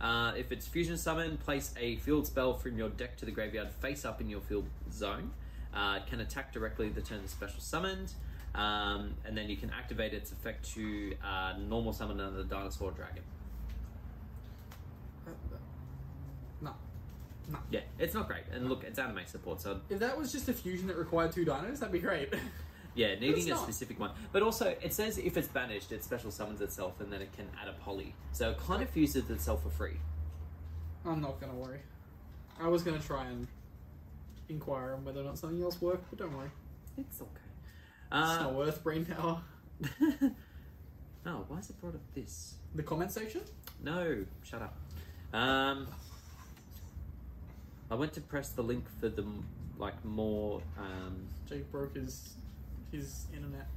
Speaker 2: Uh, if it's fusion summon, place a field spell from your deck to the graveyard face up in your field zone. Uh, it can attack directly the turn it's special summoned. Um, and then you can activate its effect to uh, normal summon another dinosaur dragon.
Speaker 1: No, no.
Speaker 2: Yeah, it's not great. And look, it's anime support, so
Speaker 1: If that was just a fusion that required two dinos, that'd be great.
Speaker 2: Yeah,
Speaker 1: it's
Speaker 2: needing a
Speaker 1: not.
Speaker 2: specific one. But also, it says if it's banished, it special summons itself and then it can add a poly. So it kind of fuses itself for free.
Speaker 1: I'm not gonna worry. I was gonna try and inquire on whether or not something else worked, but don't worry.
Speaker 2: It's okay.
Speaker 1: It's
Speaker 2: Uh,
Speaker 1: not worth brain power.
Speaker 2: oh, why has it brought up this?
Speaker 1: The comment section?
Speaker 2: No, shut up. Um, I went to press the link for the m- like more um,
Speaker 1: Jake broke his his internet.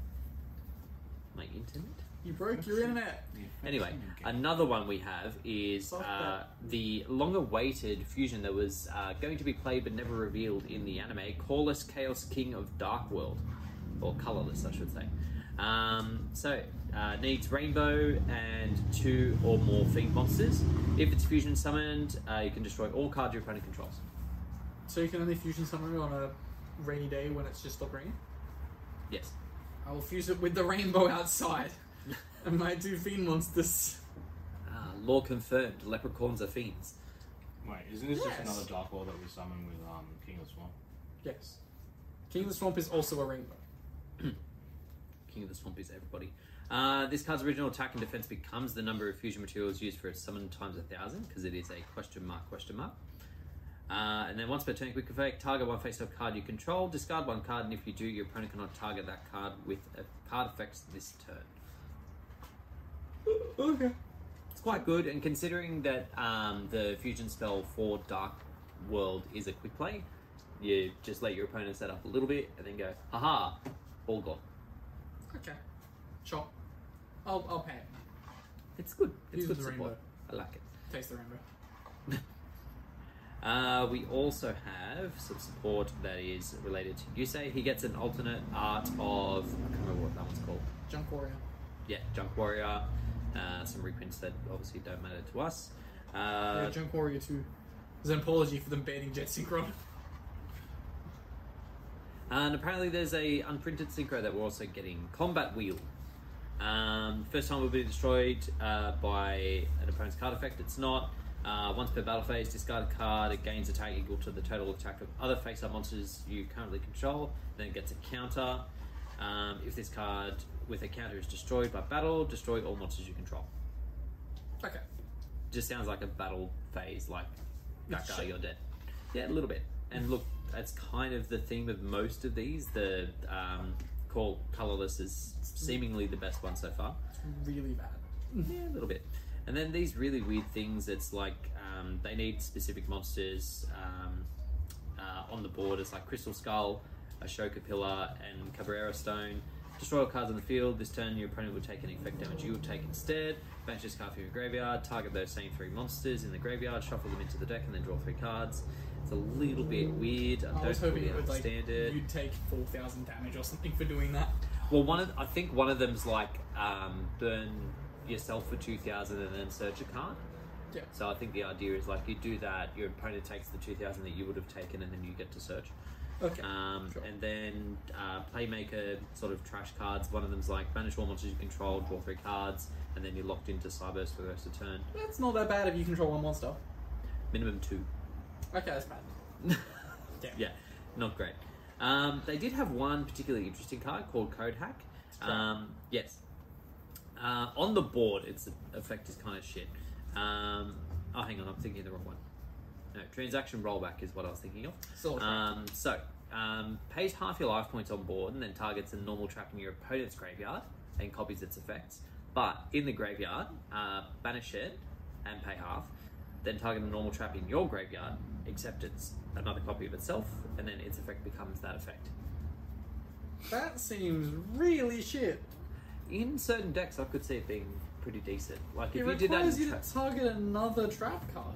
Speaker 2: my internet.
Speaker 1: You broke your internet.
Speaker 2: Anyway, another one we have is uh, the long-awaited fusion that was uh, going to be played but never revealed in the anime, Corless Chaos King of Dark World, or Colorless, I should say. Um, so, uh, needs rainbow and two or more fiend monsters. If it's fusion summoned, uh, you can destroy all cards your opponent controls.
Speaker 1: So you can only fusion someone on a rainy day when it's just stopped raining.
Speaker 2: Yes.
Speaker 1: I will fuse it with the rainbow outside, and my two fiend monsters.
Speaker 2: Uh, law confirmed. Leprechauns are fiends.
Speaker 3: Wait, isn't this
Speaker 1: Yes.
Speaker 3: just another Dark World that we summoned with um, King of the Swamp?
Speaker 1: Yes. King of the Swamp is also a rainbow.
Speaker 2: King of the Swamp is everybody. Uh, this card's original attack and defense becomes the number of fusion materials used for its summon times a thousand because it is a question mark question mark. Uh, and then once per turn, quick effect, target one face-up card you control, discard one card, and if you do, your opponent cannot target that card with a card effects this turn.
Speaker 1: Okay.
Speaker 2: It's quite good, and considering that um, the fusion spell for Dark World is a quick play, you just let your opponent set up a little bit and then go, haha, all gone.
Speaker 1: Okay. Chop. I'll, I'll pay it.
Speaker 2: It's good. It's
Speaker 1: Use
Speaker 2: good
Speaker 1: the
Speaker 2: support.
Speaker 1: rainbow.
Speaker 2: I like it.
Speaker 1: Taste the rainbow.
Speaker 2: Uh, we also have some support that is related to Yusei. He gets an alternate art of, I can't remember what that one's called.
Speaker 1: Junk Warrior.
Speaker 2: Yeah, Junk Warrior. Uh, some reprints that obviously don't matter to us.
Speaker 1: yeah,
Speaker 2: Uh,
Speaker 1: Junk Warrior 2. There's an apology for them banning Jet Synchron.
Speaker 2: and apparently there's a unprinted synchro that we're also getting. Combat Wheel. Um, first time will be destroyed uh, by an opponent's card effect. It's not. Uh, once per battle phase, discard a card. It gains attack equal to the total attack of other face-up monsters you currently control. Then it gets a counter. Um, if this card with a counter is destroyed by battle, destroy all monsters you control.
Speaker 1: Okay.
Speaker 2: Just sounds like a battle phase, like that guy,
Speaker 1: Shit.
Speaker 2: you're dead. Yeah, a little bit. And look, that's kind of the theme of most of these. The um, call colorless is seemingly the best one so far.
Speaker 1: It's really bad.
Speaker 2: Yeah, a little bit. And then these really weird things. It's like um, they need specific monsters um, uh, on the board. It's like Crystal Skull, Ashoka Pillar, and Cabrera Stone. Destroy all cards on the field. This turn, your opponent will take any effect damage you will take instead. Banish this card from your graveyard. Target those same three monsters in the graveyard. Shuffle them into the deck, and then draw three cards. It's a little bit weird. I
Speaker 1: I was
Speaker 2: don't
Speaker 1: hoping
Speaker 2: really
Speaker 1: it would, like,
Speaker 2: understand it.
Speaker 1: you'd take 4,000 damage or something for doing that.
Speaker 2: Well, one of I think one of them's like um, burn yourself for two thousand and then search a card.
Speaker 1: Yeah.
Speaker 2: So I think the idea is like you do that, your opponent takes the two thousand that you would have taken, and then you get to search.
Speaker 1: Okay.
Speaker 2: Um,
Speaker 1: Sure.
Speaker 2: And then uh, playmaker sort of trash cards. One of them's like banish all monsters you control, draw three cards, and then you're locked into Cyburst for the rest of the turn.
Speaker 1: That's not that bad if you control one monster.
Speaker 2: Minimum two.
Speaker 1: Okay, that's bad. Damn.
Speaker 2: Yeah, not great. Um, they did have one particularly interesting card called Code Hack. Um, yes. Uh, on the board, its effect is kind of shit. Um, oh, hang on, I'm thinking of the wrong one. No, transaction rollback is what I was thinking of.
Speaker 1: Still a trap.
Speaker 2: Um, so, um, pays half your life points on board and then targets a normal trap in your opponent's graveyard and copies its effects. But in the graveyard, uh, banish it and pay half, then target a normal trap in your graveyard, except it's another copy of itself, and then its effect becomes that effect.
Speaker 1: That seems really shit.
Speaker 2: In certain decks, I could see it being pretty decent. Like if
Speaker 1: it
Speaker 2: you did that, in
Speaker 1: requires you
Speaker 2: trap-
Speaker 1: to target another trap card.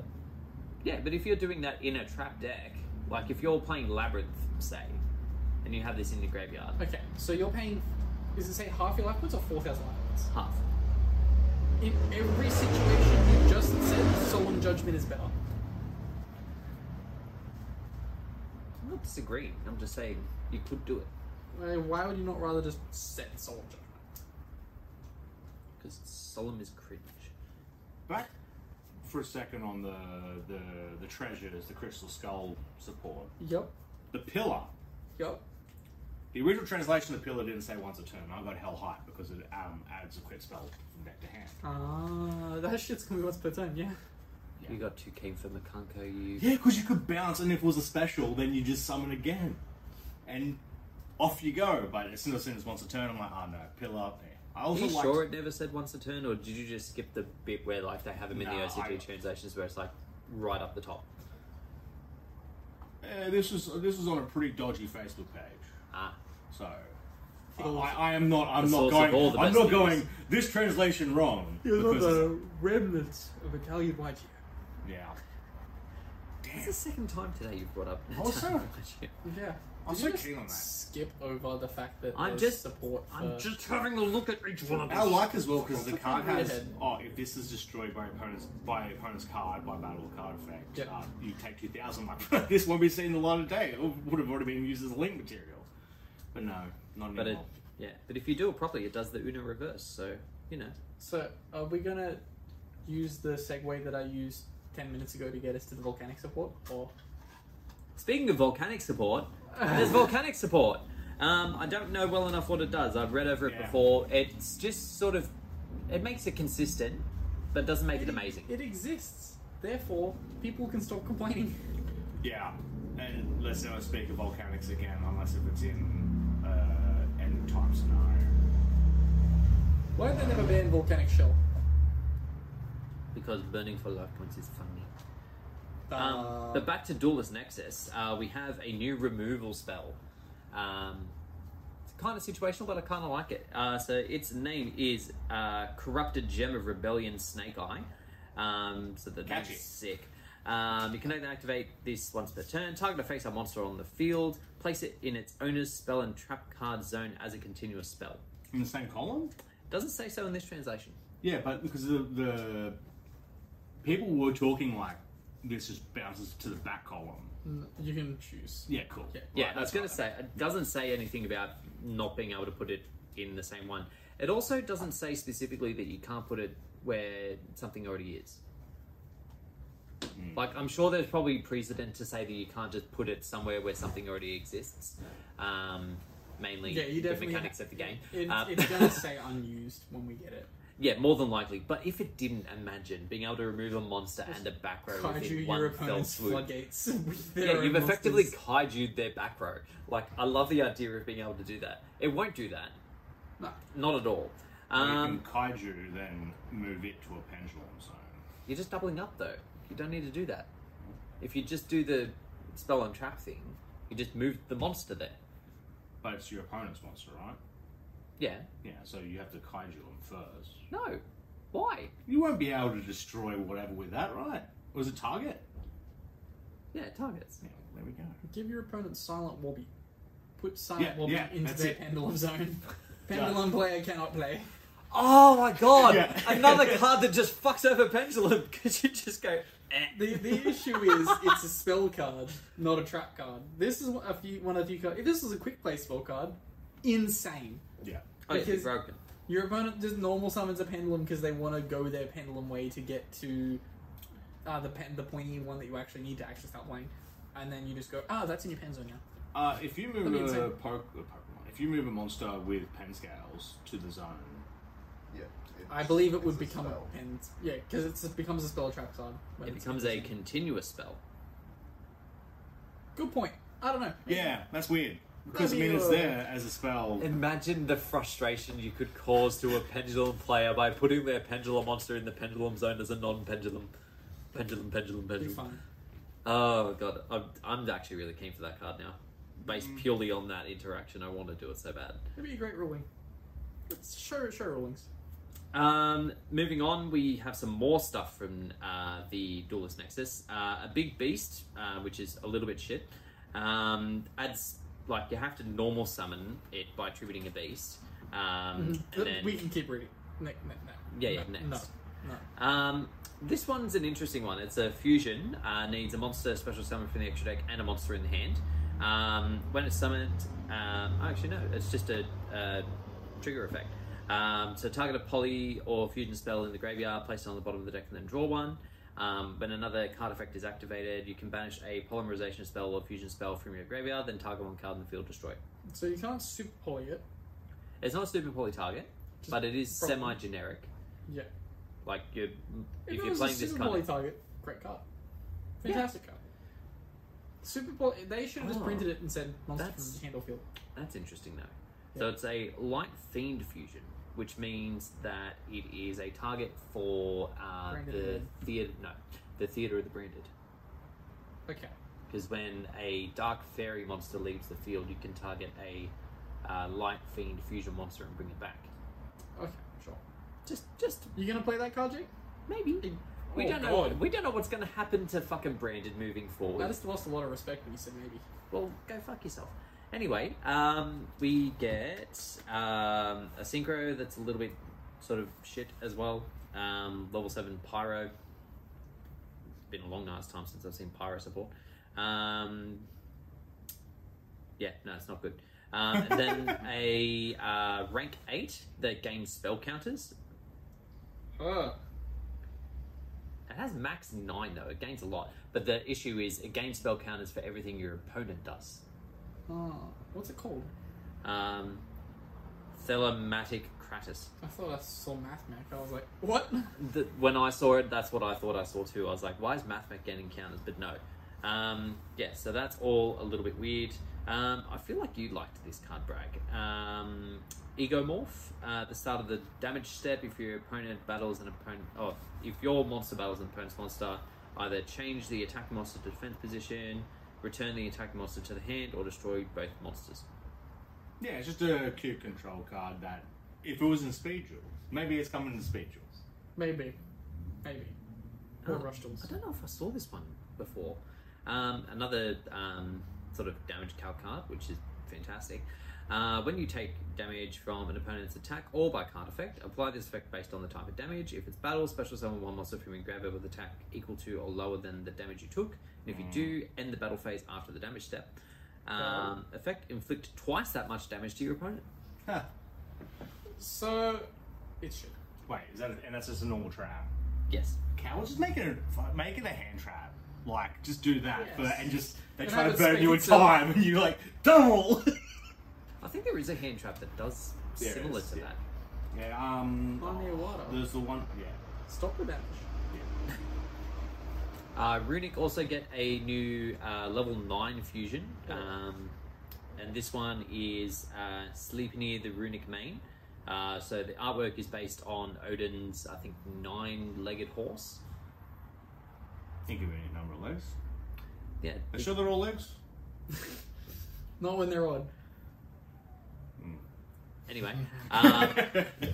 Speaker 2: yeah. But if you're doing that in a trap deck, like if you're playing Labyrinth, say, and you have this in your graveyard,
Speaker 1: Okay, so you're paying, is it say half your life points or 4,000 life points?
Speaker 2: half.
Speaker 1: In every situation you just said, solemn judgment is better.
Speaker 2: I'm not disagreeing. I'm just saying you could do it
Speaker 1: Uh, Why would you not rather just set solemn judgment?
Speaker 2: because solemn is cringe.
Speaker 3: Back for a second on the, the the treasures, the Crystal Skull support.
Speaker 1: Yep.
Speaker 3: The pillar.
Speaker 1: Yep.
Speaker 3: The original translation of the pillar didn't say once a turn. I got hell hype because it um, adds a crit spell from deck to hand.
Speaker 1: Ah, that shit's gonna be once per turn, yeah.
Speaker 2: You got too keen for Makanko. You
Speaker 3: Yeah, because you could bounce, and if it was a special, then you just summon again, and off you go. But as soon as it's once a turn, I'm like, oh no, pillar up there. I
Speaker 2: Are
Speaker 3: also
Speaker 2: you
Speaker 3: liked-
Speaker 2: sure it never said once a turn, or did you just skip the bit where like they have them in
Speaker 3: Nah,
Speaker 2: the OCG
Speaker 3: I-
Speaker 2: translations where it's like right up the top?
Speaker 3: eh, this is this is on a pretty dodgy Facebook page,
Speaker 2: Ah,
Speaker 3: so I, I am not I'm
Speaker 2: The
Speaker 3: not
Speaker 2: source of all
Speaker 3: going
Speaker 2: the
Speaker 3: I'm
Speaker 2: best
Speaker 3: not
Speaker 2: news.
Speaker 3: going this translation wrong
Speaker 1: He was on
Speaker 3: because-
Speaker 1: the remnants of Italian YG.
Speaker 3: yeah.
Speaker 2: it's the second time today you've brought up.
Speaker 3: Also-
Speaker 1: Yeah.
Speaker 3: I'm
Speaker 1: Did
Speaker 3: so
Speaker 1: you just
Speaker 3: keen on that.
Speaker 1: Skip over the fact that
Speaker 2: I'm
Speaker 1: there's
Speaker 2: just-
Speaker 1: support. For...
Speaker 2: I'm just having a look at each one of
Speaker 3: I
Speaker 2: them.
Speaker 3: like as well because the
Speaker 1: card
Speaker 3: card
Speaker 1: has-
Speaker 3: has
Speaker 1: Ahead.
Speaker 4: Oh, if this is destroyed by opponent's by opponent's card by battle card effect,
Speaker 1: Yep.
Speaker 4: uh, you take two thousand. Like this won't be seen the light of day. It would have already been used as link material, but no, not
Speaker 2: But it,
Speaker 4: anymore.
Speaker 2: yeah, but if you do it properly, it does the Uno reverse. So you know,
Speaker 1: So, are we gonna use the segue that I used ten minutes ago to get us to the volcanic support, or
Speaker 2: speaking of volcanic support, there's volcanic support. Um, I don't know well enough what it does. I've read over it
Speaker 3: Yeah.
Speaker 2: before. It's just sort of, it makes it consistent, but doesn't make it amazing.
Speaker 1: It exists. Therefore, people can stop complaining.
Speaker 4: Yeah, and let's never speak of volcanics again unless if it's in uh, end time scenario.
Speaker 1: Why have they never banned volcanic shell?
Speaker 2: because burning for life points is funny. Um,
Speaker 1: Uh,
Speaker 2: but back to Duelist Nexus, uh, we have a new removal spell. Um, it's kind of situational, but I kind of like it. Uh, so its name is uh, Corrupted Gem of Rebellion Snake Eye. Um, so the name's
Speaker 4: Catchy.
Speaker 2: sick. Um, you can only activate this once per turn. Target a face-up monster on the field. Place it in its owner's spell and trap card zone as a continuous spell.
Speaker 3: in the same column.
Speaker 2: Doesn't say so in this translation.
Speaker 3: Yeah, but because the, the people were talking like this just bounces to the back column.
Speaker 1: Um, you can choose.
Speaker 3: Yeah, cool.
Speaker 1: Yeah.
Speaker 2: Yeah,
Speaker 3: Right,
Speaker 2: I was
Speaker 3: that's
Speaker 2: going to
Speaker 3: fine.
Speaker 2: say, it doesn't say anything about not being able to put it in the same one. It also doesn't say specifically that you can't put it where something already is.
Speaker 1: Hmm.
Speaker 2: Like, I'm sure there's probably precedent to say that you can't just put it somewhere where something already exists. Um, mainly
Speaker 1: Yeah, you
Speaker 2: the
Speaker 1: definitely-
Speaker 2: mechanics of the game.
Speaker 1: It,
Speaker 2: Uh,
Speaker 1: it's gonna say unused when we get it.
Speaker 2: yeah, more than likely. But if it didn't, imagine being able to remove a monster and a back row
Speaker 1: Kaiju
Speaker 2: within one
Speaker 1: your
Speaker 2: fell
Speaker 1: opponent's
Speaker 2: swoop.
Speaker 1: floodgates with their
Speaker 2: Yeah,
Speaker 1: own
Speaker 2: you've effectively
Speaker 1: monsters.
Speaker 2: kaiju'd their back row. Like, I love the idea of being able to do that. It won't do that.
Speaker 1: No.
Speaker 2: Not at all. Um,
Speaker 3: you can kaiju, then move it to a pendulum zone.
Speaker 2: you're just doubling up, though. You don't need to do that. If you just do the spell and trap thing, you just move the monster there.
Speaker 3: But it's your opponent's monster, right?
Speaker 2: Yeah.
Speaker 3: Yeah, so you have to kaiju them first.
Speaker 2: No. Why?
Speaker 3: You won't be able to destroy whatever with that, right? Or is it target?
Speaker 2: Yeah, it targets.
Speaker 3: Yeah, there we go.
Speaker 1: Give your opponent silent wobby. Put silent
Speaker 3: Yeah,
Speaker 1: wobby
Speaker 3: yeah,
Speaker 1: into
Speaker 3: that's
Speaker 1: their
Speaker 3: it.
Speaker 1: pendulum zone. pendulum player cannot play.
Speaker 2: Oh my god!
Speaker 3: Yeah.
Speaker 2: Another card that just fucks over Pendulum because you just go, eh.
Speaker 1: The, the issue is it's a spell card, not a trap card. This is a few, one of the few cards. If this was a quick play spell card, insane.
Speaker 3: Yeah.
Speaker 2: Oh, it's
Speaker 1: Because-
Speaker 2: broken.
Speaker 1: Your opponent just normal summons a pendulum because they want to go their pendulum way to get to uh, the pen, the pointy one that you actually need to actually start playing, and then you just go, ah, that's in your pen zone now.
Speaker 3: Uh, if you move
Speaker 1: That'd be
Speaker 3: a
Speaker 1: insane.
Speaker 3: poke, a Pokemon, if you move a monster with pen scales to the zone,
Speaker 5: Yeah.
Speaker 1: I
Speaker 5: it's-
Speaker 1: believe it
Speaker 5: it's
Speaker 1: would
Speaker 5: a
Speaker 1: become a
Speaker 5: spell.
Speaker 1: pen. Yeah, because it becomes a spell trap card. when
Speaker 2: It
Speaker 1: it's-
Speaker 2: becomes a continuous spell.
Speaker 1: good point. I don't know.
Speaker 3: yeah, that's weird. Because I
Speaker 1: Maybe
Speaker 3: mean, it's
Speaker 1: you'll-
Speaker 3: there as a spell.
Speaker 2: Imagine the frustration you could cause to a pendulum player by putting their pendulum monster in the pendulum zone as a non-pendulum. Pendulum, pendulum,
Speaker 1: It'd be
Speaker 2: pendulum.
Speaker 1: fun.
Speaker 2: Oh god, I'm, I'm actually really keen for that card now. Based purely on that interaction, I want to do it so bad.
Speaker 1: It'd be a great ruling. Let's show show rulings.
Speaker 2: Um, moving on, we have some more stuff from uh, the Duelist Nexus. Uh, a big beast, uh, which is a little bit shit, um, adds like you have to normal summon it by tributing a beast. Um, and then...
Speaker 1: Mm-hmm. We can keep reading. Ne- ne- ne-
Speaker 2: Yeah, yeah,
Speaker 1: no,
Speaker 2: next.
Speaker 1: No, no.
Speaker 2: Um, this one's an interesting one. It's a fusion. Uh, needs a monster special summon from the extra deck and a monster in the hand. Um, when it's summoned, um, oh, actually no, it's just a, a trigger effect. Um, so target a poly or fusion spell in the graveyard, place it on the bottom of the deck, and then draw one. Um, when another card effect is activated, you can banish a polymerization spell or fusion spell from your graveyard, then target one card in the field, destroy. it.
Speaker 1: So you can't super poly it.
Speaker 2: It's not a super poly target, but it is
Speaker 1: Problem.
Speaker 2: semi-generic.
Speaker 1: Yeah.
Speaker 2: Like you're,
Speaker 1: If,
Speaker 2: if
Speaker 1: it
Speaker 2: you're
Speaker 1: was a
Speaker 2: playing this
Speaker 1: super
Speaker 2: kind
Speaker 1: poly
Speaker 2: of
Speaker 1: target, great card. Fantastic card. Super poly. They should have just
Speaker 2: Oh.
Speaker 1: printed it and said monster
Speaker 2: That's-
Speaker 1: from handle field.
Speaker 2: That's interesting though. So it's a light fiend fusion, which means that it is a target for uh,
Speaker 1: Branded
Speaker 2: the
Speaker 1: Head.
Speaker 2: theater. No, the theater of the branded.
Speaker 1: Okay.
Speaker 2: because when a dark fairy monster leaves the field, you can target a uh, light fiend fusion monster and bring it back.
Speaker 1: Okay, sure.
Speaker 2: Just, just
Speaker 1: You gonna play that card, Jake?
Speaker 2: maybe. We
Speaker 1: Oh,
Speaker 2: don't know.
Speaker 1: God.
Speaker 2: We don't know what's going to happen to fucking Brandon moving forward.
Speaker 1: I just lost a lot of respect when you said maybe.
Speaker 2: Well, go fuck yourself. Anyway, um, we get um, a synchro that's a little bit sort of shit as well. Um, level seven pyro. It's been a long ass time since I've seen pyro support. Um, yeah, no, it's not good. Um, and then a uh, rank eight that gains spell counters.
Speaker 1: Ugh.
Speaker 2: It has max nine though. It gains a lot, but the issue is it gains spell counters for everything your opponent does.
Speaker 1: Oh, what's it called?
Speaker 2: Um, Thelematic Cratus.
Speaker 1: I thought I saw Math Mac. I was like, what?
Speaker 2: The, when I saw it, that's what I thought I saw too. I was like, why is MathMac getting counters? But no. Um, yeah, so that's all a little bit weird. Um, I feel like you liked this card, Bragg. Um, Egomorph. Uh, at the start of the damage step, if your opponent battles an opponent. Oh, if your monster battles an opponent's monster, either change the attack monster to defense position, return the attack monster to the hand, or destroy both monsters.
Speaker 3: Yeah, it's just a cute control card that if it was in speed jewels, maybe it's coming in speed jewels.
Speaker 1: Maybe. Maybe. Or
Speaker 2: Oh,
Speaker 1: Rush Tools.
Speaker 2: I don't know if I saw this one before. Um, another um, sort of damage cow card, which is fantastic. Uh, when you take damage from an opponent's attack or by card effect, apply this effect based on the type of damage. If it's battle, special summon one monster from your graveyard with attack equal to or lower than the damage you took. And if you
Speaker 3: Mm.
Speaker 2: do, end the battle phase after the damage step. Um, effect inflict twice that much damage to your opponent.
Speaker 3: Huh.
Speaker 1: So, it's shit.
Speaker 3: Wait, is that and that's just a normal trap?
Speaker 2: Yes.
Speaker 3: Cowards just make it a, fu- make it a hand trap. Like, just do that for
Speaker 1: Yes.
Speaker 3: and just they
Speaker 1: And
Speaker 3: try
Speaker 1: have it
Speaker 3: to burn
Speaker 1: speak
Speaker 3: you in
Speaker 1: itself.
Speaker 3: time, and you're like, double.
Speaker 2: I think there is a hand trap that does
Speaker 3: There
Speaker 2: similar
Speaker 3: is,
Speaker 2: to
Speaker 3: yeah. yeah, um,
Speaker 1: On your water.
Speaker 3: there's the one. Yeah,
Speaker 1: Stop the damage.
Speaker 2: Uh, Runic also get a new uh, level 9 fusion. Um, and this one is uh, Sleep Near the Runic Mane. Uh, so the artwork is based on Odin's, I think, nine legged horse.
Speaker 3: think of any number of legs.
Speaker 2: Yeah.
Speaker 3: Are you sure they're all legs?
Speaker 1: Not when they're on.
Speaker 2: Anyway. Um,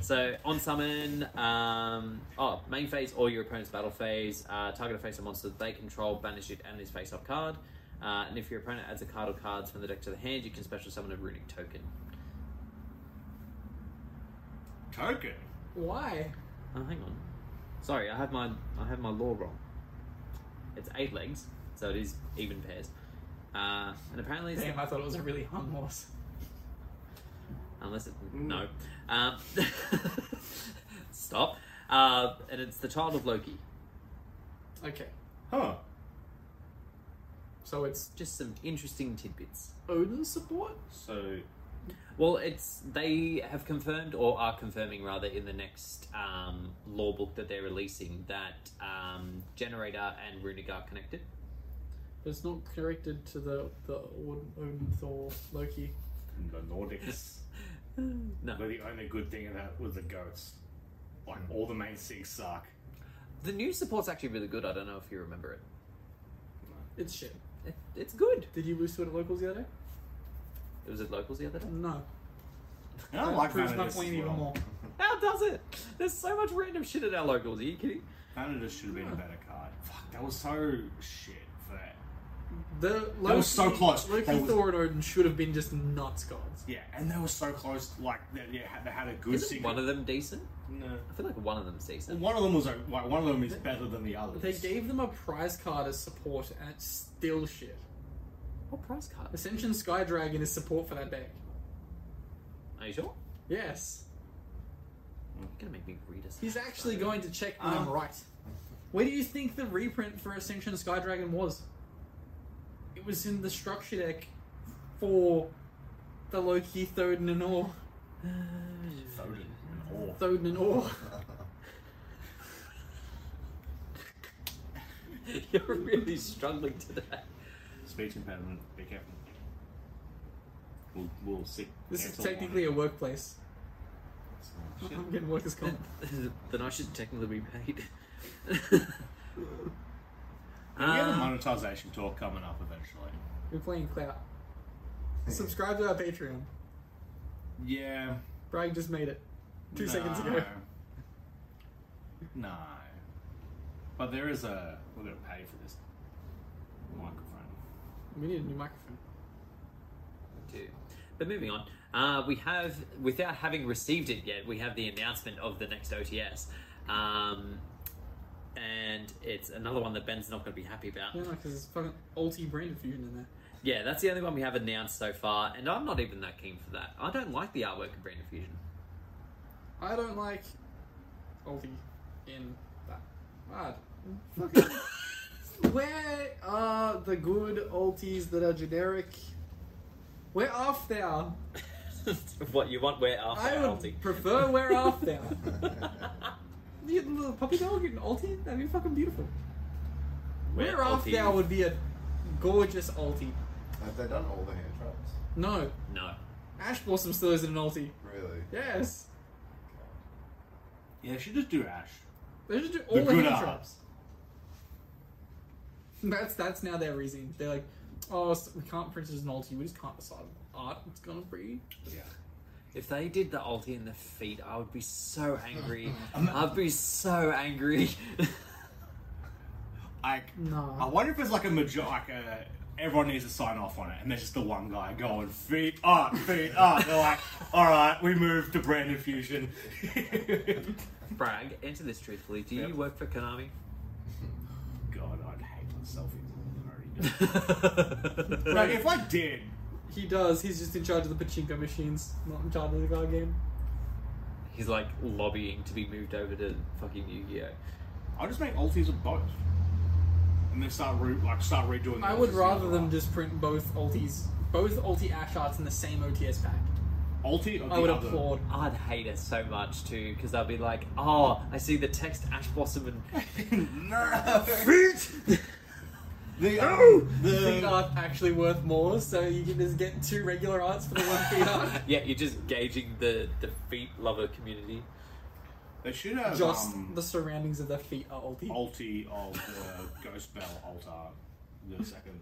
Speaker 2: so on summon, um, oh, main phase or your opponent's battle phase, uh, target a face of monster they control, banish it, and this face up card. Uh, and if your opponent adds a card or cards from the deck to the hand, you can special summon a runic token.
Speaker 3: Token.
Speaker 1: Why?
Speaker 2: Oh, hang on. Sorry, I have my I have my law wrong. It's eight legs, so it is even pairs. Uh, and apparently, it's,
Speaker 1: Damn, I thought it was a really hung horse.
Speaker 2: unless it no, um, stop. Uh, and it's the child of Loki.
Speaker 1: Okay.
Speaker 3: Huh.
Speaker 1: So it's
Speaker 2: Just some interesting tidbits.
Speaker 1: Odin support?
Speaker 3: So
Speaker 2: Well, it's they have confirmed or are confirming rather in the next um, law book that they're releasing that um, Generator and Runic are connected.
Speaker 1: But it's not connected to the, the Odin, Odin, Thor, Loki.
Speaker 4: The Nordics.
Speaker 2: No,
Speaker 4: But the only good thing about was the goats. Like all the main six suck.
Speaker 2: the new support's actually really good. I don't know if you remember it.
Speaker 1: It's shit.
Speaker 2: It, it's good.
Speaker 1: Did you lose to it at locals the other day?
Speaker 2: It was at locals the other day.
Speaker 1: No.
Speaker 3: I don't like
Speaker 1: proves
Speaker 3: Vanadis
Speaker 1: my
Speaker 3: as
Speaker 1: point even
Speaker 3: well.
Speaker 1: more.
Speaker 2: How does it? There's so much random shit at our locals. Are you kidding?
Speaker 3: Vanadis should have been a better card. Fuck, that was so shit for that.
Speaker 1: The Loki,
Speaker 3: was so close.
Speaker 1: Loki,
Speaker 3: That was-
Speaker 1: Thor, and Odin should have been just nuts gods.
Speaker 3: Yeah, and they were so close. Like they, they, had, they had a good
Speaker 2: Isn't
Speaker 3: single.
Speaker 2: one of them decent?
Speaker 3: no.
Speaker 2: I feel like one of them's decent.
Speaker 3: One of them was like, one of them is better than the others.
Speaker 1: They gave them a prize card as support, and it's still shit.
Speaker 2: What price card?
Speaker 1: Ascension Sky Dragon is support for that deck.
Speaker 2: Are you sure?
Speaker 1: Yes.
Speaker 2: You're gonna make me read us.
Speaker 1: He's actually going to check that I'm
Speaker 3: Um,
Speaker 1: right. Where do you think the reprint for Ascension Sky Dragon was? It was in the structure deck for the Loki Thoden and Or.
Speaker 3: Foden and all.
Speaker 1: Thoden and Or.
Speaker 2: You're really struggling today.
Speaker 3: Speech impediment. Be careful. We'll, we'll see.
Speaker 1: This is technically a Uh-huh. workplace. I'm getting workers' comp.
Speaker 2: then I should technically be paid.
Speaker 3: we have a
Speaker 1: Uh.
Speaker 2: Um,
Speaker 3: monetization talk coming up eventually.
Speaker 1: We're playing Clout. Subscribe to our Patreon.
Speaker 3: Yeah.
Speaker 1: Bragg just made it. Two
Speaker 3: no.
Speaker 1: seconds ago.
Speaker 3: No. But there is a. We're going to pay for this microphone.
Speaker 1: We need a new microphone.
Speaker 2: do. But moving on, uh, we have, without having received it yet, we have the announcement of the next OTS. Um, and it's another one that Ben's not going to be happy about.
Speaker 1: Yeah, no, because it's fucking ulti branded fusion in there.
Speaker 2: Yeah, that's the only one we have announced so far, and I'm not even that keen for that. I don't like the artwork of Brand Fusion.
Speaker 1: I don't like ulti in that bad. Fucking. Where are the good ultis that are generic? We're off now.
Speaker 2: what you want, where after
Speaker 1: I would
Speaker 2: ulti.
Speaker 1: prefer we're off now. You get the little puppy dog and ulti? That'd be fucking beautiful.
Speaker 2: Where
Speaker 1: We're off
Speaker 2: ulti-
Speaker 1: now would be a gorgeous ulti.
Speaker 5: Have they done all the hand traps?
Speaker 1: No,
Speaker 2: No.
Speaker 1: Ash Blossom still isn't an ulti.
Speaker 5: Really?
Speaker 1: Yes.
Speaker 3: Yeah, they should just do Ash.
Speaker 1: They should do all the,
Speaker 3: good
Speaker 1: hand
Speaker 3: art.
Speaker 1: traps. That's that's now their reasoning. They're like, oh, s we can't print it as an ulti. We just can't decide what art it's gonna be.
Speaker 3: Yeah.
Speaker 2: If they did the ulti in the feet, I would be so angry. I'd be so angry.
Speaker 3: I,
Speaker 1: No.
Speaker 3: I wonder if it's like a major. Like a, everyone needs to sign off on it, and there's just the one guy going, feet up, feet up. They're like, alright, we move to brand infusion.
Speaker 2: Bragg, answer this truthfully. Do
Speaker 3: Yep.
Speaker 2: you work for Konami?
Speaker 3: God, I'd hate myself even more than I already do.
Speaker 1: Right.
Speaker 3: like, if I did,
Speaker 1: He does. He's just in charge of the pachinko machines, not in charge of the card game.
Speaker 2: He's like lobbying to be moved over to fucking Yu Gi Oh!
Speaker 3: I'll just make ultis of both. And then start re- like start redoing the
Speaker 1: I would
Speaker 3: ultis
Speaker 1: rather them
Speaker 3: together.
Speaker 1: just print both ultis, both ulti Ash arts in the same OTS pack.
Speaker 3: ulti or
Speaker 1: I would
Speaker 3: the other.
Speaker 1: applaud.
Speaker 2: I'd hate it so much too, because I'd be like, oh, I see the text Ash Blossom and.
Speaker 3: feet. The um,
Speaker 1: Feet
Speaker 3: the
Speaker 1: art actually worth more, so you can just get two regular arts for the one feet art.
Speaker 2: yeah, you're just gauging the, the feet lover community.
Speaker 3: they should have
Speaker 1: Just
Speaker 3: um,
Speaker 1: the surroundings of the feet are ulti.
Speaker 3: ulti of the ghost bell altar. The second.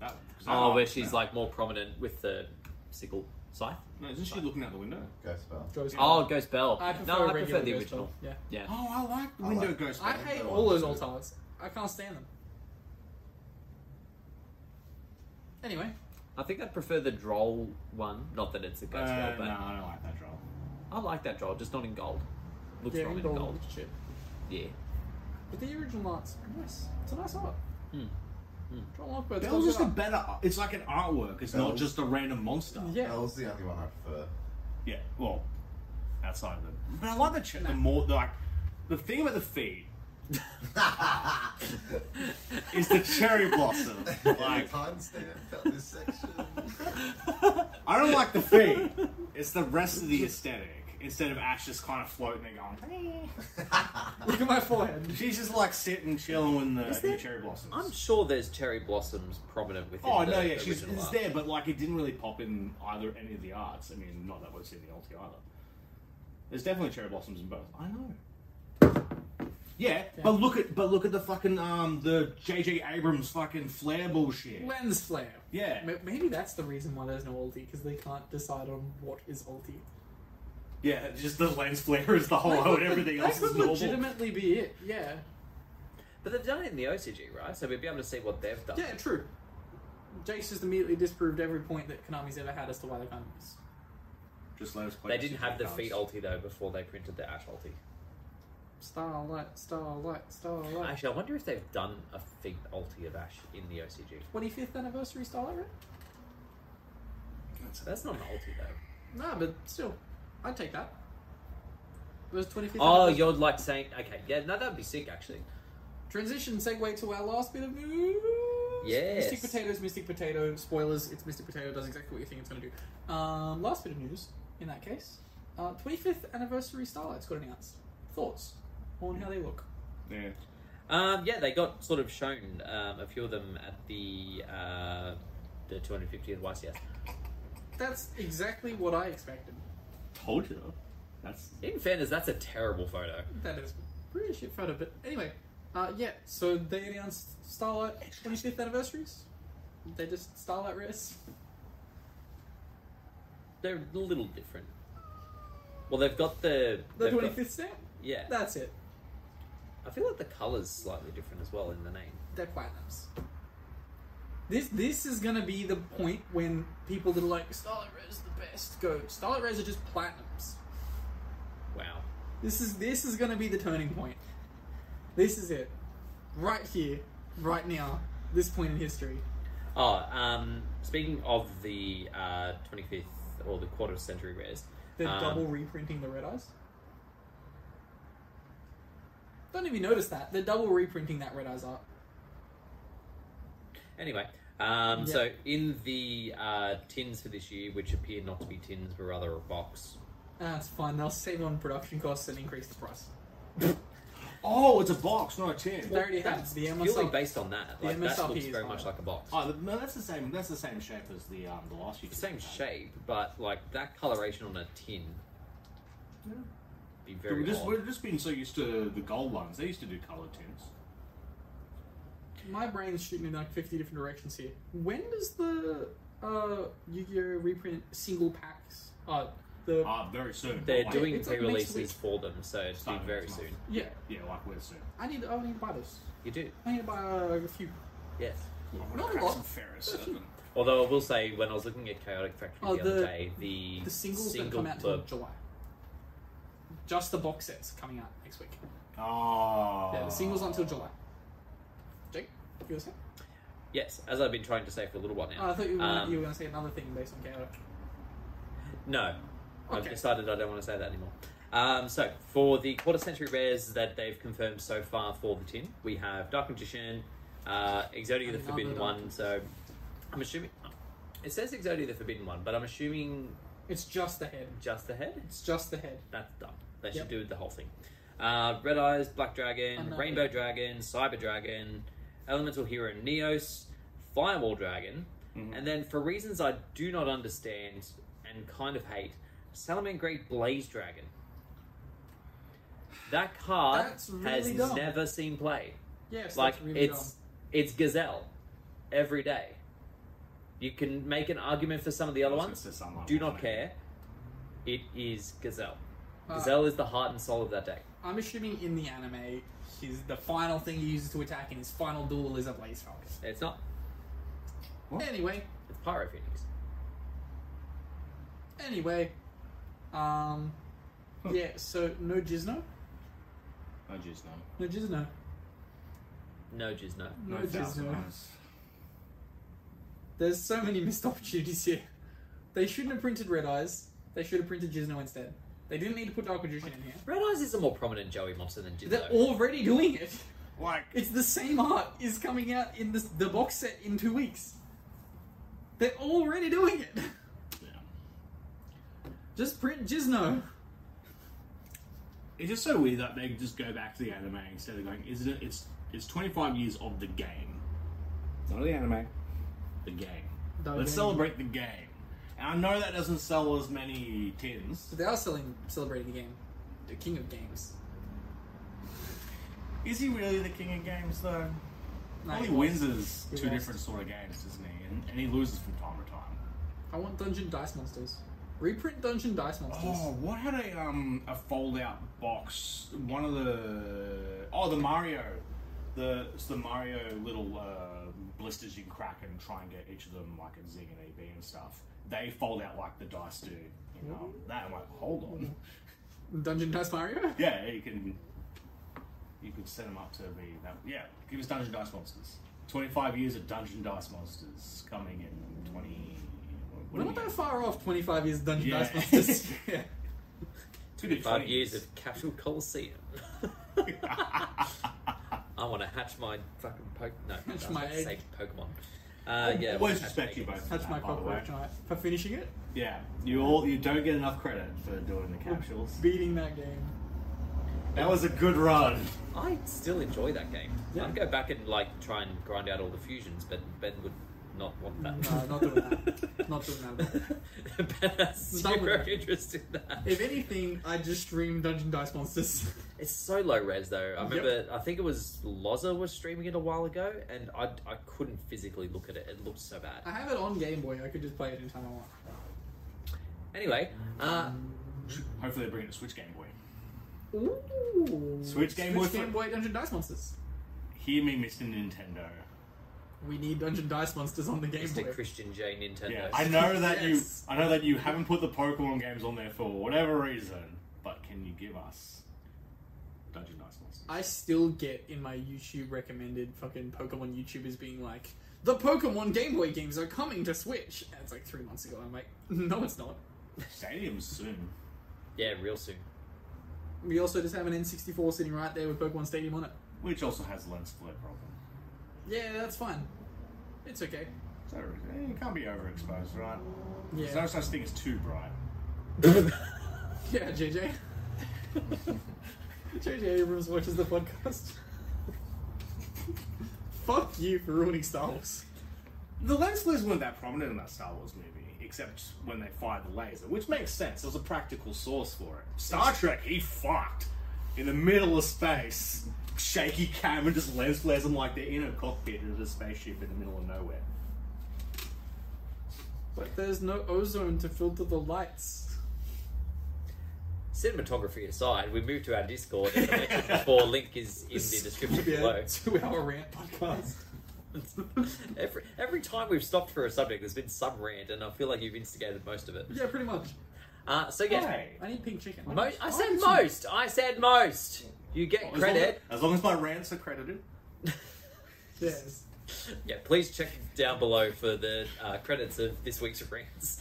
Speaker 3: That, 'cause that
Speaker 2: Oh, where
Speaker 3: arc's
Speaker 2: she's
Speaker 3: now-
Speaker 2: like more prominent with the sickle scythe.
Speaker 3: no, isn't she looking out the window?
Speaker 5: Go spell.
Speaker 1: Goes-
Speaker 2: Oh, Ghost Bell.
Speaker 1: I prefer,
Speaker 2: no, I
Speaker 1: regular
Speaker 2: prefer the
Speaker 1: Ghost
Speaker 2: original.
Speaker 1: Bell, Yeah.
Speaker 2: Yeah.
Speaker 3: Oh, I like the
Speaker 5: I
Speaker 3: window
Speaker 5: like-
Speaker 3: ghost.
Speaker 1: I
Speaker 3: bell.
Speaker 1: hate all those altars. I can't stand them. Anyway,
Speaker 2: I think I'd prefer the droll one. Not that it's a
Speaker 3: Uh,
Speaker 2: Ghost Bell,
Speaker 3: no,
Speaker 2: but
Speaker 3: I don't like that troll.
Speaker 2: I like that droll, just not in gold. Looks
Speaker 1: yeah,
Speaker 2: wrong in
Speaker 1: gold
Speaker 2: gold.
Speaker 1: and shit.
Speaker 2: Yeah.
Speaker 1: But the original art's are nice. It's a nice art.
Speaker 2: Hmm. Hmm.
Speaker 1: John Lockbird's
Speaker 3: Bell's just a
Speaker 1: got good
Speaker 3: better. It's like an artwork. It's not
Speaker 5: Bell's-
Speaker 3: just a random monster.
Speaker 1: art.
Speaker 5: Yeah.
Speaker 1: Yeah.
Speaker 5: Bell's the only one I prefer.
Speaker 3: Yeah, well, outside of them. But I like the, ch- the more like the thing about the feed is the cherry blossom. Like
Speaker 5: timestamp at this section.
Speaker 3: I don't like the feed. It's the rest of the aesthetic. Instead of Ash just kind of floating there going, "Eh."
Speaker 1: Look at my forehead.
Speaker 3: she's just like sitting chilling in the,
Speaker 2: Is
Speaker 3: in the
Speaker 2: there-
Speaker 3: cherry blossoms.
Speaker 2: I'm sure there's cherry blossoms prominent within
Speaker 3: Oh
Speaker 2: the
Speaker 3: no, yeah, she's
Speaker 2: original
Speaker 3: it's
Speaker 2: art.
Speaker 3: there, but like it didn't really pop in either any of the arts. I mean, not that we've seen the ulti either. There's definitely cherry blossoms in both. I know. Yeah, but look at but look at the fucking um the JJ Abrams fucking flare bullshit.
Speaker 1: Lens flare.
Speaker 3: Yeah.
Speaker 1: Ma- Maybe that's the reason why there's no ulti, because they can't decide on what is ulti.
Speaker 3: Yeah, just the lens flare is the whole and everything
Speaker 1: that
Speaker 3: else
Speaker 1: could
Speaker 3: is normal.
Speaker 1: legitimately be it. Yeah.
Speaker 2: But they've done it in the OCG, right? So we'd be able to see what they've done.
Speaker 1: Yeah, true. Jace just immediately disproved every point that Konami's ever had as to why they can't use.
Speaker 3: Just let us play.
Speaker 2: They didn't have the
Speaker 3: cards.
Speaker 2: feet ulti though before they printed the ash ulti.
Speaker 1: Starlight, starlight,
Speaker 3: Oh.
Speaker 1: starlight.
Speaker 2: Actually, I wonder if they've done a feet ulti of ash in the OCG.
Speaker 1: 25th anniversary Starlight Run?
Speaker 2: That's not an ulti though.
Speaker 1: Nah, but still, I'd take that. It was 25th.
Speaker 2: Oh,
Speaker 1: anniversary.
Speaker 2: you're like saying, okay, yeah, no, that'd be sick actually.
Speaker 1: Transition segue to our last bit of news.
Speaker 2: Yes.
Speaker 1: Mystic Potatoes, Mystic Potato. Spoilers, it's Mystic Potato, does exactly what you think it's going to do. Um, last bit of news, in that case. Uh, 25th anniversary Starlights got announced. Thoughts on how they look?
Speaker 3: Yeah.
Speaker 2: Um, yeah, they got sort of shown um, a few of them at the uh, the 250th YCS.
Speaker 1: That's exactly what I expected.
Speaker 3: Told you. That's
Speaker 2: In fairness, that's a terrible photo.
Speaker 1: That is pretty shit photo, but anyway. Uh, yeah, so they announced Starlight 25th anniversaries. They just Starlight Race.
Speaker 2: They're a little different. Well, they've got the.
Speaker 1: The
Speaker 2: they've got-
Speaker 1: 25th stamp?
Speaker 2: yeah.
Speaker 1: That's it.
Speaker 2: I feel like the colour's slightly different as well in the name.
Speaker 1: They're platinums. This this is gonna be the point when people that are like Starlight Rays the best go Starlight Rays are just platinums.
Speaker 2: Wow.
Speaker 1: This is this is gonna be the turning point. This is it. Right here, right now, this point in history.
Speaker 2: Oh, um, speaking of the uh, 25th or the quarter century rares,
Speaker 1: They're
Speaker 2: Um,
Speaker 1: double reprinting the red eyes. Don't even notice that. They're double reprinting that red eyes art.
Speaker 2: Anyway, um,
Speaker 1: Yeah.
Speaker 2: so in the uh, tins for this year, which appear not to be tins but rather a box,
Speaker 1: That's fine. They'll save on production costs and increase the price.
Speaker 3: Oh, it's a box, not a tin.
Speaker 1: They already have
Speaker 2: that's
Speaker 1: the
Speaker 2: purely
Speaker 1: MSRP.
Speaker 2: based on that.
Speaker 1: the
Speaker 2: Like, that
Speaker 1: MSRP
Speaker 2: looks
Speaker 1: is
Speaker 2: very
Speaker 1: higher.
Speaker 2: much like a box.
Speaker 3: Oh, th- no, that's the same. That's the same shape as the um, the last year.
Speaker 2: Same shape, but like that coloration on a tin, be very
Speaker 3: We're just
Speaker 2: odd.
Speaker 3: we're just being so used to the gold ones. They used to do colored tins.
Speaker 1: My brain's shooting in like 50 different directions here. When does the uh, Yu-Gi-Oh! reprint single packs? Uh, the
Speaker 3: Ah, very soon.
Speaker 2: They're
Speaker 3: Like-
Speaker 2: doing
Speaker 1: it's like
Speaker 2: pre-releases
Speaker 1: next week.
Speaker 2: for them, so it's be
Speaker 3: Starting
Speaker 2: very
Speaker 3: next month.
Speaker 2: soon.
Speaker 1: yeah,
Speaker 3: Yeah, like we're soon.
Speaker 1: I need. I need to buy this.
Speaker 2: You do,
Speaker 1: I need to buy uh, a few.
Speaker 2: yes.
Speaker 3: I'm
Speaker 1: Not
Speaker 3: gonna
Speaker 1: a
Speaker 3: crack
Speaker 1: lot.
Speaker 3: some Ferris.
Speaker 2: Although I will say, when I was looking at Chaotic Factory
Speaker 1: Oh,
Speaker 2: the, other
Speaker 1: the-
Speaker 2: day, the
Speaker 1: The singles that
Speaker 2: single
Speaker 1: come out till
Speaker 2: look
Speaker 1: July. Just the box sets coming out next week.
Speaker 3: oh.
Speaker 2: Ah.
Speaker 1: Yeah, the singles until July. Jake, you were saying?
Speaker 2: Yes, as I've been trying to say for a little while now.
Speaker 1: Oh, I thought you were,
Speaker 2: Um,
Speaker 1: you were going to say another thing based on chaotic.
Speaker 2: No, I've
Speaker 1: Okay.
Speaker 2: decided I don't want to say that anymore. Um, so for the quarter century rares that they've confirmed so far for the tin, we have Dark Magician, uh, Exodia the
Speaker 1: Another
Speaker 2: Forbidden
Speaker 1: Dark
Speaker 2: One. So I'm assuming it says Exodia the Forbidden One, but I'm assuming
Speaker 1: It's just the head.
Speaker 2: just the head.
Speaker 1: It's just the head.
Speaker 2: That's dumb. They should
Speaker 1: Yep. uh,
Speaker 2: do the whole thing. Uh, Red Eyes, Black Dragon,
Speaker 1: Another-
Speaker 2: Rainbow Dragon, Cyber Dragon, Elemental Hero Neos, Firewall Dragon, and then for reasons I do not understand and kind of hate, Salaman Great Blaze Dragon. That card
Speaker 1: That's really
Speaker 2: has
Speaker 1: dumb.
Speaker 2: never seen play.
Speaker 1: Yes,
Speaker 2: like
Speaker 1: that's really
Speaker 2: it's it's Gazelle every day. You can make an argument for some of the other ones. Do not care. It is Gazelle.
Speaker 1: Uh,
Speaker 2: Gazelle is the heart and soul of that deck.
Speaker 1: dumb. I'm assuming in the anime, his the final thing he uses to attack in his final duel is a blaze falcon.
Speaker 2: It's not.
Speaker 1: Anyway,
Speaker 2: It's Pyro Phoenix.
Speaker 1: anyway, um, yeah. So no Jizno,
Speaker 3: Oh jeez, no.
Speaker 1: no Jizno,
Speaker 2: No jizz, no.
Speaker 1: no,
Speaker 3: thousand
Speaker 1: Jizno.
Speaker 3: eyes.
Speaker 1: There's so many missed opportunities here. They shouldn't have printed Red Eyes. They should have printed Jizno instead. They didn't need to put Dark Magician in here.
Speaker 2: Red Eyes is a more prominent Joey monster than Jizz.
Speaker 1: They're already doing it.
Speaker 3: Like
Speaker 1: It's the same art is coming out in this, the box set in two weeks. They're already doing it. Just print Jizno.
Speaker 3: it's just so weird that they just go back to the anime instead of going. Isn't it? It's it's 25 years of the game, not the anime. The game.
Speaker 1: The
Speaker 3: Let's
Speaker 1: game.
Speaker 3: celebrate the game. And I know that doesn't sell as many tins.
Speaker 1: But they are selling, celebrating the game, the king of games.
Speaker 3: Is he really the king of games though?
Speaker 1: No,
Speaker 3: Only
Speaker 1: he lost.
Speaker 3: wins is
Speaker 1: He
Speaker 3: two
Speaker 1: lost.
Speaker 3: different sort of games, doesn't he? And, and he loses from time to time.
Speaker 1: I want Dungeon Dice Monsters. Reprint Dungeon Dice Monsters.
Speaker 3: Oh, what had a um a fold out box? One of the oh the Mario, the it's the Mario little uh, blisters you can crack and try and get each of them like a zing and EB and stuff. They fold out like the dice do. You know that I'm like hold on.
Speaker 1: Dungeon Dice Mario?
Speaker 3: Yeah, you can you could set them up to be that. Yeah, give us Dungeon Dice Monsters. Twenty five years of Dungeon Dice Monsters coming in twenty.
Speaker 1: We're
Speaker 3: do
Speaker 1: not
Speaker 3: we
Speaker 1: that
Speaker 3: get?
Speaker 1: far off 25 years of Dungeon
Speaker 3: Yeah.
Speaker 1: Dice Monsters. yeah.
Speaker 3: Could be
Speaker 2: Five
Speaker 3: 20
Speaker 2: years of Capital Coliseum. I want to hatch my fucking Pokemon. No, I was
Speaker 1: my
Speaker 2: about to
Speaker 1: egg.
Speaker 2: say Pokemon. Uh, yeah, I wanna
Speaker 3: Always
Speaker 2: hatch
Speaker 3: respect you
Speaker 2: my egg.
Speaker 3: both. for
Speaker 1: That's
Speaker 3: that,
Speaker 1: my
Speaker 3: by the way.
Speaker 1: cockroach tonight. For finishing it,
Speaker 3: Yeah, you all you don't get enough credit for doing the capsules.
Speaker 1: beating that game.
Speaker 3: That was a good run.
Speaker 2: I still enjoy that game.
Speaker 1: Yeah.
Speaker 2: I'd go back and like try and grind out all the fusions, but Ben would not want that.
Speaker 1: No, not doing that. Not doing that at
Speaker 2: but that's
Speaker 1: Not with
Speaker 2: zero
Speaker 1: that.
Speaker 2: interest in that.
Speaker 1: If anything, I just stream Dungeon Dice Monsters.
Speaker 2: It's so low res though. I remember, I think it was Loza was streaming it a while ago, and I, I couldn't physically look at it. It looked so bad.
Speaker 1: I have it on Game Boy. I could just play it anytime I want.
Speaker 2: Anyway, uh,
Speaker 3: Hmm. Hopefully they bring in a Switch Game Boy.
Speaker 1: Ooh.
Speaker 3: Switch Game Boy for-
Speaker 1: Game Boy Dungeon Dice Monsters.
Speaker 3: Hear me, Mr. Nintendo.
Speaker 1: We need Dungeon Dice Monsters on the Game
Speaker 2: Mr.
Speaker 1: Boy.
Speaker 2: Christian J Nintendo.
Speaker 3: Yeah, I know that
Speaker 1: Yes.
Speaker 3: you. I know that you haven't put the Pokemon games on there for whatever reason, but can you give us Dungeon Dice Monsters?
Speaker 1: I still get in my YouTube recommended fucking Pokemon YouTubers being like, the Pokemon Game Boy games are coming to Switch. And it's like three months ago. I'm like, no, it's not.
Speaker 3: Stadiums soon.
Speaker 2: Yeah, real soon.
Speaker 1: We also just have an N64 sitting right there with Pokemon Stadium on it.
Speaker 3: Which also has lens flare problem.
Speaker 1: Yeah, that's fine. It's okay.
Speaker 3: So eh, you can't be overexposed, right? There's no
Speaker 1: Yeah.
Speaker 3: such thing as too bright.
Speaker 1: Yeah, JJ. JJ Abrams watches the podcast. Fuck you for ruining Star Wars.
Speaker 6: The lens flares weren't that prominent in that Star Wars movie, except when they fired the laser, which makes sense. There was a practical source for it. Star Trek, he fucked in the middle of space, shaky cam and just lens flares them like they're in a cockpit of a spaceship in the middle of nowhere.
Speaker 1: But there's no ozone to filter the lights.
Speaker 2: Cinematography aside, we move to our Discord. As I mentioned before, link is in the description
Speaker 1: Yeah,
Speaker 2: below.
Speaker 1: two hour rant podcast.
Speaker 2: every, every time we've stopped for a subject, there's been some rant, and I feel like you've instigated most of it.
Speaker 1: Yeah, pretty much.
Speaker 2: Uh, so yeah,
Speaker 3: Hey,
Speaker 1: I need pink chicken.
Speaker 2: mo- I said most. I said most. You get
Speaker 3: as long as-
Speaker 2: credit.
Speaker 3: as long as my rants are credited.
Speaker 1: Yes.
Speaker 2: Yeah, please check down below for the uh, credits of this week's rants.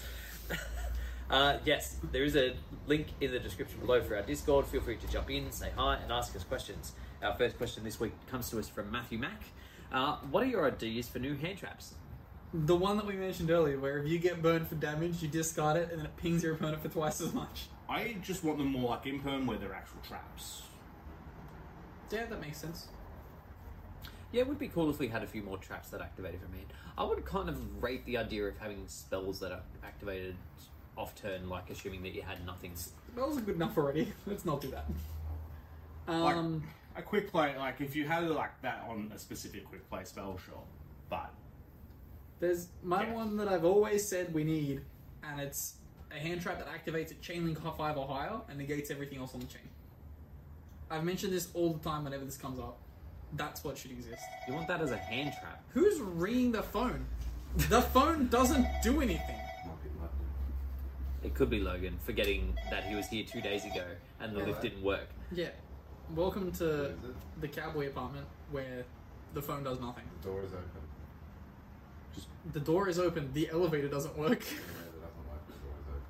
Speaker 2: uh, yes, there is a link in the description below for our Discord. Feel free to jump in, say hi, and ask us questions. Our first question this week comes to us from Matthew Mack. Uh, what are your ideas for new hand traps?
Speaker 1: The one that we mentioned earlier, where if you get burned for damage, you discard it, and then it pings your opponent for twice as much.
Speaker 3: I just want them more like imperm where they're actual traps.
Speaker 1: Yeah, that makes sense.
Speaker 2: Yeah, it would be cool if we had a few more traps that activated from hand. I would kind of rate the idea of having spells that are activated off turn, like assuming that you had nothing.
Speaker 1: That was good enough already. Let's not do that. Um,
Speaker 3: A quick play, like if you had like that on a specific quick play spell, sure. But
Speaker 1: there's my
Speaker 3: Yeah.
Speaker 1: one that I've always said we need, and it's a hand trap that activates at chain link five or higher and negates everything else on the chain. I've mentioned this all the time whenever this comes up. That's what should exist.
Speaker 2: You want that as a hand trap?
Speaker 1: Who's ringing the phone? The phone doesn't do anything.
Speaker 2: It could be Logan forgetting that he was here two days ago and the
Speaker 5: Yeah,
Speaker 2: lift
Speaker 5: right.
Speaker 2: didn't work.
Speaker 1: Yeah. Welcome to
Speaker 5: Is it?
Speaker 1: the cowboy apartment where the phone does nothing.
Speaker 5: The door is open.
Speaker 1: The door is open, the elevator doesn't work.
Speaker 5: Yeah, that doesn't work. The door is open.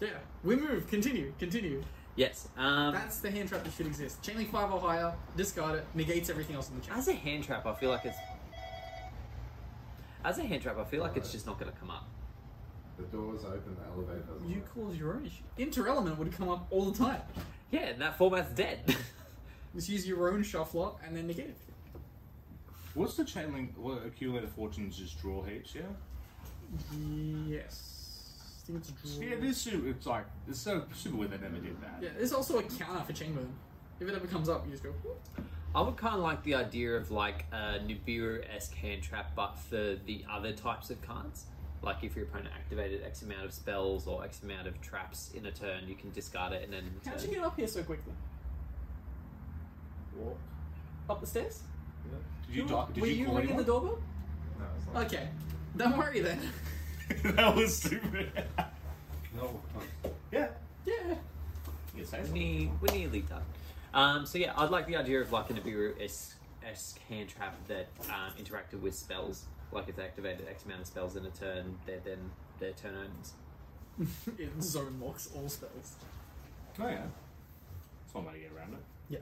Speaker 1: Yeah. We move, continue, continue.
Speaker 2: Yes. Um,
Speaker 1: That's the hand trap that should exist. Chain link five or higher, discard it, negates everything else in the chain.
Speaker 2: as a hand trap, I feel like it's. As a hand trap, I feel like it's just not going to come up.
Speaker 5: The door is open. The elevator doesn't
Speaker 1: You
Speaker 5: work.
Speaker 1: cause your own issue. Interelement would come up all the time.
Speaker 2: Yeah, and that format's dead.
Speaker 1: Just use your own shuffler and then negate it.
Speaker 3: what's the chain link? What accumulator fortunes just draw heaps, yeah.
Speaker 1: Yes. I think it's a draw.
Speaker 3: Yeah, this super. It's like it's so super weird they never did that.
Speaker 1: Mm. Yeah, there's also a counter for chain burn. If it ever comes up, you just go, "Whoop."
Speaker 2: I would kind of like the idea of like a Nibiru esque hand trap, but for the other types of cards. Like if your opponent activated X amount of spells or X amount of traps in a turn, you can discard it and then.
Speaker 1: How'd you
Speaker 2: return.
Speaker 1: get up here so quickly?
Speaker 5: Walk.
Speaker 1: Up the stairs?
Speaker 3: Did you,
Speaker 1: Who-
Speaker 3: talk? Did
Speaker 1: were
Speaker 3: you,
Speaker 1: you
Speaker 3: call
Speaker 1: ringing the
Speaker 3: anyone?
Speaker 1: doorbell?
Speaker 5: No, it's not.
Speaker 1: Okay. Don't worry then.
Speaker 3: that was stupid.
Speaker 5: No.
Speaker 3: yeah.
Speaker 1: yeah.
Speaker 3: You say
Speaker 2: We're, near, we're nearly done. Um, so yeah, I'd like the idea of like an Nibiru esque hand trap that um, interacted with spells. Like if they activated X amount of spells in a turn, they're then their turn ends.
Speaker 1: It zone locks all spells.
Speaker 3: Oh yeah. That's one way to get around it.
Speaker 1: Yeah.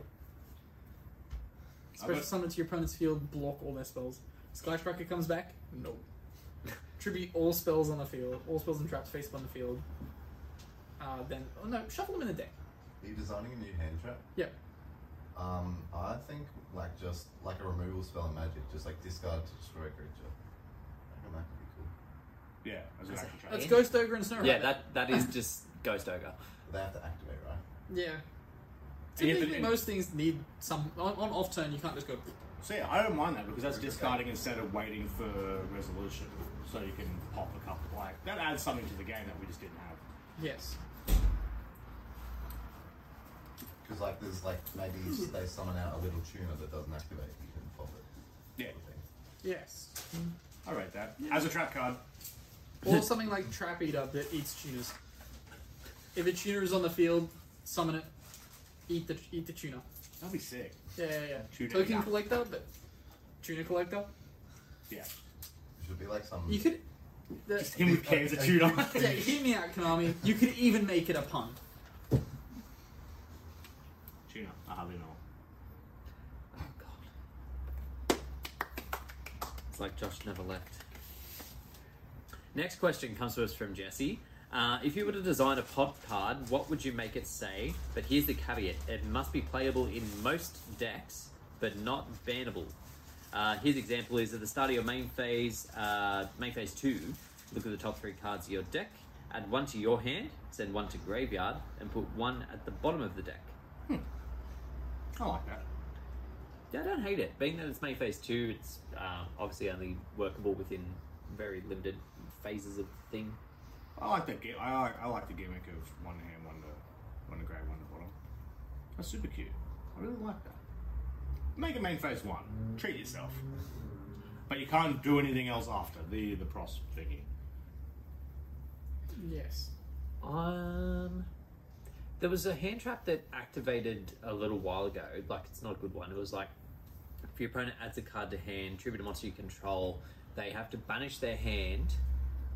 Speaker 3: I
Speaker 1: Special
Speaker 3: bet-
Speaker 1: summon to your opponent's field, block all their spells. Sky Striker comes back? No. Tribute all spells on the field, all spells and traps face up on the field. Uh, then, oh no, shuffle them in the deck.
Speaker 5: Are you designing a new hand trap?
Speaker 1: Yeah.
Speaker 5: Um, I think like just like a removal spell in magic, just like discard to destroy a creature. I reckon that could be cool.
Speaker 4: Yeah, as an
Speaker 7: That's a
Speaker 4: action
Speaker 1: Let's
Speaker 7: hand.
Speaker 1: go Stoker and Snow
Speaker 2: Yeah,
Speaker 1: Rabbit.
Speaker 2: that that is just Ghost Ogre.
Speaker 5: They have to activate, right?
Speaker 1: Yeah.
Speaker 4: Yeah,
Speaker 1: Typically,
Speaker 4: but-
Speaker 1: most things need some on, on off turn. You can't just go.
Speaker 4: So yeah, I don't mind that because that's discarding instead of waiting for resolution. So you can pop a couple. Like that adds something to the game that we just didn't have.
Speaker 1: Yes.
Speaker 5: Because like there's like maybe
Speaker 1: Hmm.
Speaker 5: s- they summon out a little tuner that doesn't activate, you can pop it.
Speaker 4: Yeah.
Speaker 5: Sort of thing.
Speaker 1: Yes.
Speaker 4: I rate that as a trap card.
Speaker 1: Or something like Trap Eater that eats tuners. If a tuner is on the field, summon it. Eat the eat the tuna.
Speaker 4: That'd be sick.
Speaker 1: Yeah, yeah, yeah.
Speaker 4: Tuna
Speaker 1: Token
Speaker 4: eater.
Speaker 1: collector, but tuna collector.
Speaker 4: Yeah,
Speaker 5: It should be like some.
Speaker 1: You could. the-
Speaker 4: just him with cans of tuna.
Speaker 1: yeah, hear me out, Konami. You could even make it a pun.
Speaker 4: tuna. I hardly know.
Speaker 7: Oh god. It's like Josh never left.
Speaker 2: Next question comes to us from Jesse. Uh, if you were to design a pop card, what would you make it say? But here's the caveat: it must be playable in most decks, but not bannable. Uh, his example is at the start of your main phase, uh, main phase two. Look at the top three cards of your deck. Add one to your hand, send one to graveyard, and put one at the bottom of the deck.
Speaker 4: I like that.
Speaker 2: Yeah, I don't hate it. Being that it's main phase two, it's uh, obviously only workable within very limited phases of the thing.
Speaker 4: I like that. gi- I like, I like the gimmick of one hand, one to one to grab, one to bottom. That's super cute. I really like that. Make a main phase one. Treat yourself. But you can't do anything else after the the pros thingy.
Speaker 1: Yes.
Speaker 2: Um, there was a hand trap that activated a little while ago. Like, it's not a good one. It was like, if your opponent adds a card to hand, tribute a monster you control, they have to banish their hand,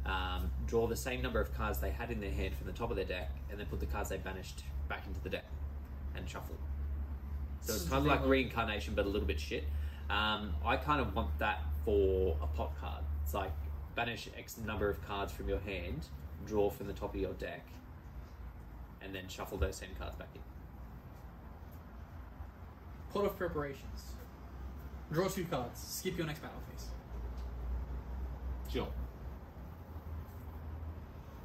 Speaker 2: um, draw the same number of cards they had in their hand from the top of their deck, and then put the cards they banished back into the deck and shuffle. So it's kind of like reincarnation, but a little bit shit. Um, I kind of want that for a pot card. It's like banish X number of cards from your hand, draw from the top of your deck, and then shuffle those same cards back in.
Speaker 1: Pot of preparations. Draw two cards. Skip your next battle phase.
Speaker 4: Sure.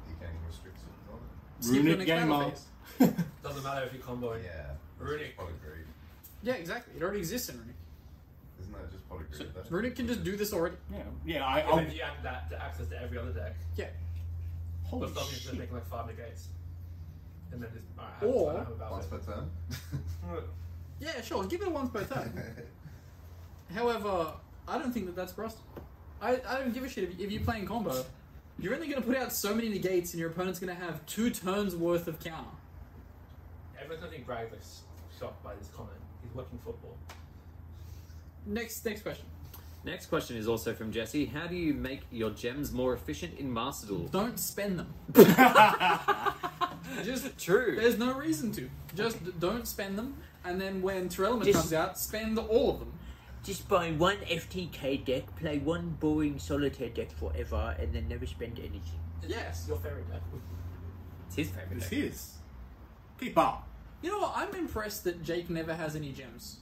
Speaker 5: You can restrict it. on it.
Speaker 1: Skip your
Speaker 4: Runic
Speaker 1: next
Speaker 4: game
Speaker 1: battle
Speaker 4: mode.
Speaker 1: phase.
Speaker 5: Doesn't matter if you combo. Yeah.
Speaker 8: Runic.
Speaker 5: Pot of greed.
Speaker 1: Yeah, exactly. It already exists in Runic.
Speaker 5: Isn't that just pot of greed? That's-
Speaker 1: Runic can just do this already.
Speaker 4: Yeah. Yeah. I.
Speaker 8: And
Speaker 4: I'll,
Speaker 8: then you add that to access to every other deck.
Speaker 1: Yeah.
Speaker 4: holy
Speaker 8: But stop you
Speaker 4: shit.
Speaker 8: just making like five negates. And then just. Alright,
Speaker 1: Or-
Speaker 8: I have about
Speaker 5: Once
Speaker 8: it.
Speaker 5: per turn.
Speaker 1: Yeah, sure. Give it a once per turn. However, I don't think that that's Rust. I, I don't give a shit if, if you're playing combo. You're only going to put out so many negates, and your opponent's going to have two turns worth of counter.
Speaker 8: Everyone's going to think Bragg looks shocked by this comment. He's working football.
Speaker 1: Next, next question.
Speaker 2: Next question is also from Jesse. How do you make your gems more efficient in Master Duel?
Speaker 1: Don't spend them. Just
Speaker 2: True.
Speaker 1: there's no reason to. Just d- don't spend them, and then when Terrellum
Speaker 2: Just-
Speaker 1: comes out, spend all of them.
Speaker 9: Just buy one FTK deck, play one boring solitaire deck forever, and then never spend anything.
Speaker 1: Yes.
Speaker 8: Your fairy deck.
Speaker 2: It's his favorite.
Speaker 4: It's
Speaker 2: deck.
Speaker 4: his. Keep up.
Speaker 1: You know what? I'm impressed that Jake never has any gems.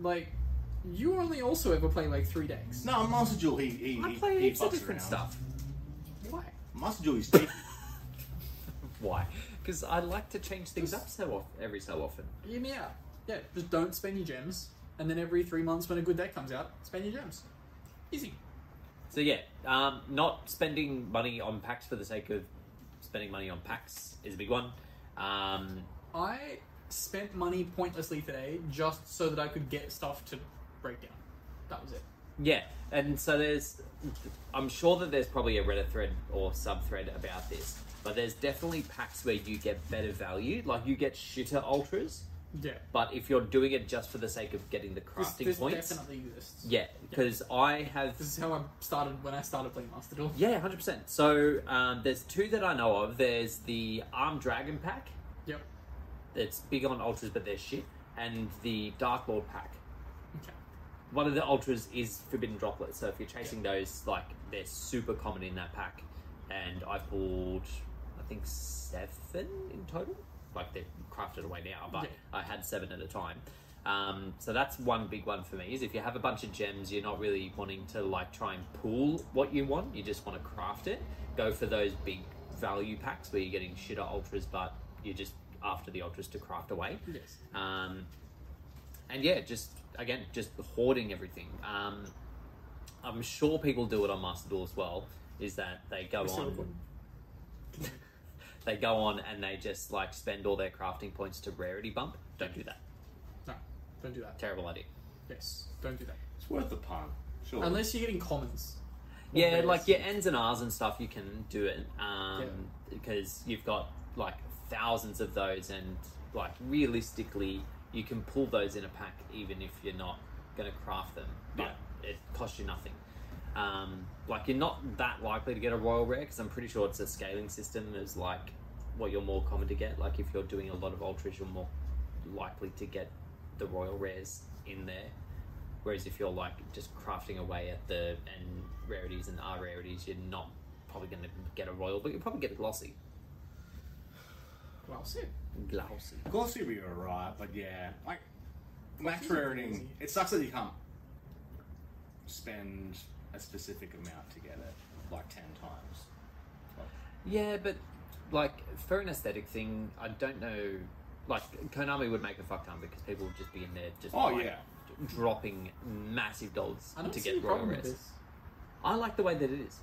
Speaker 1: Like, you only also ever play like three decks.
Speaker 4: No, Master Duel. He he
Speaker 2: I
Speaker 4: he,
Speaker 2: play
Speaker 4: he
Speaker 2: heaps of
Speaker 4: fucks
Speaker 2: different
Speaker 4: around.
Speaker 2: stuff.
Speaker 1: Why?
Speaker 4: Master Duel. He's cheap.
Speaker 2: Why? Because I like to change things up so off every so often.
Speaker 1: Hear me out. Yeah, just don't spend your gems, and then every three months when a good deck comes out, spend your gems. Easy.
Speaker 2: So yeah, um, not spending money on packs for the sake of spending money on packs is a big one. Um,
Speaker 1: I spent money pointlessly today just so that I could get stuff to break down. That was it.
Speaker 2: yeah, and so there's, I'm sure that there's probably a Reddit thread or sub thread about this, but there's definitely packs where you get better value, like you get shitter ultras,
Speaker 1: Yeah.
Speaker 2: but if you're doing it just for the sake of getting the
Speaker 1: This,
Speaker 2: crafting
Speaker 1: this
Speaker 2: points,
Speaker 1: definitely exists.
Speaker 2: yeah, because I have
Speaker 1: This is how I started when I started playing Master Duel.
Speaker 2: Yeah, hundred percent. So um, there's two that I know of. There's the Armed Dragon pack.
Speaker 1: Yep.
Speaker 2: That's big on ultras, but they're shit. And the Dark Lord pack.
Speaker 1: Okay.
Speaker 2: One of the ultras is Forbidden Droplet. So if you're chasing those, like they're super common in that pack. And I pulled, I think seven in total. Like they're crafted away now, but
Speaker 1: Yeah.
Speaker 2: I had seven at a time. Um, so that's one big one for me is if you have a bunch of gems, you're not really wanting to like try and pool what you want. You just want to craft it. Go for those big value packs where you're getting shitter ultras, but you're just after the ultras to craft away.
Speaker 1: Yes.
Speaker 2: Um, and yeah, just again, just hoarding everything. Um, I'm sure people do it on Master Duel as well. Is that they go
Speaker 1: We're still
Speaker 2: on
Speaker 1: recording.
Speaker 2: they go on and they just like spend all their crafting points to rarity bump. Don't do that.
Speaker 1: No, don't do that.
Speaker 2: Terrible idea.
Speaker 1: Yes, don't do that.
Speaker 4: It's worth the pun. Sure.
Speaker 1: Unless you're getting commons. Or
Speaker 2: yeah,
Speaker 1: rares.
Speaker 2: like your N's and R's and stuff, you can do it um, because you've got like thousands of those, and like realistically, you can pull those in a pack even if you're not going to craft them. But it costs you nothing. Um, like you're not that likely to get a royal rare because I'm pretty sure it's a scaling system is like what you're more common to get. Like if you're doing a lot of ultras, you're more likely to get the royal rares in there. Whereas if you're like just crafting away at the and rarities and R rarities, you're not probably going to get a royal, but you'll probably get a glossy.
Speaker 1: Well, sick.
Speaker 2: Glossy.
Speaker 4: Glossy would be alright, but yeah, like max rarity. It sucks that you can't spend a specific amount to get it, like ten times.
Speaker 2: Yeah, but like for an aesthetic thing, I don't know. Like Konami would make a fuck ton because people would just be in there just
Speaker 4: Oh,
Speaker 2: like,
Speaker 4: yeah.
Speaker 2: dropping massive dollars
Speaker 1: I don't
Speaker 2: to
Speaker 1: see
Speaker 2: get
Speaker 1: a
Speaker 2: royal
Speaker 1: problem with
Speaker 2: rares.
Speaker 1: this.
Speaker 2: I like the way that it is.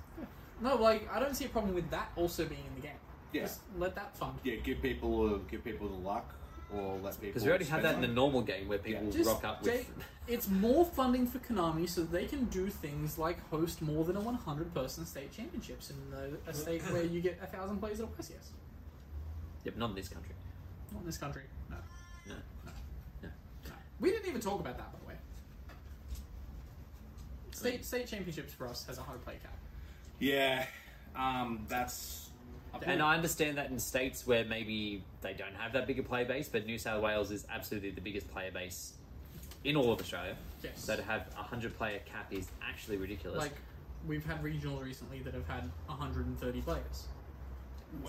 Speaker 1: No, like I don't see a problem with that also being in the game.
Speaker 4: Yeah.
Speaker 1: Just let that fund.
Speaker 4: Yeah, give people uh, give people the luck, or let people.
Speaker 2: Because we already had that in
Speaker 4: spend
Speaker 2: the
Speaker 4: money.
Speaker 2: normal game where people
Speaker 4: Yeah.
Speaker 2: would
Speaker 1: Just
Speaker 2: rock up with.
Speaker 1: take- it's more funding for Konami so that they can do things like host more than a 100 person state championships in the, a state where you get a thousand players at a YCS.
Speaker 2: Yep, not in this country.
Speaker 1: Not in this country. No.
Speaker 2: No.
Speaker 1: We didn't even talk about that, by the way. State state championships for us has a high play cap.
Speaker 4: Yeah, um, that's.
Speaker 2: And I understand that in states where maybe they don't have that big a player base, but New South Wales is absolutely the biggest player base in all of Australia.
Speaker 1: Yes.
Speaker 2: So to have a hundred player cap is actually ridiculous.
Speaker 1: Like, we've had regionals recently that have had 130 players.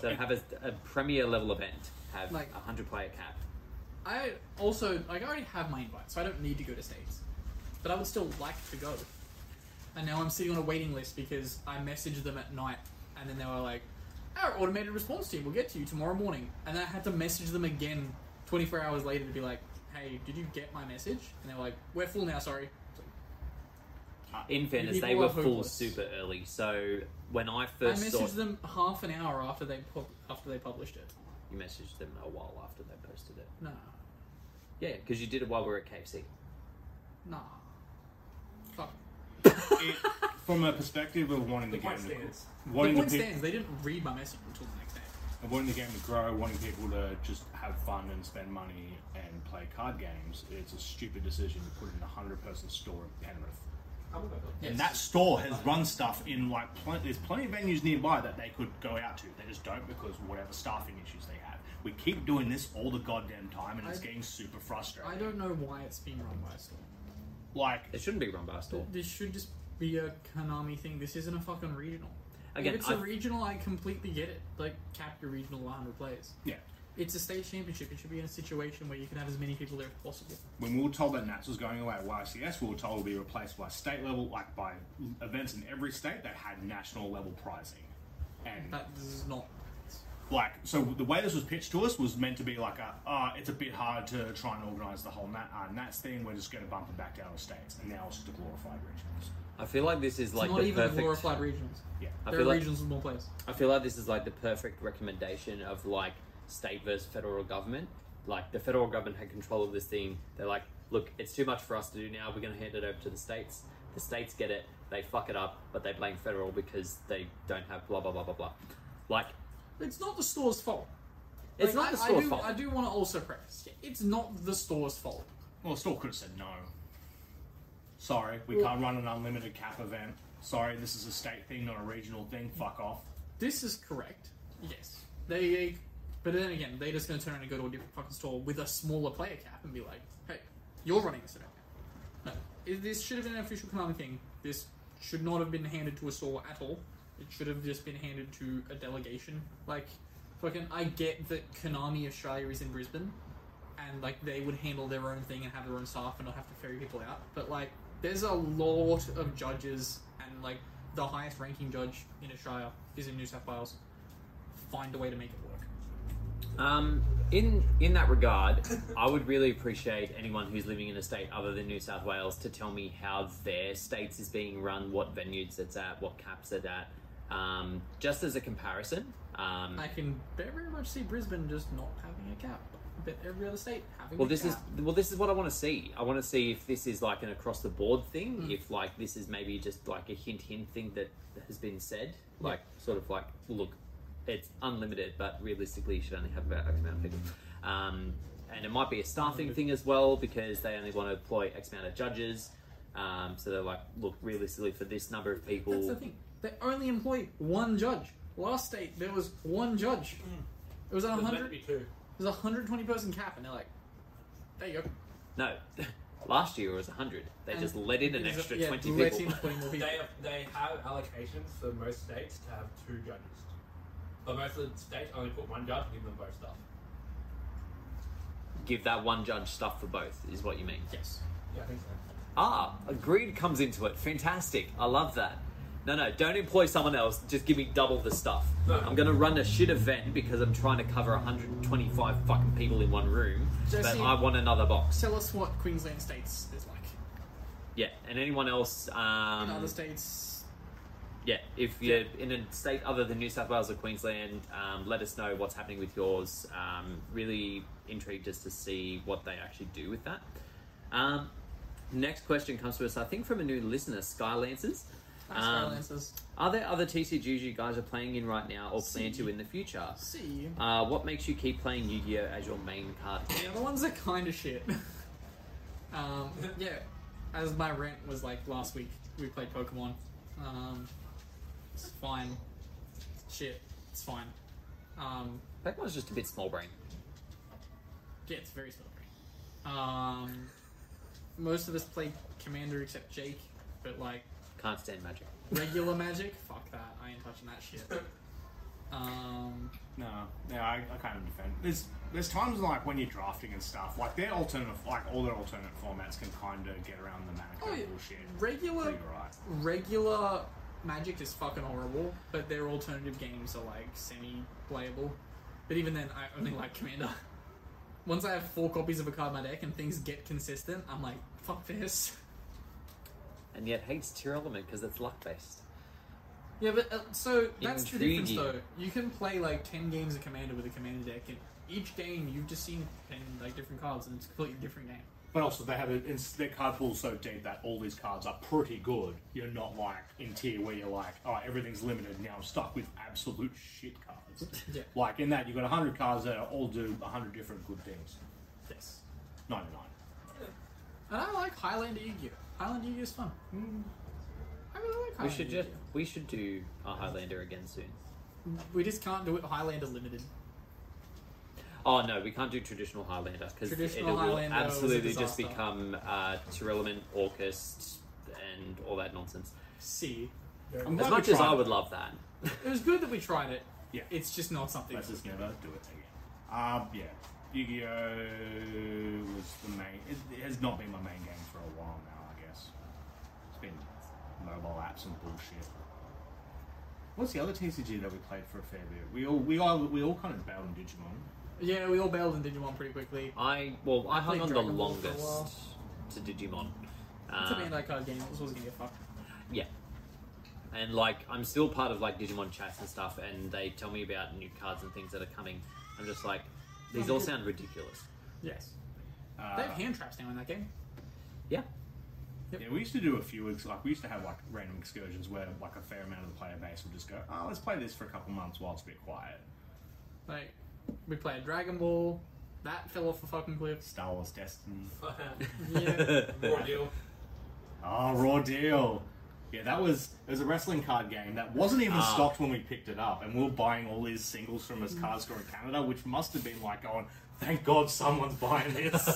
Speaker 2: so to have a, a premier level event have a
Speaker 1: Like-
Speaker 2: hundred player cap.
Speaker 1: I also like I already have my invite, so I don't need to go to states. But I would still like to go. And now I'm sitting on a waiting list because I messaged them at night, and then they were like, "Our automated response team will get to you tomorrow morning." And then I had to message them again 24 hours later to be like, "Hey, did you get my message?" And they were like, "We're full now, sorry." It's like,
Speaker 2: In fairness, they
Speaker 1: people
Speaker 2: were
Speaker 1: are
Speaker 2: full
Speaker 1: hopeless.
Speaker 2: super early. So when I
Speaker 1: I
Speaker 2: first saw
Speaker 1: messaged them half an hour after they pu- after they published it.
Speaker 2: you messaged them a while after they posted it.
Speaker 1: No,
Speaker 2: Yeah, because you did it while we were at KFC.
Speaker 1: nah, fuck.
Speaker 3: It, from a perspective of wanting
Speaker 8: The
Speaker 3: the game
Speaker 8: point
Speaker 3: to,
Speaker 8: stands.
Speaker 1: The
Speaker 3: wanting the,
Speaker 1: point
Speaker 3: peop
Speaker 1: stands. They didn't read my message until the next day.
Speaker 3: and wanting the game to grow, wanting people to just have fun and spend money and play card games, it's a stupid decision to put in a hundred person store in Penrith.
Speaker 8: I'm about to-
Speaker 1: Yes.
Speaker 3: And that store has run stuff in like pl- there's plenty of venues nearby that they could go out to. They just don't because whatever staffing issues they have. We keep doing this all the goddamn time, and it's
Speaker 1: I-
Speaker 3: getting super frustrating.
Speaker 1: I don't know why it's being run by a store.
Speaker 3: like
Speaker 2: It shouldn't be run by a store.
Speaker 1: This should just be a Konami thing. This isn't a fucking regional.
Speaker 2: Again,
Speaker 1: if it's a
Speaker 2: I-
Speaker 1: regional, I completely get it. Like, cap your regional 100 players.
Speaker 3: yeah.
Speaker 1: It's a state championship. It should be in a situation where you can have as many people there as possible.
Speaker 3: When we were told that Nats was going away at YCS, we were told it would be replaced by state level, like by events in every state that had national level prizing. And
Speaker 1: That this is not.
Speaker 3: like so the way this was pitched to us was meant to be like a uh, it's a bit hard to try and organize the whole nat uh, nats thing we're just going to bump it back to other states and now it's just a glorified regionals
Speaker 2: I feel like this is
Speaker 1: It's
Speaker 2: like
Speaker 1: not
Speaker 2: the
Speaker 1: even
Speaker 2: perfect
Speaker 1: glorified regions.
Speaker 3: yeah
Speaker 2: I
Speaker 1: There
Speaker 2: feel
Speaker 1: are
Speaker 2: like-
Speaker 1: regions with more players.
Speaker 2: I feel like this is like the perfect recommendation of like state versus federal government. Like the federal government had control of this thing. They're like, look, it's too much for us to do now. We're going to hand it over to the states. The states get it. They fuck it up, but they blame federal because they don't have blah blah blah blah blah. Like
Speaker 1: It's not the store's fault. Like,
Speaker 2: it's not the
Speaker 1: I- I
Speaker 2: store's
Speaker 1: do-
Speaker 2: fault.
Speaker 1: I do want to also preface. It's not the store's fault.
Speaker 3: well still could have said no sorry we can't run an unlimited cap event sorry this is a state thing not a regional thing fuck off
Speaker 1: This is correct. Yes. They, but then again, they're just going to turn around and go to a different fucking store with a smaller player cap and be like, "Hey, you're running this event." No, It- this should have been an official Konami thing. This should not have been handed to a store at all. It should have just been handed to a delegation. Like, fucking, I get that Konami Australia is in Brisbane, and like they would handle their own thing and have their own staff and not have to ferry people out. But like, there's a lot of judges, and like the highest ranking judge in Australia is in New South Wales. Find a way to make it work.
Speaker 2: Um, in in that regard, I would really appreciate anyone who's living in a state other than New South Wales to tell me how their states is being run, what venues it's at, what caps it's at, um, just as a comparison. Um,
Speaker 1: I can very much see Brisbane just not having a cap, but every other state having.
Speaker 2: well,
Speaker 1: a
Speaker 2: this
Speaker 1: cap.
Speaker 2: is well, this is what I want to see. I want to see if this is like an across the board thing.
Speaker 1: Mm.
Speaker 2: If like this is maybe just like a hint hint thing that has been said, like sort of like look, it's unlimited, but realistically, you should only have about X amount of people. Um, and it might be a
Speaker 1: Mm.
Speaker 2: staffing thing as well because they only want to employ X amount of judges. Um, so they're like, look, realistically, for this number of people,
Speaker 1: That's the thing. They only employ one judge. Last state, there was one judge. It was a
Speaker 8: There's meant to
Speaker 1: hundred.
Speaker 8: be
Speaker 1: It
Speaker 8: two.
Speaker 1: was a hundred twenty person cap, and they're like, "There you go."
Speaker 2: no. Last year it was 100. They just
Speaker 1: And
Speaker 2: let in an
Speaker 1: it was a-
Speaker 2: extra
Speaker 1: yeah,
Speaker 2: 20
Speaker 1: let
Speaker 2: people.
Speaker 1: in 20 more people.
Speaker 8: They have, they have allocations for most states to have two judges, but most of the states only put one judge and give them both stuff.
Speaker 2: Give that one judge stuff for both, is what you mean.
Speaker 1: Yes.
Speaker 8: Yeah, I think so.
Speaker 2: Ah, greed comes into it. Fantastic. I love that. No, no, don't employ someone else. Just give me double the stuff.
Speaker 8: No.
Speaker 2: I'm going to run a shit event because I'm trying to cover 125 fucking people in one room,
Speaker 1: Jesse-
Speaker 2: but I want another box.
Speaker 1: Tell us what Queensland states is like.
Speaker 2: Yeah, and anyone else?
Speaker 1: In other
Speaker 2: Um,
Speaker 1: states,
Speaker 2: yeah, if you're in a state other than New South Wales or Queensland, um, let us know what's happening with yours. Um, really intrigued just to see what they actually do with that. Um, next question comes to us, I think, from a new listener, Skylancers.
Speaker 1: that's
Speaker 2: Um,
Speaker 1: Skylancers.
Speaker 2: Are there other TCGs you guys are playing in right now or plan to in the future?
Speaker 1: See,
Speaker 2: Uh, what makes you keep playing Yu Gi Oh as your main card?
Speaker 1: the other ones are kind of shit. um, yeah, as my rant was like last week, we played Pokemon. Um, it's fine. Shit, it's fine. Um,
Speaker 2: That one's just a bit small brain.
Speaker 1: Yeah, it's very similar. Um, most of us play Commander except Jake, but like
Speaker 2: Can't stand magic.
Speaker 1: regular Magic, fuck that. I ain't touching that shit. Um,
Speaker 3: No, no, I, I kind of defend. There's there's times like when you're drafting and stuff, like their alternative, like all their alternate formats can kind of get around the mana
Speaker 1: Oh,
Speaker 3: oh,
Speaker 1: yeah.
Speaker 3: bullshit. So
Speaker 1: regular
Speaker 3: you're right.
Speaker 1: regular Magic is fucking horrible, but their alternative games are like semi-playable. But even then, I only like Commander. Once I have four copies of a card in my deck and things get consistent, I'm like, fuck this.
Speaker 2: And yet hates tier element because it's luck based.
Speaker 1: Yeah, but uh, so that's the difference,
Speaker 2: Intriguing.
Speaker 1: though. You can play like ten games of Commander with a Commander deck, and each game you've just seen ten like different cards, and it's a completely different game.
Speaker 3: But also, they have a, it's- their card pool so deep that all these cards are pretty good. You're not like in tier where you're like, oh, everything's limited. Now I'm stuck with absolute shit cards.
Speaker 1: Yeah.
Speaker 3: Like in that, you've got hundred cards that all do hundred different good things.
Speaker 1: Yes,
Speaker 3: Ninety nine.
Speaker 1: and I like Highlander Yu-Gi-Oh. Highlander Yu-Gi-Oh is fun. Mm. I really like
Speaker 2: We
Speaker 1: Highlander
Speaker 2: should just
Speaker 1: Yu-Gi-Oh.
Speaker 2: we should do a Highlander again soon.
Speaker 1: We just can't do it Highlander Limited.
Speaker 2: Oh no, we can't do traditional Highlander because it
Speaker 1: Traditional
Speaker 2: will
Speaker 1: Highlander was a
Speaker 2: absolutely just
Speaker 1: disaster.
Speaker 2: become uh, tier element, Orcist, and all that nonsense.
Speaker 1: See,
Speaker 3: I'm
Speaker 2: As
Speaker 3: glad we
Speaker 2: much as
Speaker 3: tried
Speaker 2: I
Speaker 3: it.
Speaker 2: would love that,
Speaker 1: it was good that we tried it.
Speaker 3: Yeah.
Speaker 1: It's just not something.
Speaker 3: Let's just never do it again. Um, yeah. Yu-Gi-Oh was the main. It, it has not been my main game for a while now. I guess it's been mobile apps and bullshit. What's the other TCG that we played for a fair bit? We all we all we all kind of bailed on Digimon.
Speaker 1: Yeah, we all bailed in Digimon pretty quickly.
Speaker 2: I well I, hung
Speaker 1: played
Speaker 2: on the
Speaker 1: Dragon Ball for a while.
Speaker 2: longest to Digimon.
Speaker 1: It's a
Speaker 2: Um,
Speaker 1: anti-card game. It was always gonna get fucked.
Speaker 2: Yeah. And like I'm still part of like Digimon chats and stuff and they tell me about new cards and things that are coming. I'm just like these all sound ridiculous.
Speaker 1: Yes.
Speaker 3: Uh,
Speaker 1: They have hand traps now in that game.
Speaker 2: Yeah.
Speaker 3: Yeah, we used to do a few ex- like we used to have like random excursions where like a fair amount of the player base would just go, oh, let's play this for a couple months while it's a bit quiet.
Speaker 1: Like, we played Dragon Ball. That fell off the fucking cliff.
Speaker 3: Star Wars Destiny.
Speaker 1: Yeah.
Speaker 8: Raw deal.
Speaker 3: Oh, Raw Deal. Yeah, that was it was a wrestling card game that wasn't even
Speaker 2: Ah.
Speaker 3: stocked when we picked it up, and we were buying all these singles from his card store in Canada, which must have been like going, "Thank God someone's buying this."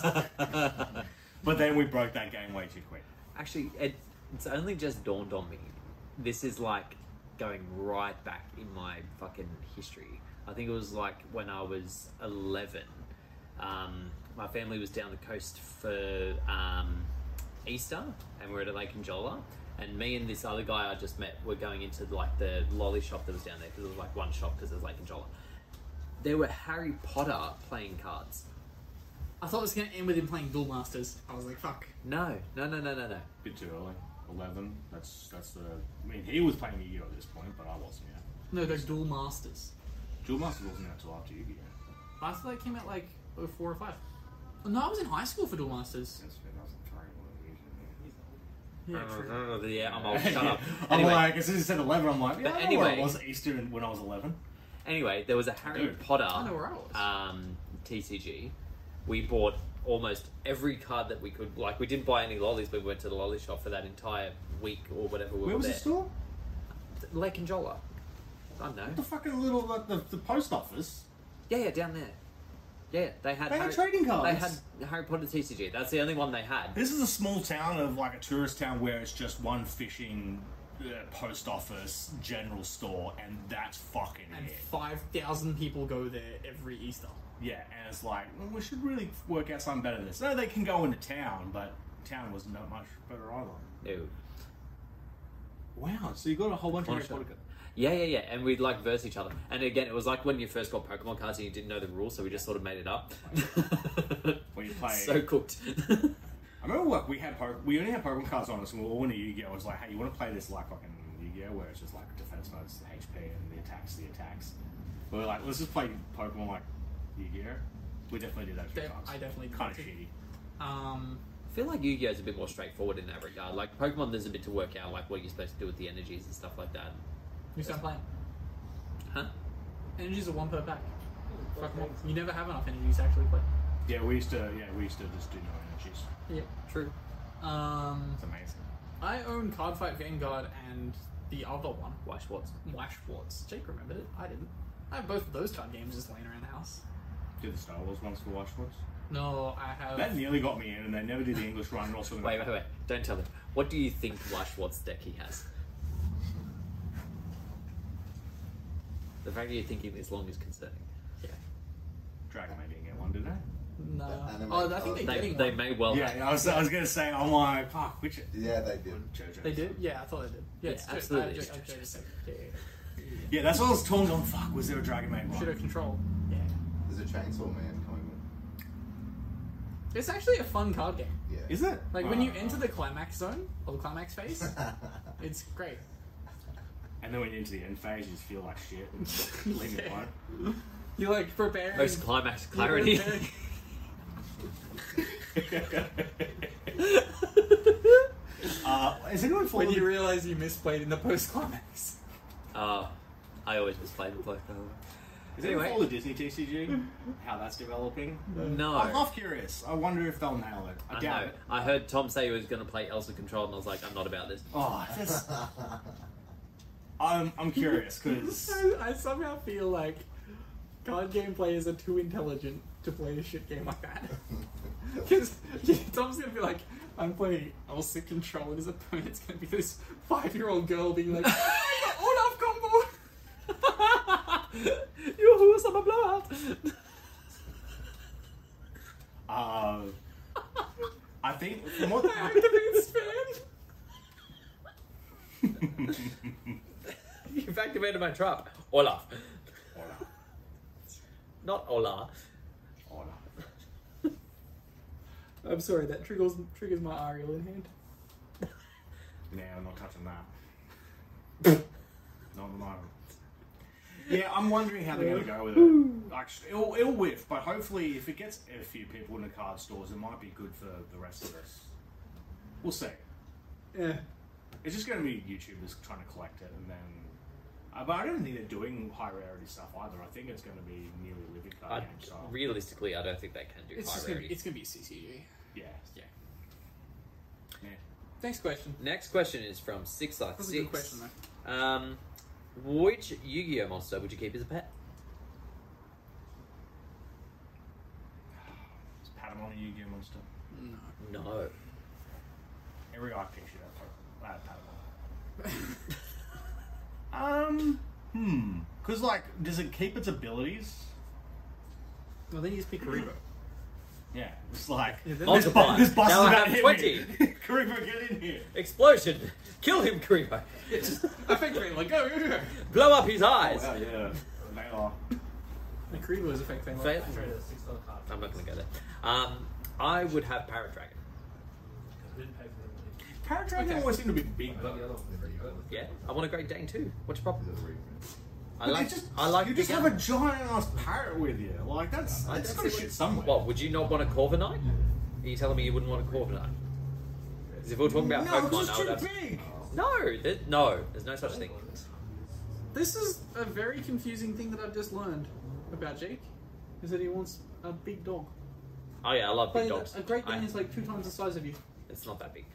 Speaker 3: but then we broke that game way too quick.
Speaker 2: Actually it, it's only just dawned on me. This is like going right back in my fucking history. I think it was like when I was eleven. Um, my family was down the coast for um, Easter, and we are at a lake in Jolla. And me and this other guy I just met were going into like the lolly shop that was down there because it was like one shop because there's Lake in Jolla. There were Harry Potter playing cards.
Speaker 1: I thought it was going to end with him playing Duel Masters. I was like, fuck.
Speaker 2: No, no, no, no, no, no.
Speaker 3: Bit too early. Eleven. That's that's the. I mean, he was playing Yu-Gi-Oh at this point, but I wasn't yet.
Speaker 1: No, those Duel Masters.
Speaker 3: Duel Master wasn't out till after Yu-Gi-Oh.
Speaker 1: I thought that came out like oh four or 5. No, I was in high school for Duel Masters.
Speaker 3: That's 2003 when
Speaker 1: Yeah,
Speaker 2: Uh,
Speaker 1: true.
Speaker 2: Yeah, I'm old. Oh, Shut up.
Speaker 3: I'm
Speaker 2: Anyway.
Speaker 3: like, as soon as it said eleven, I'm like, yeah,
Speaker 2: But
Speaker 3: I know where
Speaker 2: anyway-
Speaker 3: it was Easter and- when I was eleven.
Speaker 2: Anyway, there was a Harry
Speaker 3: Dude.
Speaker 2: Potter
Speaker 1: I know where I was.
Speaker 2: um, TCG. We bought almost every card that we could. Like, we didn't buy any lollies, but we went to the lolly shop for that entire week or whatever. We
Speaker 3: Where
Speaker 2: were
Speaker 3: was
Speaker 2: there.
Speaker 3: it store?
Speaker 2: Lake and Jolla. I don't know.
Speaker 3: The fucking little like the, the post office.
Speaker 2: Yeah, yeah, down there. Yeah, they had.
Speaker 3: They had trading cards.
Speaker 2: They had Harry Potter TCG. That's the only one they had.
Speaker 3: This is a small town of like a tourist town where it's just one fishing uh, post office, general store, and that's fucking
Speaker 1: And
Speaker 3: it.
Speaker 1: 5,000 people go there every Easter.
Speaker 3: Yeah, and it's like well, we should really work out something better than this. No, they can go into town, but town was not much better either.
Speaker 2: No.
Speaker 3: Wow, so you got a whole bunch
Speaker 2: Harry Potter cards. Yeah, yeah, yeah. And we'd like verse each other. And again, it was like when you first got Pokemon cards and you didn't know the rules, so we just sort of made it up.
Speaker 3: When you play-
Speaker 2: so cooked.
Speaker 3: I remember like we had po- we only had Pokemon cards on us, and we were all in a Yu-Gi-Oh. It was like, hey, you want to play this like fucking Yu-Gi-Oh, where it's just like defense mode, it's the HP, and the attacks, the attacks. We were like, let's just play Pokemon like Yu-Gi-Oh. We definitely did that.
Speaker 1: Def- I definitely did
Speaker 3: kind of
Speaker 1: that too.
Speaker 3: shitty.
Speaker 1: Um,
Speaker 2: I feel like Yu-Gi-Oh is a bit more straightforward in that regard. Like Pokemon, there's a bit to work out, like what you're supposed to do with the energies and stuff like that.
Speaker 1: you start playing.
Speaker 2: Huh?
Speaker 1: Energies are one per pack. Fuck them all. You never have enough energies to actually play.
Speaker 3: Yeah, we used to. Yeah, we used to just do no energies.
Speaker 1: Yeah.
Speaker 2: True.
Speaker 1: Um,
Speaker 3: It's amazing.
Speaker 1: I own Cardfight Vanguard and the other one,
Speaker 2: Why Schwartz?
Speaker 1: Wash Wars. Jake remembered it. I didn't. I have both of those card games just laying around the house.
Speaker 3: Did the Star Wars ones for Watchwords?
Speaker 1: No, I have.
Speaker 3: That nearly got me in, and they never did the English run. and Also,
Speaker 2: Wait, wait, wait. Don't tell them. What do you think Why Schwartz deck he has? The fact that you're thinking this long is concerning.
Speaker 1: yeah.
Speaker 3: Dragon Maid didn't get one, did they?
Speaker 1: No.
Speaker 5: The anime
Speaker 1: oh, I think
Speaker 5: card.
Speaker 1: they're
Speaker 2: They,
Speaker 1: getting
Speaker 2: they
Speaker 1: one.
Speaker 2: may well have.
Speaker 3: Yeah, I was, I was gonna say, I'm like, fuck, which
Speaker 5: Yeah, they did.
Speaker 3: JoJo.
Speaker 1: They did? Yeah, I thought they did. Yeah,
Speaker 2: Yeah,
Speaker 1: it's Jake-
Speaker 2: absolutely.
Speaker 1: I have Jake- I
Speaker 2: It's
Speaker 1: have Jake second. Yeah, yeah,
Speaker 3: Yeah, that's what I was torn on. Fuck, was there a Dragon Maid
Speaker 1: yeah.
Speaker 3: one?
Speaker 1: Should have control. Yeah.
Speaker 5: There's a chainsaw man coming
Speaker 1: It's actually a fun card game.
Speaker 5: in. Yeah.
Speaker 3: Is it?
Speaker 1: Like when you
Speaker 3: Oh.
Speaker 1: enter the climax zone or the climax phase, it's great.
Speaker 3: And then when you're into the end phase, you just feel like shit. And just leave it
Speaker 1: Yeah.
Speaker 3: alone.
Speaker 1: You like prepare.
Speaker 2: Most climax clarity.
Speaker 3: uh, is anyone
Speaker 1: when
Speaker 3: following?
Speaker 1: you realize you misplayed in the post climax.
Speaker 2: uh, I always misplay the bloke. by the way.
Speaker 3: is anyone
Speaker 2: anyway.
Speaker 3: follow the Disney TCG? How that's developing?
Speaker 2: No.
Speaker 3: I'm half curious. I wonder if they'll nail it. I,
Speaker 2: I
Speaker 3: doubt
Speaker 2: know.
Speaker 3: it.
Speaker 2: I heard Tom say he was going to play Elsa Control, and I was like, I'm not about this.
Speaker 3: Oh, that's, I'm I'm curious because
Speaker 1: I somehow feel like card game players are too intelligent to play a shit game like that. Because Tom's gonna be like, I'm playing Elsa Control, and his opponent's gonna be this five year old girl being like, "Oh, I got Olaf combo!
Speaker 2: Yoo-hoo, summer blowout!
Speaker 3: uh, I think from what
Speaker 1: Activate spin!
Speaker 2: You've activated my trap. Olaf.
Speaker 3: Hola.
Speaker 2: Not Ola.
Speaker 3: Hola.
Speaker 1: I'm sorry, that triggers triggers my Ariel in hand.
Speaker 3: Nah, I'm not touching that. not at the moment. Yeah, I'm wondering how they're going to go with it. Like, it'll, it'll whiff, but hopefully, if it gets a few people in the card stores, it might be good for the rest of us. We'll see.
Speaker 1: Yeah.
Speaker 3: It's just going to be YouTubers trying to collect it, and then. Uh, but I don't think they're doing high rarity stuff either. I think it's going to be nearly living card
Speaker 2: I,
Speaker 3: game style.
Speaker 2: realistically, I don't think they can do
Speaker 1: It's
Speaker 2: high
Speaker 1: just gonna,
Speaker 2: rarity.
Speaker 1: it's gonna be a CCG.
Speaker 3: yeah.
Speaker 1: Yeah.
Speaker 3: yeah.
Speaker 1: Next question.
Speaker 2: Next question is from Six Life
Speaker 1: That's
Speaker 2: Six.
Speaker 1: a good question though.
Speaker 2: Um, which Yu-Gi-Oh monster would you keep as a pet?
Speaker 3: It's Patamon and Yu-Gi-Oh monster.
Speaker 1: No.
Speaker 2: No.
Speaker 3: Every IP should have uh, Patamon. Um, hmm. Because, like, does it keep its abilities?
Speaker 1: Well, then you just pick Karibo.
Speaker 3: Yeah, it's like this,
Speaker 2: Multiply.
Speaker 3: bu- this bus is
Speaker 2: Now I
Speaker 3: about
Speaker 2: have
Speaker 3: to hit me. Kariba, get in here.
Speaker 2: Explosion! Kill him, Karibo!
Speaker 1: Effectively, like go, go, go.
Speaker 2: Blow up his eyes!
Speaker 3: Wow, Oh, yeah, they are.
Speaker 1: The Karibu is effectively like,
Speaker 2: Fa-
Speaker 8: I traded a six dollar card.
Speaker 2: I'm not going to go there. Um, I would have Parrot Dragon.
Speaker 8: I didn't pay for
Speaker 3: Parrot Dragon always seem to be big.
Speaker 8: the money. I got the other one.
Speaker 2: Yeah, I want a Great Dane too. What's your problem?
Speaker 5: Is it a reprint?
Speaker 2: I
Speaker 3: But
Speaker 2: like.
Speaker 3: they just,
Speaker 2: I like.
Speaker 3: you
Speaker 2: the
Speaker 3: just have
Speaker 2: game.
Speaker 3: a giant ass parrot with you. Like that's
Speaker 2: I
Speaker 3: that's
Speaker 2: don't
Speaker 3: got to
Speaker 2: see
Speaker 3: shit
Speaker 2: it.
Speaker 3: somewhere.
Speaker 2: What, would you not want a Corviknight? Are you telling me you wouldn't want a Corviknight? Because if we were talking about
Speaker 3: no,
Speaker 2: Pokemon,
Speaker 3: it's
Speaker 2: I would
Speaker 3: just
Speaker 2: have...
Speaker 3: too big.
Speaker 2: No, there, no, there's no such thing.
Speaker 1: This is a very confusing thing that I've just learned about Jake, is that he wants a big dog.
Speaker 2: Oh yeah, I love big
Speaker 1: But
Speaker 2: dogs.
Speaker 1: a great
Speaker 2: I-
Speaker 1: Dane is like two times the size of you.
Speaker 2: It's not that big.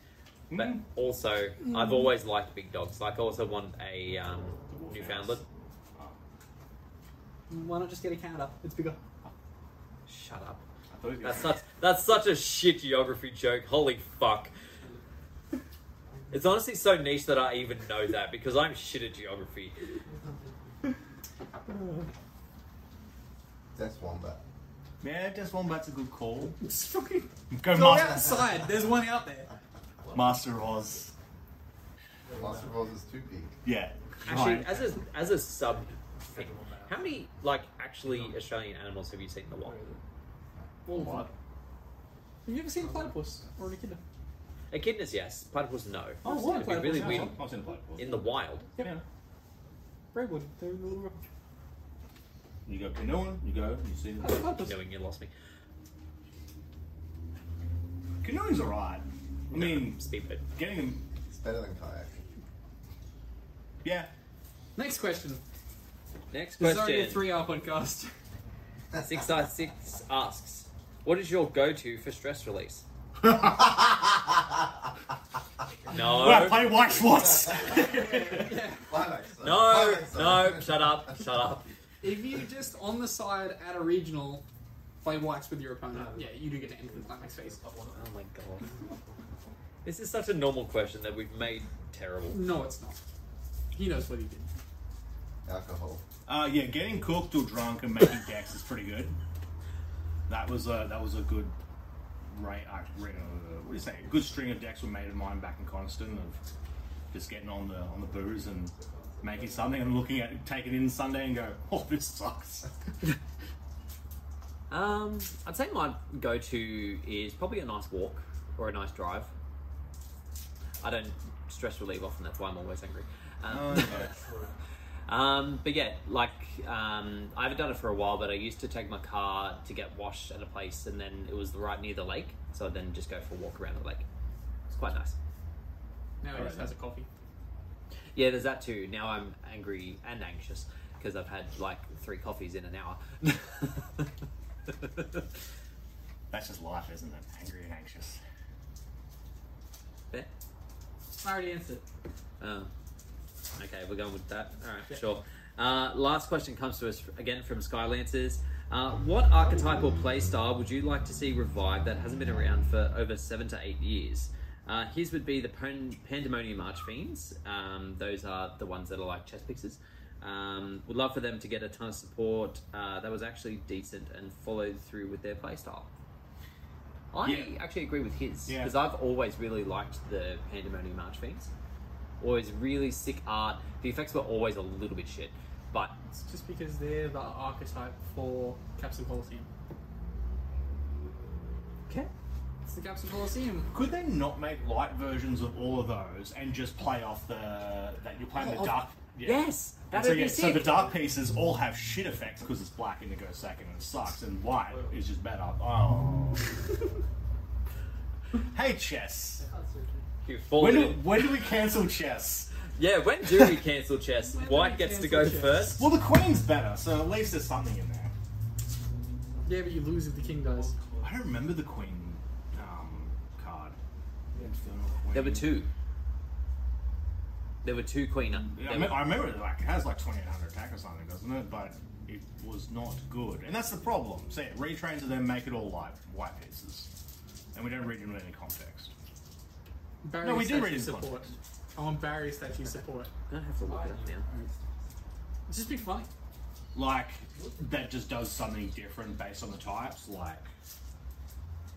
Speaker 3: Mm.
Speaker 2: But also, I've always liked big dogs. Like, I also want a um, Newfoundland.
Speaker 1: Why not just get a Canada? It's bigger.
Speaker 2: Shut up.
Speaker 3: I thought he was gonna
Speaker 2: That's
Speaker 3: say-
Speaker 2: such that's such a shit geography joke. Holy fuck. It's honestly so niche that I even know that because I'm shit at geography.
Speaker 5: That's one bat.
Speaker 3: Yeah, just one bat's a good call.
Speaker 1: Just fucking
Speaker 3: Go
Speaker 1: go
Speaker 3: master,
Speaker 1: outside. There's one out there.
Speaker 3: master Oz.
Speaker 5: Master Bros is too big.
Speaker 3: Yeah.
Speaker 2: Actually, uh,
Speaker 3: Right.
Speaker 2: as a as a sub thing, how many like actually Australian animals have you seen in the wild?
Speaker 1: All what? Have you ever seen a platypus or an echidna?
Speaker 2: Echidnas, yes. Platypus, no.
Speaker 1: Oh, what?
Speaker 2: It'd be really
Speaker 1: Platypus,
Speaker 2: weird
Speaker 3: I've seen a platypus.
Speaker 2: in the wild.
Speaker 3: Yeah.
Speaker 1: Redwood. They're in the little river.
Speaker 3: You go canoeing. You go. You see
Speaker 1: That's a
Speaker 3: the
Speaker 1: platypus.
Speaker 2: Knowing you lost me.
Speaker 3: canoeing's alright. I mean,
Speaker 2: Speedboat.
Speaker 3: getting them.
Speaker 5: It's better than kayaking.
Speaker 3: Yeah.
Speaker 1: Next question.
Speaker 2: Next
Speaker 1: This is already a
Speaker 2: question.
Speaker 1: three-hour podcast.
Speaker 2: Six I six asks, "What is your go-to for stress release?" no,
Speaker 3: Well, play White Swats.
Speaker 5: Climax, though.
Speaker 2: no,
Speaker 5: Climax, though.
Speaker 2: no! Shut up! Shut up!
Speaker 1: If you just on the side at a regional play whites with your opponent, yeah, you do get to enter the climax phase.
Speaker 2: Oh my god! This is such a normal question that we've made terrible.
Speaker 1: No, it's not. He knows what he did.
Speaker 5: Alcohol.
Speaker 3: Uh, yeah, getting cooked or drunk and making decks is pretty good. That was a that was a good right. Uh, right, uh, what do you say? A good string of decks were made of mine back in Coniston of just getting on the on the booze and making something and looking at it, taking it in Sunday and go, oh, this sucks.
Speaker 2: Um, I'd say my go-to is probably a nice walk or a nice drive. I don't stress relieve often. That's why I'm always angry. Um, Um, but yeah, like um, I haven't done it for a while, but I used to take my car to get washed at a place, and then it was right near the lake, so I'd then just go for a walk around the lake. It's quite nice.
Speaker 1: Now he
Speaker 3: Alright
Speaker 1: just has a coffee.
Speaker 2: Yeah, there's that too. Now I'm angry and anxious because I've had like three coffees in an hour.
Speaker 3: That's just life, isn't it? Angry and anxious.
Speaker 2: There.
Speaker 1: I already answered.
Speaker 2: Um, okay, we're going with that. All right, sure. Uh, last question comes to us f- again from Skylancers. Uh, what archetypal playstyle would you like to see revived that hasn't been around for over seven to eight years? Uh, his would be the Pan- Pandemonium Archfiends. Um, those are the ones that are like chess pieces. Um, would love for them to get a ton of support. Uh, that was actually decent and followed through with their playstyle. I
Speaker 3: Yeah.
Speaker 2: actually agree with his
Speaker 3: Yeah.
Speaker 2: because I've always really liked the Pandemonium Archfiends always really sick art. The effects were always a little bit shit, but
Speaker 1: It's just because they're the archetype for Capsule Coliseum.
Speaker 2: okay.
Speaker 1: It's the Capsule Coliseum.
Speaker 3: Could they not make light versions of all of those and just play off the that you're playing the dark? Yeah.
Speaker 2: Yes, Oh, that
Speaker 3: And so,
Speaker 2: would be
Speaker 3: yeah,
Speaker 2: sick.
Speaker 3: so the dark pieces all have shit effects because it's black and it goes second and it sucks, and white is just better. Oh. hey, chess.
Speaker 2: You
Speaker 3: When
Speaker 2: folded
Speaker 3: do,
Speaker 2: it.
Speaker 3: when do we cancel chess?
Speaker 2: Yeah, when do we cancel chess?
Speaker 1: When do
Speaker 2: White
Speaker 1: we
Speaker 2: gets to
Speaker 1: cancel
Speaker 2: go
Speaker 1: chess?
Speaker 2: first.
Speaker 3: Well, the queen's better, so at least there's something in there.
Speaker 1: Yeah, but you lose if the king dies.
Speaker 3: I don't remember the queen um, card. Infernal Queen.
Speaker 2: There were two. There were two queen.
Speaker 3: Yeah, I,
Speaker 2: there
Speaker 3: me-
Speaker 2: were-
Speaker 3: I remember it, like, it has like 2800 attack or something, doesn't it? But it was not good. And that's the problem. So, yeah, retrain to them, make it all light, white pieces. And we don't read it in any context.
Speaker 1: Barry
Speaker 3: No, we do
Speaker 1: statue
Speaker 3: read his
Speaker 1: support. I want Barry statue support.
Speaker 2: I'm gonna have to look it up now.
Speaker 1: Just be funny.
Speaker 3: like that just does something different based on the types like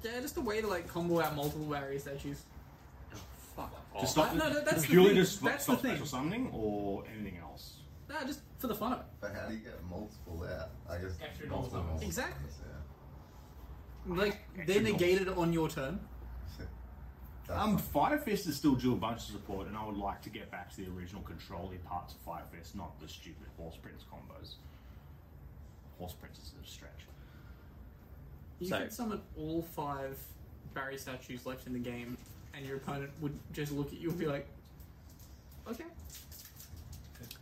Speaker 1: yeah, just a way to like combo out multiple barrier statues.
Speaker 3: To stop
Speaker 1: No, no, that's the
Speaker 3: purely
Speaker 1: thing.
Speaker 3: to stop,
Speaker 1: That's
Speaker 3: stop
Speaker 1: the thing.
Speaker 3: special summoning or anything else.
Speaker 1: Nah, just for the fun of it.
Speaker 5: But how do you get multiple out? I guess
Speaker 8: Extra
Speaker 5: multiple.
Speaker 8: normal.
Speaker 5: multiple.
Speaker 1: Exactly.
Speaker 5: Yeah.
Speaker 1: Like they're negated on your turn.
Speaker 5: That's
Speaker 3: Um,
Speaker 5: not-
Speaker 3: Fire Fist is still due a bunch of support, and I would like to get back to the original controlly parts of Fire Fist, not the stupid Horse Prince combos. Horse Prince is a stretch.
Speaker 1: You
Speaker 7: So-
Speaker 1: could summon all five barrier statues left in the game, and your opponent would just look at you and be like, "Okay,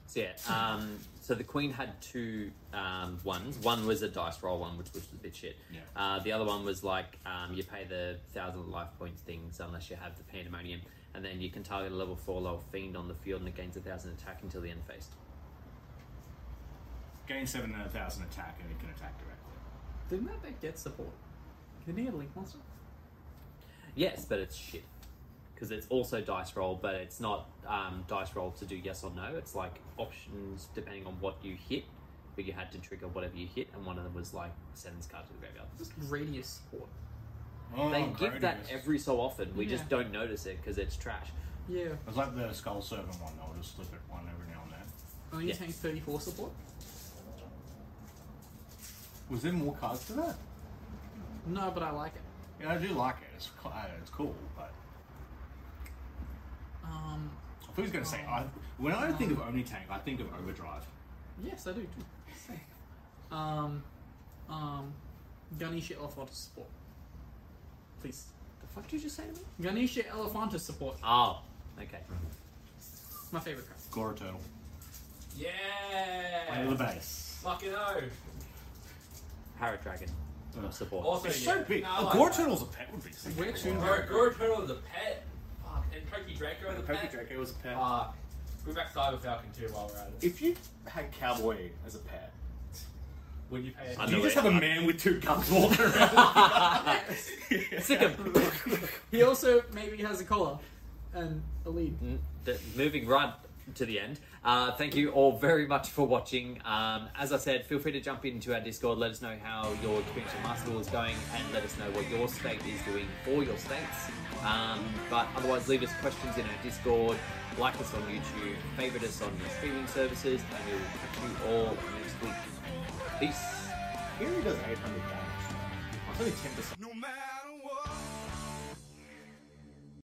Speaker 2: So yeah, um, so the queen had two um, ones. One was a dice roll one, which was a bit shit.
Speaker 3: Yeah.
Speaker 2: Uh, the other one was like um, you pay the thousand life points things unless you have the pandemonium, and then you can target a level four level fiend on the field and it gains a thousand attack until the end phase.
Speaker 3: Gain 7,000 attack, and it can attack directly.
Speaker 1: didn't that deck get support? Didn't he have Link Monster?
Speaker 2: Yes, but it's shit because it's also dice roll, but it's not um, dice roll to do yes or no. It's like options depending on what you hit, but you had to trigger whatever you hit, and one of them was like send this card to the graveyard.
Speaker 1: Just greedy as support."
Speaker 3: Oh,
Speaker 2: They
Speaker 3: great,
Speaker 2: give that
Speaker 3: yes.
Speaker 2: every so often. We just
Speaker 1: Yeah.
Speaker 2: don't notice it because it's trash.
Speaker 1: Yeah.
Speaker 3: It's like the Skull Servant one, I'll just flip it one every now and then.
Speaker 1: Only
Speaker 2: Yeah.
Speaker 1: yeah. tank 34 support?
Speaker 3: Was there more cards to that?
Speaker 1: No, but I like it.
Speaker 3: Yeah, I do like it. It's, cl- uh, it's cool, but
Speaker 1: Um,
Speaker 3: I thought he was going to say, I, when I think of Omnitank, I think of Overdrive.
Speaker 1: yes, I do too. Same. Um, um, Ganesha Elephanta support. Please.
Speaker 2: The fuck did you just say to me?
Speaker 1: Ganesha Elephanta support.
Speaker 2: Oh, okay.
Speaker 1: My favourite card.
Speaker 3: Gora Turtle. Under the
Speaker 8: Yeah!
Speaker 3: base.
Speaker 8: Fucking oh!
Speaker 2: Parrot dragon
Speaker 3: Ugh.
Speaker 2: support.
Speaker 8: Also,
Speaker 3: It's
Speaker 8: yeah.
Speaker 3: so big.
Speaker 8: No,
Speaker 3: a
Speaker 8: I
Speaker 3: Gora
Speaker 8: like
Speaker 3: Turtle's a pet would be sick.
Speaker 1: Where to?
Speaker 8: that. Goro- Goro Turtle is a pet. Fuck. And Pokey Draco is a
Speaker 4: Pokey
Speaker 8: pet.
Speaker 4: Draco was a pet.
Speaker 8: Fuck. Bring back Cyber Falcon too while we're at it.
Speaker 4: if you had Cowboy as a pet,
Speaker 8: Would you pay
Speaker 2: I
Speaker 4: do
Speaker 2: know
Speaker 4: you just
Speaker 2: it.
Speaker 4: have a man with two guns walking around?
Speaker 2: Sick of
Speaker 1: He also maybe has a collar and a lead.
Speaker 2: N- th- moving right to the end. Uh, thank you all very much for watching. Um, as I said, feel free to jump into our Discord. Let us know how your experience of Master Duel is going, and let us know what your state is doing for your states. Um, but otherwise, leave us questions in our Discord. Like us on YouTube. Favorite us on your streaming services, and we will catch you all next week. Peace.
Speaker 4: He only does 800 damage. That's only 10%.
Speaker 3: No matter.